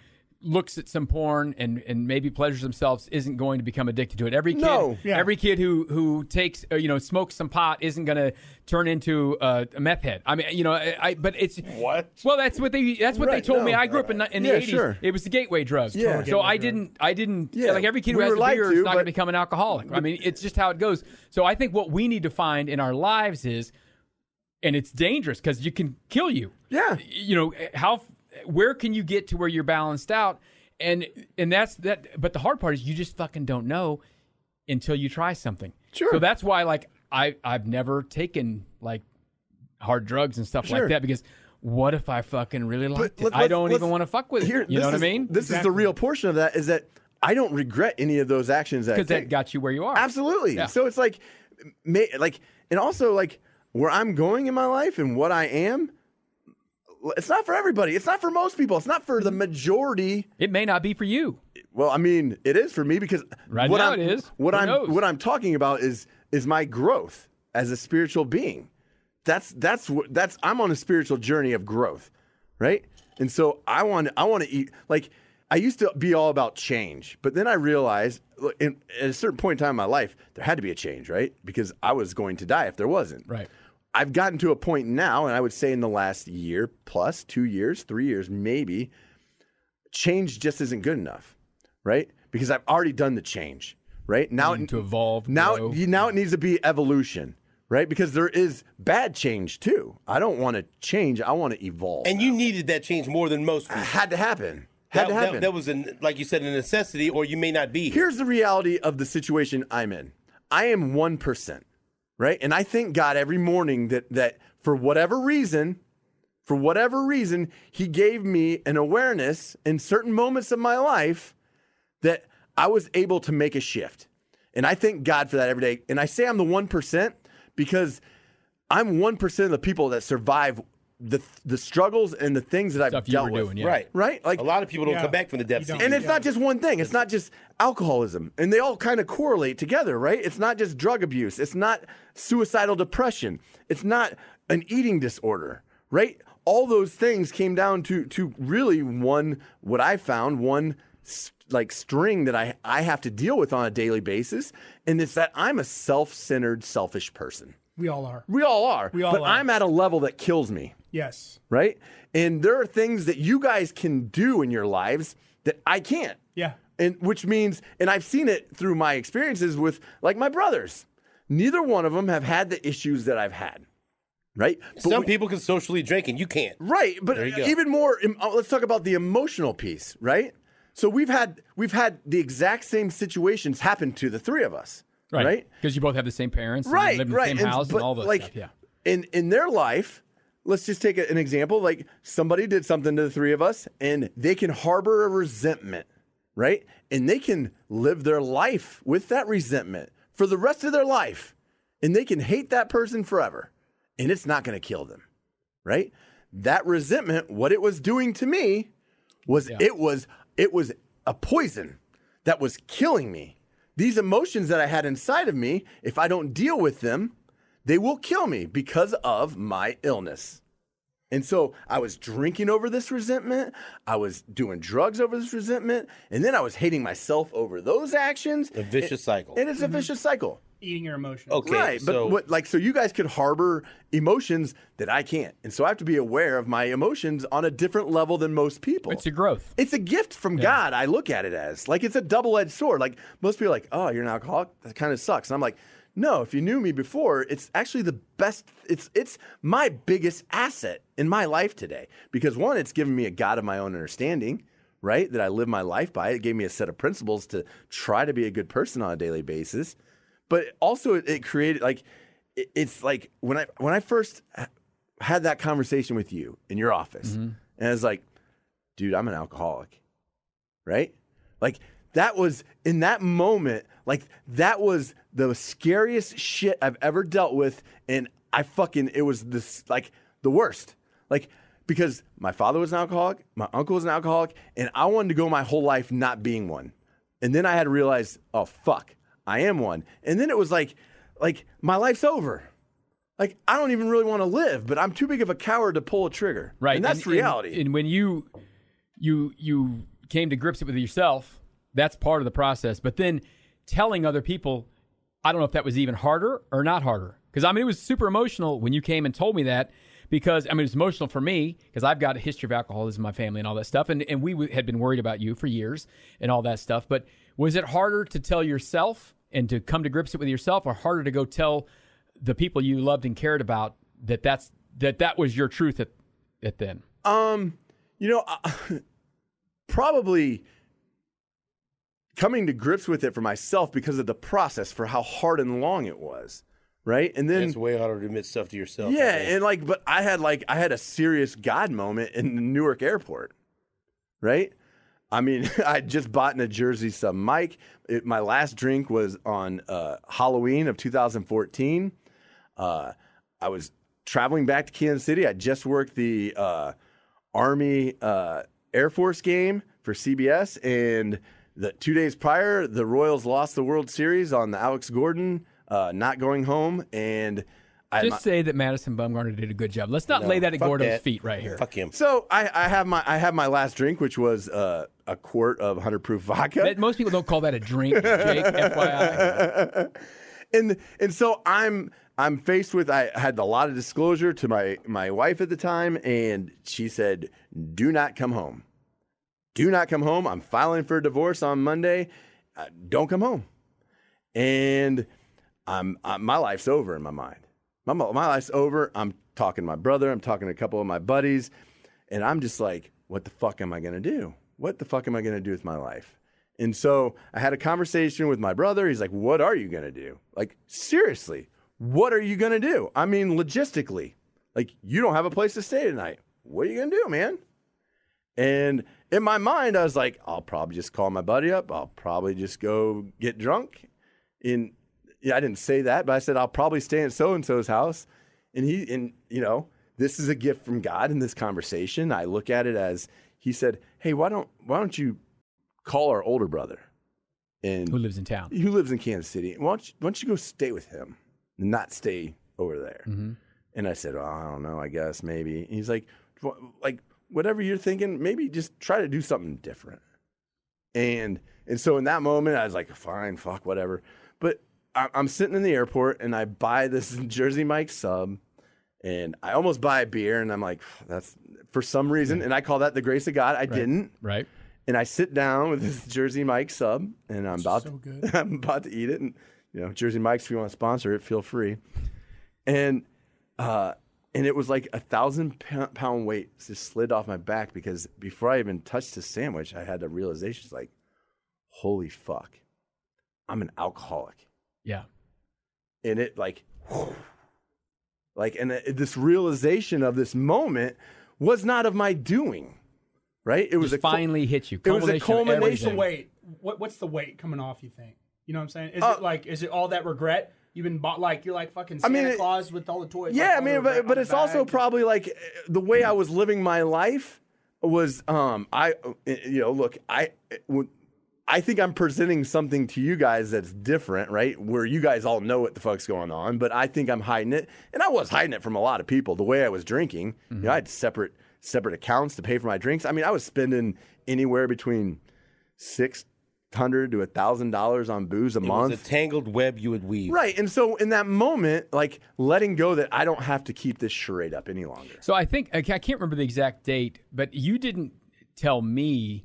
Speaker 3: looks at some porn and and maybe pleasures themselves isn't going to become addicted to it. Every kid,
Speaker 2: No.
Speaker 4: Yeah.
Speaker 3: every kid who who takes uh, you know smokes some pot isn't going to turn into uh, a meth head. I mean, you know, I, I but it's
Speaker 1: What?
Speaker 3: Well, that's what they that's what
Speaker 2: Right,
Speaker 3: they told
Speaker 2: no.
Speaker 3: me. I grew up in, the- in the
Speaker 2: Yeah,
Speaker 3: 80s.
Speaker 2: sure.
Speaker 3: It was the gateway drug.
Speaker 2: Yeah. Total
Speaker 3: So I didn't I didn't
Speaker 2: Yeah,
Speaker 3: like every kid
Speaker 2: we
Speaker 3: who has
Speaker 2: were
Speaker 3: a
Speaker 2: lied
Speaker 3: beer
Speaker 2: to,
Speaker 3: is not going
Speaker 2: but-
Speaker 3: to become an alcoholic. I mean, it's just how it goes. So I think what we need to find in our lives is, and it's dangerous because you can kill you.
Speaker 2: Yeah.
Speaker 3: You know how? Where can you get to where you're balanced out? And and that's that. But the hard part is you just fucking don't know until you try something.
Speaker 2: Sure.
Speaker 3: So that's why like I I've never taken like hard drugs and stuff
Speaker 2: Sure.
Speaker 3: like that because. What if I fucking really liked it?
Speaker 2: let-
Speaker 3: I
Speaker 2: let's-
Speaker 3: don't even
Speaker 2: let's-
Speaker 3: want to fuck with it.
Speaker 2: here-
Speaker 3: you
Speaker 2: this
Speaker 3: know what
Speaker 2: is-
Speaker 3: I mean?
Speaker 2: This is the real portion of that is that I don't regret any of those actions that I
Speaker 3: Because that
Speaker 2: take.
Speaker 3: got you where you are.
Speaker 2: Absolutely.
Speaker 3: Yeah.
Speaker 2: So it's like, ma- like, and also like where I'm going in my life and what I am. It's not for everybody. It's not for most people. It's not for the majority.
Speaker 3: It may not be for you.
Speaker 2: Well, I mean, it is for me because
Speaker 3: Right
Speaker 2: what
Speaker 3: now
Speaker 2: I'm,
Speaker 3: it is.
Speaker 2: What
Speaker 3: Who
Speaker 2: I'm
Speaker 3: knows?
Speaker 2: what I'm talking about is is my growth as a spiritual being. That's that's what that's I'm on a spiritual journey of growth, right? And so I want I want to eat like I used to be all about change, but then I realized look, in, at a certain point in time in my life there had to be a change, right? Because I was going to die if there wasn't.
Speaker 3: Right.
Speaker 2: I've gotten to a point now, and I would say in the last year plus, two years, three years, maybe, change just isn't good enough, right? Because I've already done the change, right? Now
Speaker 3: Needing to evolve,
Speaker 2: Now,
Speaker 3: grow.
Speaker 2: you- now it needs to be evolution, right? Because there is bad change too. I don't want to change. I want to evolve.
Speaker 1: And you needed that change more than most. People.
Speaker 2: had to happen. Had
Speaker 1: That,
Speaker 2: to
Speaker 1: that,
Speaker 2: happen.
Speaker 1: that was, an, like you said, a necessity, or you may not be. here.
Speaker 2: Here's the reality of the situation I'm in. I am one percent, right? And I thank God every morning that that for whatever reason, for whatever reason, he gave me an awareness in certain moments of my life that I was able to make a shift. And I thank God for that every day. And I say I'm the 1% because I'm 1% of the people that survive the the struggles and the things that I've
Speaker 3: Stuff you
Speaker 2: dealt
Speaker 3: were
Speaker 2: with.
Speaker 3: doing, yeah.
Speaker 1: Right.
Speaker 2: Right? Like
Speaker 1: a lot of people don't
Speaker 4: Yeah.
Speaker 1: come back from the depths.
Speaker 4: You don't.
Speaker 2: and it's not just one thing. It's not just alcoholism. And they all kind of correlate together, right? It's not just drug abuse. It's not suicidal depression. It's not an eating disorder, right? All those things came down to to really one what I found one s- like string that I I have to deal with on a daily basis, and it's that I'm a self-centered, selfish person.
Speaker 4: We all are.
Speaker 2: We all are.
Speaker 4: We all
Speaker 2: but
Speaker 4: are.
Speaker 2: I'm at a level that kills me
Speaker 4: Yes.
Speaker 2: right? And there are things that you guys can do in your lives that I can't.
Speaker 4: Yeah.
Speaker 2: And which means, and I've seen it through my experiences with like my brothers. Neither one of them have had the issues that I've had, right? But
Speaker 1: Some
Speaker 2: we-
Speaker 1: people can socially drink and you can't.
Speaker 2: right, but
Speaker 1: There you go.
Speaker 2: even more. em- oh, Let's talk about the emotional piece, right? So we've had we've had the exact same situations happen to the three of us, right?
Speaker 3: Because you both have the same parents, and
Speaker 2: right,
Speaker 3: you live in the
Speaker 2: right.
Speaker 3: same
Speaker 2: And-
Speaker 3: house, and,
Speaker 2: but,
Speaker 3: all those
Speaker 2: like,
Speaker 3: stuff. Yeah,
Speaker 2: In in their life, let's just take a- an example. Like somebody did something to the three of us, and they can harbor a resentment, right? And they can live their life with that resentment for the rest of their life, and they can hate that person forever, and it's not going to kill them, right? That resentment, what it was doing to me, was it was it was a poison that was killing me. These emotions that I had inside of me, if I don't deal with them, they will kill me because of my illness. And so I was drinking over this resentment. I was doing drugs over this resentment. And then I was hating myself over those actions.
Speaker 1: A vicious cycle.
Speaker 2: And it's a vicious cycle.
Speaker 4: Eating your emotions.
Speaker 1: Okay.
Speaker 2: right.
Speaker 1: so-
Speaker 2: but what, like, so you guys could harbor emotions that I can't. And so I have to be aware of my emotions on a different level than most people
Speaker 3: it's a growth.
Speaker 2: it's a gift from God. I look at it as like it's a double edged sword. Like most people, are like, oh, you're an alcoholic. That kind of sucks. And I'm like, no. If you knew me before, it's actually the best. It's it's my biggest asset in my life today because one, it's given me a God of my own understanding, right? That I live my life by. It gave me a set of principles to try to be a good person on a daily basis. But also, it, it created like it- it's like when I when I first had that conversation with you in your office, and I was like dude, I'm an alcoholic. Right? Like that was in that moment, like that was the scariest shit I've ever dealt with. And I fucking, it was this, like the worst. Like, because my father was an alcoholic, my uncle was an alcoholic, and I wanted to go my whole life not being one. And then I had to realize, oh, fuck, I am one. And then it was like, like my life's over. Like I don't even really want to live, but I'm too big of a coward to pull a trigger.
Speaker 3: Right,
Speaker 2: and that's reality.
Speaker 3: And, when you you you came to grips with yourself, that's part of the process. But then telling other people, I don't know if that was even harder or not harder. Because I mean, it was super emotional when you came and told me that. Because I mean, it's emotional for me because I've got a history of alcoholism in my family and all that stuff, and and we w- had been worried about you for years and all that stuff. But was it harder to tell yourself and to come to grips with yourself, or harder to go tell the people you loved and cared about that that's that that was your truth at at then?
Speaker 2: Um, you know, I- probably coming to grips with it for myself because of the process for how hard and long it was, right? And then
Speaker 1: It's way harder to admit stuff to yourself. I
Speaker 2: yeah,
Speaker 1: think.
Speaker 2: and like, but I had like I had a serious God moment in the Newark airport, right? I mean, I had just bought in a jersey some Mike. It, my last drink was on uh, Halloween of 2014. Uh, I was traveling back to Kansas City. I just worked the uh, Army uh, Air Force game for CBS, and the two days prior, the Royals lost the World Series on the Alex Gordon uh, not going home, and I
Speaker 3: Just say that Madison Bumgarner did a good job. Let's not lay that at
Speaker 1: Fuck
Speaker 3: Gordo's
Speaker 1: that.
Speaker 3: feet right here.
Speaker 1: Fuck him.
Speaker 2: So I, I have my I have my last drink, which was uh, a quart of hundred proof vodka,
Speaker 3: That- most people don't call that a drink, Jake. FYI.
Speaker 2: and and so I'm I'm faced with I had a lot of disclosure to my my wife at the time, and she said, "Do not come home, do not come home. I'm filing for a divorce on Monday. Uh, don't come home." And I'm, i my life's over in my mind. My my life's over. I'm talking to my brother. I'm talking to a couple of my buddies, and I'm just like, what the fuck am I gonna do? What the fuck am I gonna do with my life? And so I had a conversation with my brother. He's like, what are you gonna do? Like seriously, what are you going to do? I mean, logistically, like you don't have a place to stay tonight. What are you going to do, man? And in my mind, I was like, I'll probably just call my buddy up. I'll probably just go get drunk. And yeah, I didn't say that, but I said, I'll probably stay at so and so's house. And he, and you know, this is a gift from God in this conversation. I look at it as he said, Hey, why don't, why don't you call our older brother? And
Speaker 3: who lives in town.
Speaker 2: who lives in Kansas City. Why don't you, why don't you go stay with him and not stay over there? And I said, well, I don't know. I guess maybe. And he's like, "Wha- like whatever you're thinking, maybe just try to do something different. And and so in that moment, I was like, fine, fuck, whatever. But I- I'm sitting in the airport and I buy this Jersey Mike sub. And I almost buy a beer, and I'm like, that's for some reason. And I call that the grace of God. I didn't
Speaker 3: Right?
Speaker 2: and I sit down with this Jersey Mike sub, and I'm about
Speaker 4: so
Speaker 2: to,
Speaker 4: good.
Speaker 2: I'm about to eat it, and you know Jersey Mike's if you want to sponsor it, feel free, and uh, and it was like a thousand pou- pound weight just slid off my back because before I even touched the sandwich, I had the realization it's like, holy fuck, I'm an alcoholic,
Speaker 3: Yeah.
Speaker 2: and it like, like and it- this realization of this moment was not of my doing, right? It was
Speaker 3: Just
Speaker 2: a cul-
Speaker 3: finally hit you.
Speaker 2: it was a
Speaker 3: of
Speaker 2: culmination
Speaker 4: What's the
Speaker 3: everything.
Speaker 4: weight? What, what's the weight coming off? You think? You know what I'm saying? Is
Speaker 2: Uh,
Speaker 4: it like? Is it all that regret you've been bought? Like you're like fucking
Speaker 2: I
Speaker 4: Santa
Speaker 2: mean, it-
Speaker 4: Claus with all the toys.
Speaker 2: Yeah,
Speaker 4: like,
Speaker 2: I
Speaker 4: all the
Speaker 2: mean,
Speaker 4: regret
Speaker 2: but,
Speaker 4: on
Speaker 2: but
Speaker 4: the
Speaker 2: it's also
Speaker 4: back.
Speaker 2: probably like eh, the way I was living my life was um I eh, you know look I eh, would- I think I'm presenting something to you guys that's different, right? Where you guys all know what the fuck's going on, but I think I'm hiding it, and I was hiding it from a lot of people. The way I was drinking,
Speaker 1: Mm-hmm.
Speaker 2: you know, I had separate separate accounts to pay for my drinks. I mean, I was spending anywhere between six hundred to a thousand dollars on booze a
Speaker 1: It
Speaker 2: month.
Speaker 1: was a tangled web you would weave.
Speaker 2: Right. And so in that moment, like letting go that I don't have to keep this charade up any longer.
Speaker 3: So I think I ca- I can't remember the exact date, but you didn't tell me.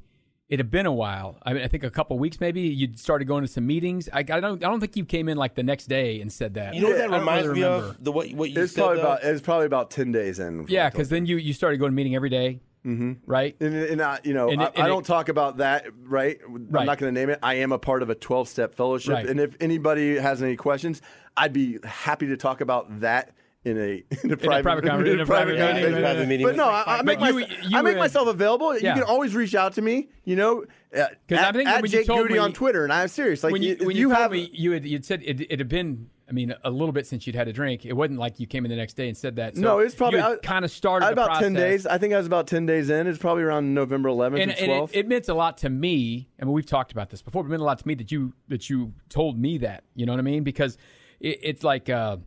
Speaker 3: It had been a while. I mean, I think a couple weeks maybe. You started going to some meetings. I, I don't. I don't think you came in like the next day and said that.
Speaker 1: You know what
Speaker 2: Yeah,
Speaker 1: that
Speaker 2: I don't
Speaker 1: reminds
Speaker 3: really
Speaker 1: me
Speaker 3: remember.
Speaker 1: of? The what, what you
Speaker 2: It's
Speaker 1: said.
Speaker 2: probably
Speaker 1: though?
Speaker 2: about it's probably about ten days in. before
Speaker 3: yeah,
Speaker 2: I told-
Speaker 3: because then you you started going to meeting every mm-hmm. right?
Speaker 2: and, and I, you know
Speaker 3: And
Speaker 2: I,
Speaker 3: it- and
Speaker 2: I
Speaker 3: it-
Speaker 2: don't talk about that. Right. I'm
Speaker 3: Right.
Speaker 2: not going to name it. I am a part of a 12 step fellowship,
Speaker 3: Right.
Speaker 2: and if anybody has any questions, I'd be happy to talk about that. In a, in a private,
Speaker 3: private conver- in a private
Speaker 1: Yeah,
Speaker 3: meeting,
Speaker 1: it's about the meeting
Speaker 2: But
Speaker 1: with-
Speaker 2: no, I, I make,
Speaker 3: But
Speaker 2: my,
Speaker 3: you- you
Speaker 2: I make
Speaker 3: would-
Speaker 2: myself available.
Speaker 3: Yeah.
Speaker 2: You can always reach out to me. You know, at,
Speaker 3: I
Speaker 2: at,
Speaker 3: think
Speaker 2: at
Speaker 3: when you
Speaker 2: Jake
Speaker 3: told
Speaker 2: Goody
Speaker 3: me-
Speaker 2: on Twitter, and I am serious. Like
Speaker 3: when you, when
Speaker 2: you
Speaker 3: you, told
Speaker 2: have
Speaker 3: me you had you'd said it, it had been I mean a little bit since you'd had a drink. It wasn't like you came in the next day and said that. So
Speaker 2: no, it's probably I-
Speaker 3: kind of started
Speaker 2: I
Speaker 3: the
Speaker 2: had about ten
Speaker 3: process.
Speaker 2: days. I think I was about ten days in. It's probably around November 11th
Speaker 3: And,
Speaker 2: or
Speaker 3: and
Speaker 2: 12th.
Speaker 3: it, it meant a lot to me. I mean, we've talked about this before, but it meant a lot to me that you that you told me that. You know what I mean? Because it, it's like. Uh,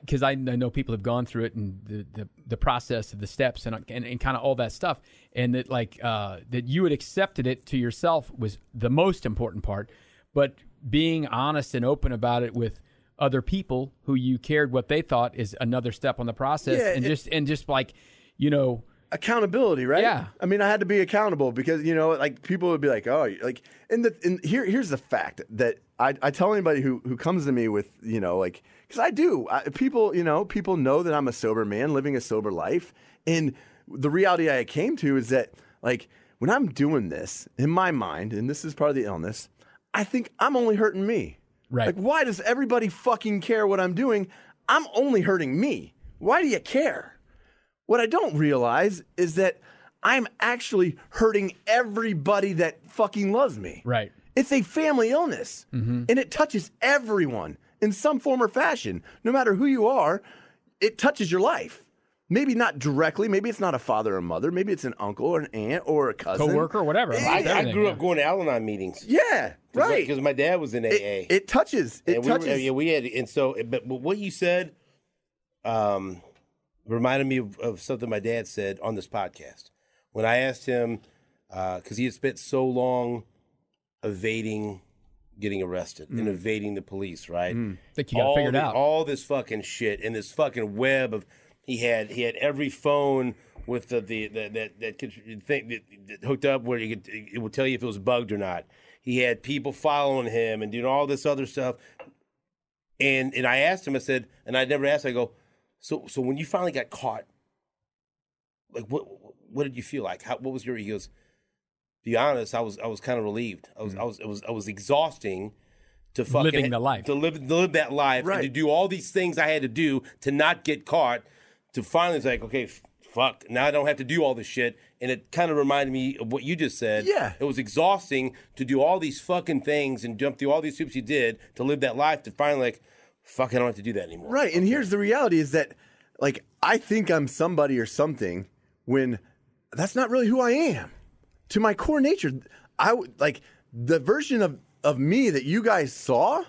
Speaker 3: because I, I know people have gone through it and the, the, the process of the steps and and, and kind of all that stuff, and that like uh, that you had accepted it to yourself was the most important part. But being honest and open about it with other people who you cared what they thought is another step on the process,
Speaker 2: Yeah,
Speaker 3: and
Speaker 2: it-
Speaker 3: just and just like you know,
Speaker 2: accountability, right?
Speaker 3: Yeah.
Speaker 2: I mean, I had to be accountable because you know, like people would be like, "Oh, you- like," and the and here here's the fact that I, I tell anybody who who comes to me with you know like because I do I, people you know people know that I'm a sober man living a sober life, and the reality I came to is that like when I'm doing this in my mind, and this is part of the illness, I think I'm only hurting me.
Speaker 3: Right.
Speaker 2: Like, why does everybody fucking care what I'm doing? I'm only hurting me. Why do you care? What I don't realize is that I'm actually hurting everybody that fucking loves me.
Speaker 3: Right. Mm-hmm.
Speaker 2: It's a family illness and it touches everyone in some form or fashion. No matter who you are, it touches your life. Maybe not directly. Maybe it's not a father or mother. Maybe it's an uncle or an aunt or a cousin.
Speaker 3: coworker, whatever.
Speaker 1: I,
Speaker 3: Like
Speaker 1: I
Speaker 3: everything,
Speaker 1: grew
Speaker 3: yeah.
Speaker 1: up going to Al-Anon meetings.
Speaker 2: Yeah, right.
Speaker 1: Because my dad was in AA.
Speaker 2: it, it touches. It
Speaker 1: and we were-
Speaker 2: touches.
Speaker 1: yeah, we had, and so, but, but what you said, um, reminded me of, of something my dad said on this podcast when I asked him, because he had spent so long evading getting arrested
Speaker 2: Hmm.
Speaker 1: and evading the police, right?
Speaker 3: think you got it
Speaker 1: all
Speaker 3: figured
Speaker 1: the-
Speaker 3: out.
Speaker 1: all this fucking shit and this fucking web of he had he had every phone with the the, the that that could think that, that hooked up where you could it would tell you if it was bugged or not. He had people following him and doing all this other stuff. And and I asked him, I said, and I never asked. I go, so so when you finally got caught, like what what did you feel like? How, what was your? He goes, be honest, I was I was kind of relieved. I was I was it was I was exhausting to fucking
Speaker 3: Mm-hmm. Living the life.
Speaker 1: to live to live that life and
Speaker 2: Right.
Speaker 1: to do all these things I had to do to not get caught. To finally, it's like, okay, f- fuck, now I don't have to do all this shit. And it kind of reminded me of what you just said.
Speaker 2: Yeah.
Speaker 1: it was exhausting to do all these fucking things and jump through all these hoops you did to live that life. To finally, like, fuck, I don't have to do that anymore.
Speaker 2: Right. And here's the reality is that, like, I think I'm somebody or something when that's not really who I am. To my core nature, I w- like the version of, of me that you guys saw,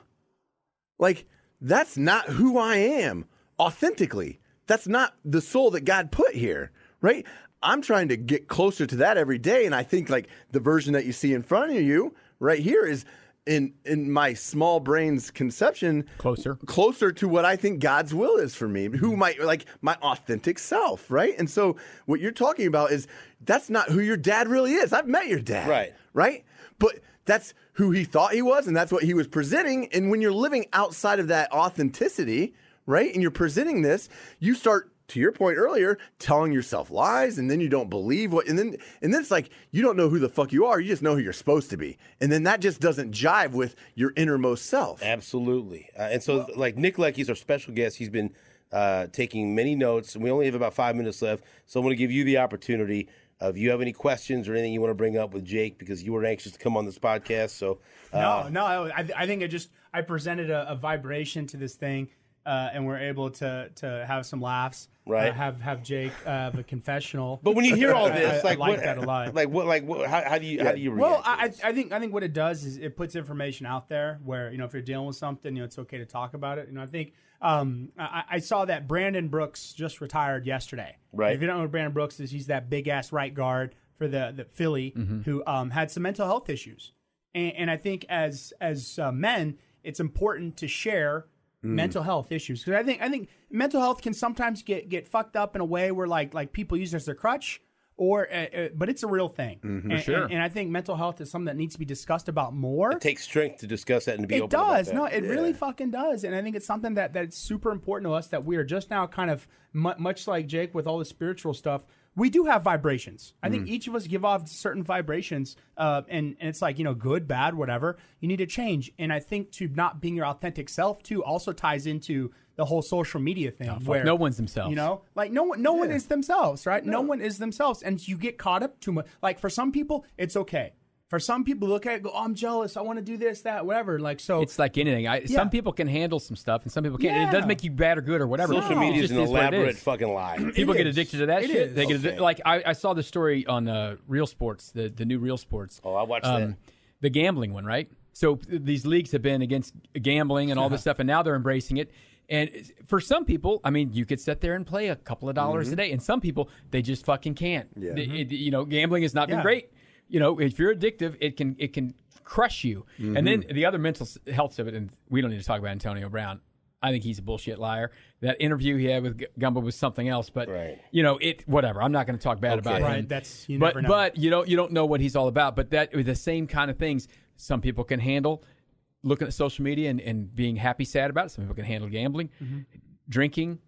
Speaker 2: like, that's not who I am authentically. That's not the soul that God put here, right? I'm trying to get closer to that every day. And I think, like, the version that you see in front of you right here is. In, in my small brain's conception,
Speaker 3: Closer.
Speaker 2: closer to what I think God's will is for me, who might like my authentic self, right? And so what you're talking about is that's not who your dad really is. I've met your dad.
Speaker 1: Right.
Speaker 2: Right? But that's who he thought he was and that's what he was presenting. And when you're living outside of that authenticity, right? And you're presenting this, you start to your point earlier, telling yourself lies, and then you don't believe what, and then and then it's like you don't know who the fuck you are. You just know who you're supposed to be, and then that just doesn't jive with your innermost self.
Speaker 1: Absolutely. Uh, and so, like, Nick Lecky's our special guest. He's been uh, taking many notes, and we only have about five minutes left. So, I'm going to give you the opportunity uh, if you have any questions or anything you want to bring up with Jake because you were anxious to come on this podcast. So, uh,
Speaker 4: No, no. I, I- I think I just I presented a, a vibration to this thing, uh, and we're able to to have some laughs.
Speaker 1: Right.
Speaker 4: Uh, have have Jake uh, have a confessional.
Speaker 1: but when you hear all
Speaker 4: I-
Speaker 1: this,
Speaker 4: I- I
Speaker 1: like,
Speaker 4: like
Speaker 1: what,
Speaker 4: that a lot.
Speaker 1: Like, what, like, what, how, how do you, how do you react?
Speaker 4: well,
Speaker 1: to
Speaker 4: I,
Speaker 1: this?
Speaker 4: I I think I think what it does is it puts information out there where you know if you're dealing with something, you know it's okay to talk about it. You know, I think um, I, I saw that Brandon Brooks just retired yesterday.
Speaker 1: Right.
Speaker 4: If you don't know who Brandon Brooks is, he's that big ass right guard for the the Philly who um, had some mental health issues, and, and I think as as uh, men, it's important to share mental health issues because I think I think mental health can sometimes get get fucked up in a way where like like people use it as their crutch or uh, uh, but it's a real thing and,
Speaker 3: sure.
Speaker 4: and, and I think mental health is something that needs to be discussed about more.
Speaker 1: it takes strength to discuss that and to be
Speaker 4: It
Speaker 1: open about
Speaker 4: does.
Speaker 1: that.
Speaker 4: No, it really fucking does. And I think it's something that that's super important to us that we are just now kind of mu- much like Jake with all the spiritual stuff. We do have vibrations. I
Speaker 1: Mm.
Speaker 4: think each of us give off certain vibrations, uh, and, and it's like you know, good, bad, whatever. You need to change. And I think to not being your authentic self too also ties into the whole social media thing. where
Speaker 3: no one's themselves.
Speaker 4: You know, know? Like no one, no one is themselves, right? No. one is themselves, and you get caught up too much. Like for some people, it's okay. For some people, look at it, go, oh, I'm jealous. I want to do this, that, whatever. Like so,
Speaker 3: It's like anything. I, Some people can handle some stuff, and some people can't. And it
Speaker 4: Yeah.
Speaker 3: doesn't make you bad or good or whatever.
Speaker 1: Social
Speaker 3: It
Speaker 1: media is
Speaker 3: just
Speaker 1: an
Speaker 3: what it
Speaker 1: elaborate
Speaker 3: is.
Speaker 1: fucking lie.
Speaker 3: people
Speaker 4: It
Speaker 3: get
Speaker 4: is.
Speaker 3: addicted to that
Speaker 4: It
Speaker 3: shit.
Speaker 4: is.
Speaker 3: They get
Speaker 1: Okay.
Speaker 3: addi- like I, I saw the story on uh, Real Sports, the the new Real Sports. Um,
Speaker 1: Oh, I watched that.
Speaker 3: The gambling one, right? So th- these leagues have been against gambling and all this stuff, and now they're embracing it. And it's- for some people, I mean, you could sit there and play a couple of dollars a day, and some people they just fucking can't. Yeah. you know, gambling has not been
Speaker 4: Yeah.
Speaker 3: great. You know, if you're addictive, it can it can crush you. And then the other mental s- health of it, and we don't need to talk about Antonio Brown. I think he's a bullshit liar. That interview he had with G- Gumbo was something else, but
Speaker 1: Right.
Speaker 3: you know, it whatever. I'm not going to talk bad about him.
Speaker 4: Right, that's- you
Speaker 3: but
Speaker 4: never know.
Speaker 3: but you don't you don't know what he's all about. But that the same kind of things some people can handle. Looking at social media and, and being happy, sad about it. Some people can handle gambling,
Speaker 4: Mm-hmm.
Speaker 3: drinking,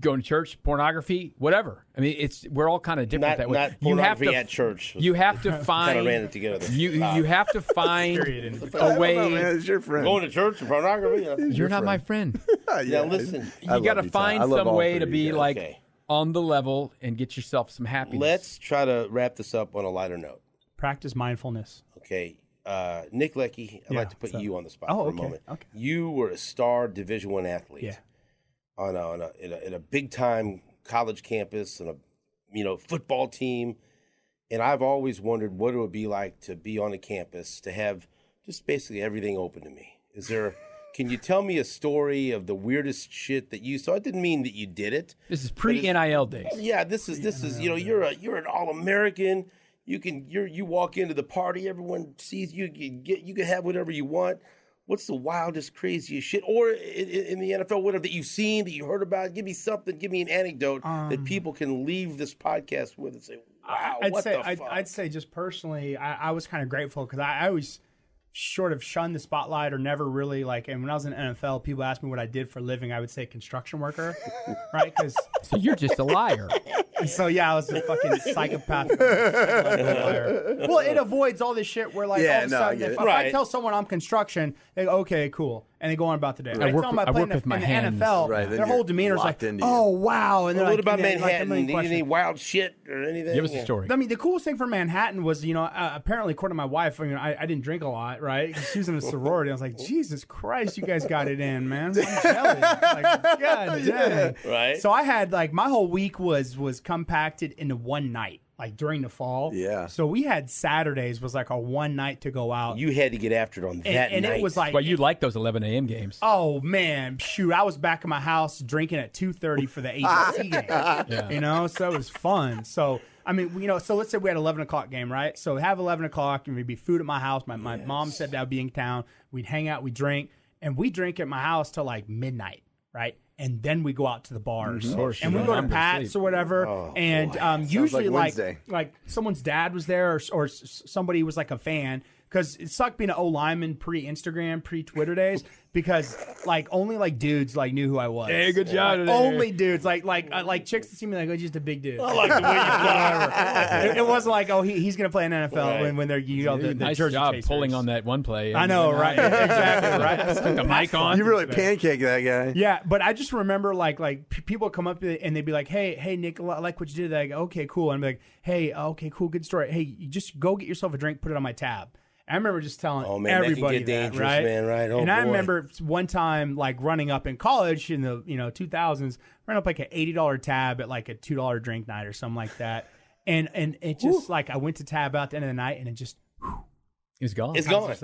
Speaker 3: going to church, pornography, whatever. I mean, it's we're all kind of different
Speaker 1: Not-
Speaker 3: that way.
Speaker 1: not pornography at church.
Speaker 3: You have to find.
Speaker 1: ran it together there.
Speaker 3: You you have to find
Speaker 4: Period.
Speaker 2: I
Speaker 3: a
Speaker 2: don't
Speaker 3: way.
Speaker 2: know, man. It's your friend. Ah,
Speaker 1: Going to church and pornography. yeah.
Speaker 3: You're not my friend.
Speaker 2: Yeah, yeah.
Speaker 1: Now, listen.
Speaker 2: I
Speaker 3: you got to
Speaker 2: love Tom. I
Speaker 3: find
Speaker 2: love
Speaker 3: some
Speaker 2: all
Speaker 3: way
Speaker 2: three
Speaker 3: to
Speaker 2: of
Speaker 3: be
Speaker 2: you guys.
Speaker 3: like
Speaker 1: Okay.
Speaker 3: on the level and get yourself some happiness.
Speaker 1: Let's try to wrap this up on a lighter note.
Speaker 4: practice mindfulness.
Speaker 1: Okay. Uh, Nick Leckie, I'd
Speaker 4: Yeah,
Speaker 1: like to put
Speaker 4: so-
Speaker 1: you on the spot
Speaker 4: Oh,
Speaker 1: for a
Speaker 4: okay,
Speaker 1: moment.
Speaker 4: okay.
Speaker 1: You were a star Division One athlete
Speaker 4: Yeah.
Speaker 1: on a, on a, in a in a big time college campus and a you know football team, and I've always wondered what it would be like to be on a campus to have just basically everything open to me. Is there? can you tell me a story of the weirdest shit that you saw? It didn't mean that you did it.
Speaker 3: This is pre NIL days.
Speaker 1: Yeah, this is this is you know you're a you're an all American. You can you're you walk into the party, everyone sees you. You get you can have whatever you want. What's the wildest, craziest shit, or in, in the NFL, whatever that you've seen that you heard about? Give me something. Give me an anecdote that people can leave this podcast with and say, "Wow,
Speaker 4: Um. I'd
Speaker 1: what
Speaker 4: say
Speaker 1: the
Speaker 4: I'd,
Speaker 1: fuck?"
Speaker 4: I'd say just personally, I, I was kind of grateful because I, I always sort of shunned the spotlight or never really like. And when I was in NFL, people asked me what I did for a living. I would say construction worker, right? Because
Speaker 3: So you're just a liar.
Speaker 4: And so yeah, I was a fucking psychopath. well, it avoids all this shit where like
Speaker 2: Yeah,
Speaker 4: all of a
Speaker 2: no, I
Speaker 4: sudden
Speaker 2: get
Speaker 4: if,
Speaker 2: it.
Speaker 4: if I
Speaker 1: Right.
Speaker 4: tell someone I'm construction, they go, okay, cool, and they go on about the day. I,
Speaker 3: work
Speaker 4: tell them
Speaker 3: with- I
Speaker 4: I play
Speaker 3: work
Speaker 4: in the,
Speaker 3: with my
Speaker 4: in the
Speaker 3: hands.
Speaker 4: NFL.
Speaker 2: Right, then
Speaker 4: their whole
Speaker 2: you're
Speaker 4: demeanor is like,
Speaker 2: locked into you.
Speaker 4: oh wow. And they're
Speaker 1: what
Speaker 4: like,
Speaker 1: about
Speaker 4: and they- like, a
Speaker 1: Manhattan?
Speaker 4: million
Speaker 1: any
Speaker 4: questions.
Speaker 1: wild shit or anything?
Speaker 3: Give us a story.
Speaker 4: I mean, the coolest thing for Manhattan was, you know, uh, apparently, according to my wife, I mean, I, I didn't drink a lot, right? 'Cause She was in a sorority. I was like, Jesus Christ, you guys got it in, man. I'm jealous. Like, God dang.
Speaker 1: Right.
Speaker 4: So I had like my whole week was was compacted into one night, like during the fall.
Speaker 2: Yeah.
Speaker 4: So we had Saturdays was like our one night to go out,
Speaker 1: You had to get after it on
Speaker 4: and,
Speaker 1: that
Speaker 4: and
Speaker 1: night.
Speaker 4: it was like
Speaker 3: Well, you like those 11 a.m. games.
Speaker 4: Oh man, shoot! I was back in my house drinking at two thirty for the ACC game. You know, so it was fun. So I mean, you know, so let's say we had eleven o'clock game, right? So we have eleven o'clock, and we'd be food at my house. My my mom said that I'd be in town. We'd hang out, we drink, and we drink at my house till like midnight, right? And then we go out to the bars,
Speaker 3: course,
Speaker 4: and
Speaker 3: you
Speaker 4: we
Speaker 3: don't
Speaker 4: go to
Speaker 3: remember
Speaker 4: Pat's
Speaker 3: sleep. Oh,
Speaker 4: or whatever. and um, usually, like,
Speaker 2: Wednesday.
Speaker 4: like someone's dad was there, or or s- somebody was like a fan. Because it sucked being an O lineman pre Instagram, pre Twitter days. Because like only like dudes like knew who I was.
Speaker 3: Hey, good job today.
Speaker 4: Only dudes like like uh, like chicks that see me like oh just a big dude.
Speaker 1: like the way you
Speaker 4: it, it wasn't like oh he, he's gonna play in NFL when, when they're you know the, the
Speaker 3: nice
Speaker 4: jersey
Speaker 3: job
Speaker 4: chasers.
Speaker 3: pulling on that one play. uh,
Speaker 4: I know right exactly right.
Speaker 3: Took the mic on.
Speaker 2: You really pancake that guy.
Speaker 4: Yeah, but I just remember like like p- people come up to it and they'd be like, "Hey, hey, Nick, I like what you did." Like, okay, cool. And I'm like, "Hey, okay, cool, good story. Hey, you just go get yourself a drink, put it on my tab." I remember just telling
Speaker 1: Oh, man, that can
Speaker 4: everybody
Speaker 1: get
Speaker 4: that,
Speaker 1: dangerous,
Speaker 4: right?
Speaker 1: man, right? Oh,
Speaker 4: and I
Speaker 1: boy.
Speaker 4: remember one time like running up in college in the you know 2000s, ran up like an eighty dollar tab at like a two dollar drink night or something like that, and and it just like I went to tab out at the end of the night and it just
Speaker 3: It's gone.
Speaker 1: It's gone.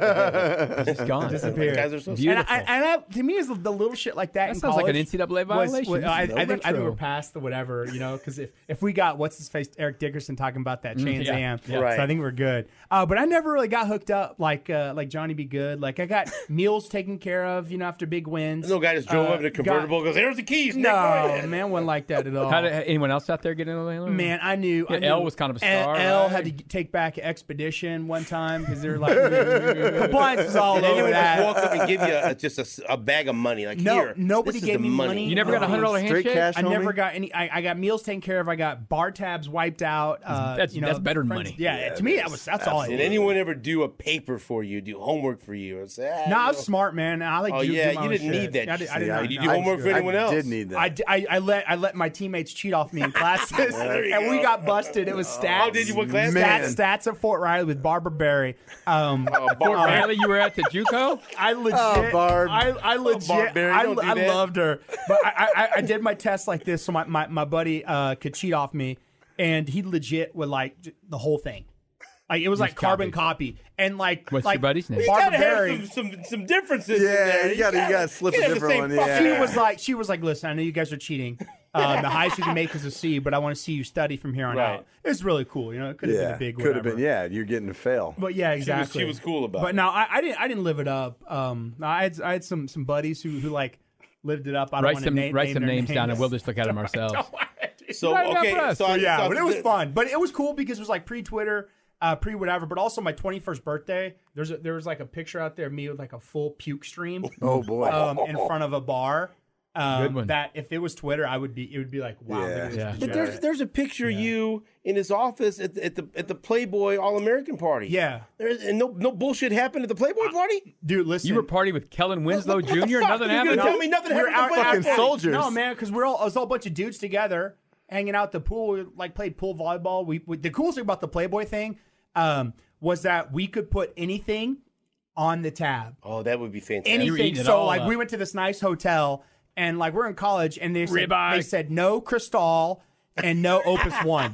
Speaker 3: It's gone.
Speaker 1: Like, guys are so
Speaker 3: Beautiful.
Speaker 4: And, I, and I, to me, is the the little shit like that.
Speaker 3: That
Speaker 4: in
Speaker 3: sounds like an
Speaker 4: college
Speaker 3: NCAA
Speaker 4: was-
Speaker 3: violation.
Speaker 4: was-
Speaker 3: This
Speaker 4: I,
Speaker 3: is
Speaker 4: I think I think
Speaker 3: retro.
Speaker 4: we're past the whatever, you know, because if if we got what's his face Eric Dickerson talking about that Trans
Speaker 3: yeah,
Speaker 4: Am,
Speaker 3: yeah.
Speaker 1: Mm, Right.
Speaker 4: so I think we're good. Uh, but I never really got hooked up like uh, like Johnny Be Good. Like I got meals taken care of, you know, after big wins.
Speaker 1: No guy just drove
Speaker 4: Uh,
Speaker 1: up in a
Speaker 4: got-
Speaker 1: convertible. and goes, "Here's the keys." Nick, go
Speaker 4: No
Speaker 1: ahead."
Speaker 4: man, wasn't like that at all.
Speaker 3: How did anyone else out there get in on that?
Speaker 4: Man, I knew, I
Speaker 3: Yeah,
Speaker 4: knew
Speaker 3: Elle was kind of a star,
Speaker 4: L
Speaker 3: right?
Speaker 4: had to take back Expedition one time because they were like compliance was all
Speaker 1: And
Speaker 4: over
Speaker 1: anyone
Speaker 4: that.
Speaker 1: just walk up and give you a, just a s- a, bag of money. Like
Speaker 4: No,
Speaker 1: here,
Speaker 4: nobody
Speaker 1: this is
Speaker 4: gave
Speaker 1: the
Speaker 4: me
Speaker 1: money.
Speaker 4: money.
Speaker 3: you never got a hundred dollar
Speaker 2: Straight
Speaker 3: handshake.
Speaker 2: cash.
Speaker 4: I
Speaker 2: homie?
Speaker 4: never got any. I, I got meals taken care of. I got bar tabs wiped out. Uh,
Speaker 3: that's-
Speaker 4: you know,
Speaker 3: that's better than money.
Speaker 4: Yeah, to me that was that's all. I
Speaker 1: Did
Speaker 4: did.
Speaker 1: anyone ever do a paper for you? Do homework for you? It's, ah,
Speaker 4: No, I
Speaker 1: you
Speaker 4: was smart, man. I like.
Speaker 1: know. Oh
Speaker 4: do- do
Speaker 1: yeah,
Speaker 4: my
Speaker 1: you
Speaker 4: own
Speaker 1: didn't
Speaker 4: shit.
Speaker 1: need that.
Speaker 4: I did, I
Speaker 1: shit.
Speaker 4: did
Speaker 2: Yeah,
Speaker 4: not.
Speaker 1: Did you
Speaker 4: no,
Speaker 1: do
Speaker 4: I
Speaker 1: homework
Speaker 4: was
Speaker 1: for
Speaker 4: good.
Speaker 1: anyone else?
Speaker 2: I did need that.
Speaker 4: I, d- I- I let I let my teammates cheat off me in classes,
Speaker 1: There you
Speaker 4: and we
Speaker 1: go.
Speaker 4: got busted. It was stats.
Speaker 1: Oh, did you what class?
Speaker 2: Man.
Speaker 4: Stats, stats at Fort Riley with Barbara Berry. Um,
Speaker 1: Barbara
Speaker 4: uh,
Speaker 3: Apparently, you were at the JUCO.
Speaker 4: I legit,
Speaker 2: Oh, Barb.
Speaker 4: I, I legit,
Speaker 1: Barb Berry,
Speaker 4: I,
Speaker 1: don't do
Speaker 4: I
Speaker 1: that.
Speaker 4: loved her, but I, I, I did my test like this so my, my, my buddy uh, could cheat off me, and he legit would like j- the whole thing. Like it was like carbon copy, and like
Speaker 3: What's
Speaker 4: like,
Speaker 3: your buddy's name? You
Speaker 1: You
Speaker 4: Barbara
Speaker 1: gotta have
Speaker 4: Berry.
Speaker 1: some, some some differences.
Speaker 2: Yeah,
Speaker 1: in there.
Speaker 2: you gotta- you gotta slip a
Speaker 1: can't have the
Speaker 2: different
Speaker 1: same
Speaker 2: one,
Speaker 1: fucking-
Speaker 2: yeah.
Speaker 4: She was like, she was like, listen, I know you guys are cheating. Uh, the highest you can make is a C, but I want to see you study from here on
Speaker 1: Right.
Speaker 4: out. It's really cool, you know. It could have been
Speaker 2: Yeah,
Speaker 4: a big,
Speaker 2: could have
Speaker 4: whatever.
Speaker 2: been. Yeah, you're getting to fail.
Speaker 4: But yeah, exactly.
Speaker 1: she was cool about
Speaker 4: But
Speaker 1: it.
Speaker 4: no, I, I didn't. I didn't live it up. Um, I had I had some some buddies who who like lived it up. I don't
Speaker 3: Write
Speaker 4: wanna
Speaker 3: some
Speaker 4: name,
Speaker 3: write
Speaker 4: name
Speaker 3: some
Speaker 4: their
Speaker 3: names down, and
Speaker 4: names.
Speaker 3: we'll just look at them ourselves.
Speaker 1: So
Speaker 3: Right now
Speaker 1: okay,
Speaker 3: for us.
Speaker 1: so I-
Speaker 4: yeah,
Speaker 1: so
Speaker 4: but it was
Speaker 1: the-
Speaker 4: fun. But it was cool because it was like pre Twitter, uh, pre whatever. But also my 21st birthday. There's a, there was like a picture out there of me with like a full puke stream
Speaker 2: Oh boy.
Speaker 4: um, in front of a bar.
Speaker 3: Good
Speaker 4: Um,
Speaker 3: one.
Speaker 4: that if it was Twitter, I would be. It would be like wow.
Speaker 2: Yeah.
Speaker 4: look at this
Speaker 3: Yeah.
Speaker 1: But
Speaker 4: degenerate.
Speaker 1: there's there's a picture of you in his office at the, at the at the Playboy All American party.
Speaker 4: Yeah.
Speaker 1: There's, and no no bullshit happened at the Playboy party.
Speaker 4: dude. Listen,
Speaker 3: You were partying with Kellen Winslow
Speaker 1: What the
Speaker 3: Jr.
Speaker 1: fuck?
Speaker 3: Nothing
Speaker 1: You gonna
Speaker 3: happened.
Speaker 1: Tell me nothing
Speaker 4: We're
Speaker 1: happened. at the
Speaker 4: out-
Speaker 1: Playboy
Speaker 2: fucking
Speaker 1: party.
Speaker 2: soldiers.
Speaker 4: No, man, because we're all it was all a bunch of dudes together hanging out at the pool. We like played pool volleyball. We, we the coolest thing about the Playboy thing um, was that we could put anything on the tab.
Speaker 1: Oh, that would be fantastic.
Speaker 3: You were
Speaker 4: Anything.
Speaker 3: eating it
Speaker 4: So
Speaker 3: all
Speaker 4: like
Speaker 3: up.
Speaker 4: we went to this nice hotel and like we're in college and they said,
Speaker 3: Ribeye.
Speaker 4: they said no Cristal and no Opus One.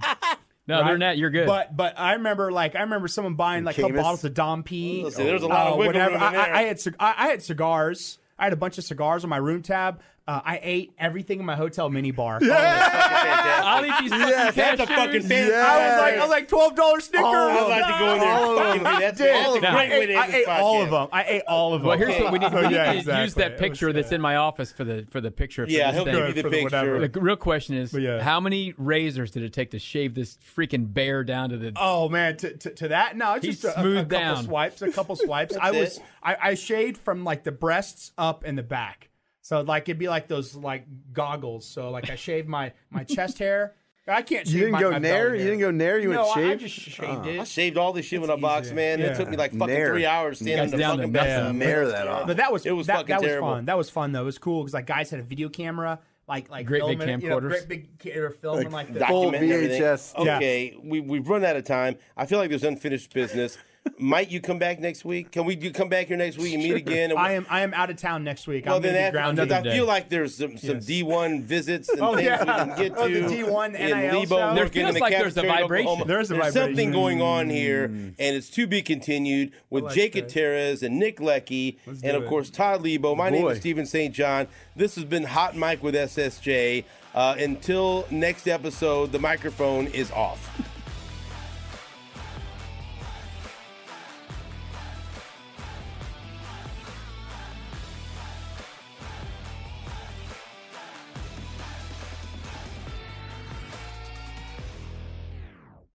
Speaker 3: No, other than that, you're good.
Speaker 4: But but I remember like I remember someone buying like a couple
Speaker 2: Camus?
Speaker 4: bottles of Dom P. uh,
Speaker 1: see, there's a lot of wiggle room in
Speaker 4: I,
Speaker 1: there.
Speaker 4: I, I had cig- I, I had cigars. I had a bunch of cigars on my room tab. Uh, I ate everything in my hotel mini bar.
Speaker 3: I'll eat these fucking
Speaker 1: That's a fucking
Speaker 3: cashews.
Speaker 1: fantastic.
Speaker 2: Yeah.
Speaker 4: I was like, I was like twelve dollars Snickers.
Speaker 1: I'd like to go in there and fucking do that. That's a
Speaker 3: Now-
Speaker 1: great way to end
Speaker 4: I
Speaker 1: this
Speaker 4: ate all
Speaker 1: podcast.
Speaker 4: of them. I ate all of them.
Speaker 3: Well, here's what we need, we
Speaker 4: Oh,
Speaker 3: need
Speaker 4: yeah,
Speaker 3: to use
Speaker 4: exactly.
Speaker 3: that
Speaker 4: It
Speaker 3: picture
Speaker 4: was,
Speaker 3: that's
Speaker 4: uh,
Speaker 3: in my office for the for the picture. For
Speaker 1: Yeah,
Speaker 3: this
Speaker 1: he'll
Speaker 3: thing.
Speaker 1: give you the
Speaker 4: for the whatever.
Speaker 1: picture.
Speaker 3: The real question is,
Speaker 4: yeah.
Speaker 3: how many razors did it take to shave this freaking bear down to the?
Speaker 4: Oh man, to, to, to that no, it's
Speaker 3: He
Speaker 4: just a, a- a
Speaker 3: smoothed
Speaker 4: couple
Speaker 3: down.
Speaker 4: swipes, a couple swipes. I was
Speaker 1: it.
Speaker 4: I, I shaved from like the breasts up and the back, so like it'd be like those like goggles. So like I shaved my my chest hair, I can't.
Speaker 2: You
Speaker 4: shave
Speaker 2: didn't
Speaker 4: my-
Speaker 2: go
Speaker 4: my
Speaker 2: nair.
Speaker 4: belly
Speaker 2: You
Speaker 4: hair.
Speaker 2: didn't go nair. You
Speaker 4: no,
Speaker 2: went
Speaker 4: I
Speaker 2: shaved. Oh,
Speaker 4: just shaved
Speaker 1: I
Speaker 4: it.
Speaker 1: shaved all this shit in a
Speaker 4: It's
Speaker 1: box,
Speaker 4: easier.
Speaker 1: man. It
Speaker 2: Yeah.
Speaker 1: took me like fucking
Speaker 2: Nair.
Speaker 1: three hours standing
Speaker 3: guys
Speaker 1: in the
Speaker 3: down to
Speaker 1: fucking
Speaker 3: nothing.
Speaker 1: bathroom.
Speaker 2: Nair that off.
Speaker 4: But that was
Speaker 1: It was
Speaker 4: that,
Speaker 1: fucking
Speaker 4: that
Speaker 1: terrible.
Speaker 4: Was fun. That was fun though. It was cool because like guys had a video camera, like like
Speaker 3: Great big
Speaker 4: filming, you know,
Speaker 3: camcorders.
Speaker 4: great big ca- they were filming like, the
Speaker 2: full
Speaker 1: document everything.
Speaker 2: VHS.
Speaker 4: Yeah.
Speaker 1: Okay, we we've run out of time. I feel like there's unfinished business. Might you come back next week? Can we do come back here next week and meet again? And
Speaker 4: I am I am out of town next week.
Speaker 1: Well,
Speaker 4: I'm gonna
Speaker 1: then after,
Speaker 4: be grounded.
Speaker 1: because I
Speaker 3: day.
Speaker 1: feel like there's some, some D1 visits and
Speaker 4: Oh,
Speaker 1: things
Speaker 4: yeah.
Speaker 1: we can get to.
Speaker 4: Oh, the D1
Speaker 1: and
Speaker 4: NIL
Speaker 1: Lebo
Speaker 4: show?
Speaker 3: There
Speaker 1: working in
Speaker 3: feels
Speaker 1: the
Speaker 3: like there's a
Speaker 1: cafeteria in
Speaker 3: vibration.
Speaker 1: Oklahoma.
Speaker 4: There's a vibration. Mm.
Speaker 1: something going on here, and it's to be continued with
Speaker 4: like
Speaker 1: Jake
Speaker 4: that.
Speaker 1: Gutierrez and Nick Leckie, and
Speaker 4: do
Speaker 1: of
Speaker 4: it.
Speaker 1: course Todd Lebo. My name
Speaker 2: Boy.
Speaker 1: is Stephen St. John. This has been Hot Mike with SSJ. Uh, until next episode, the microphone is off.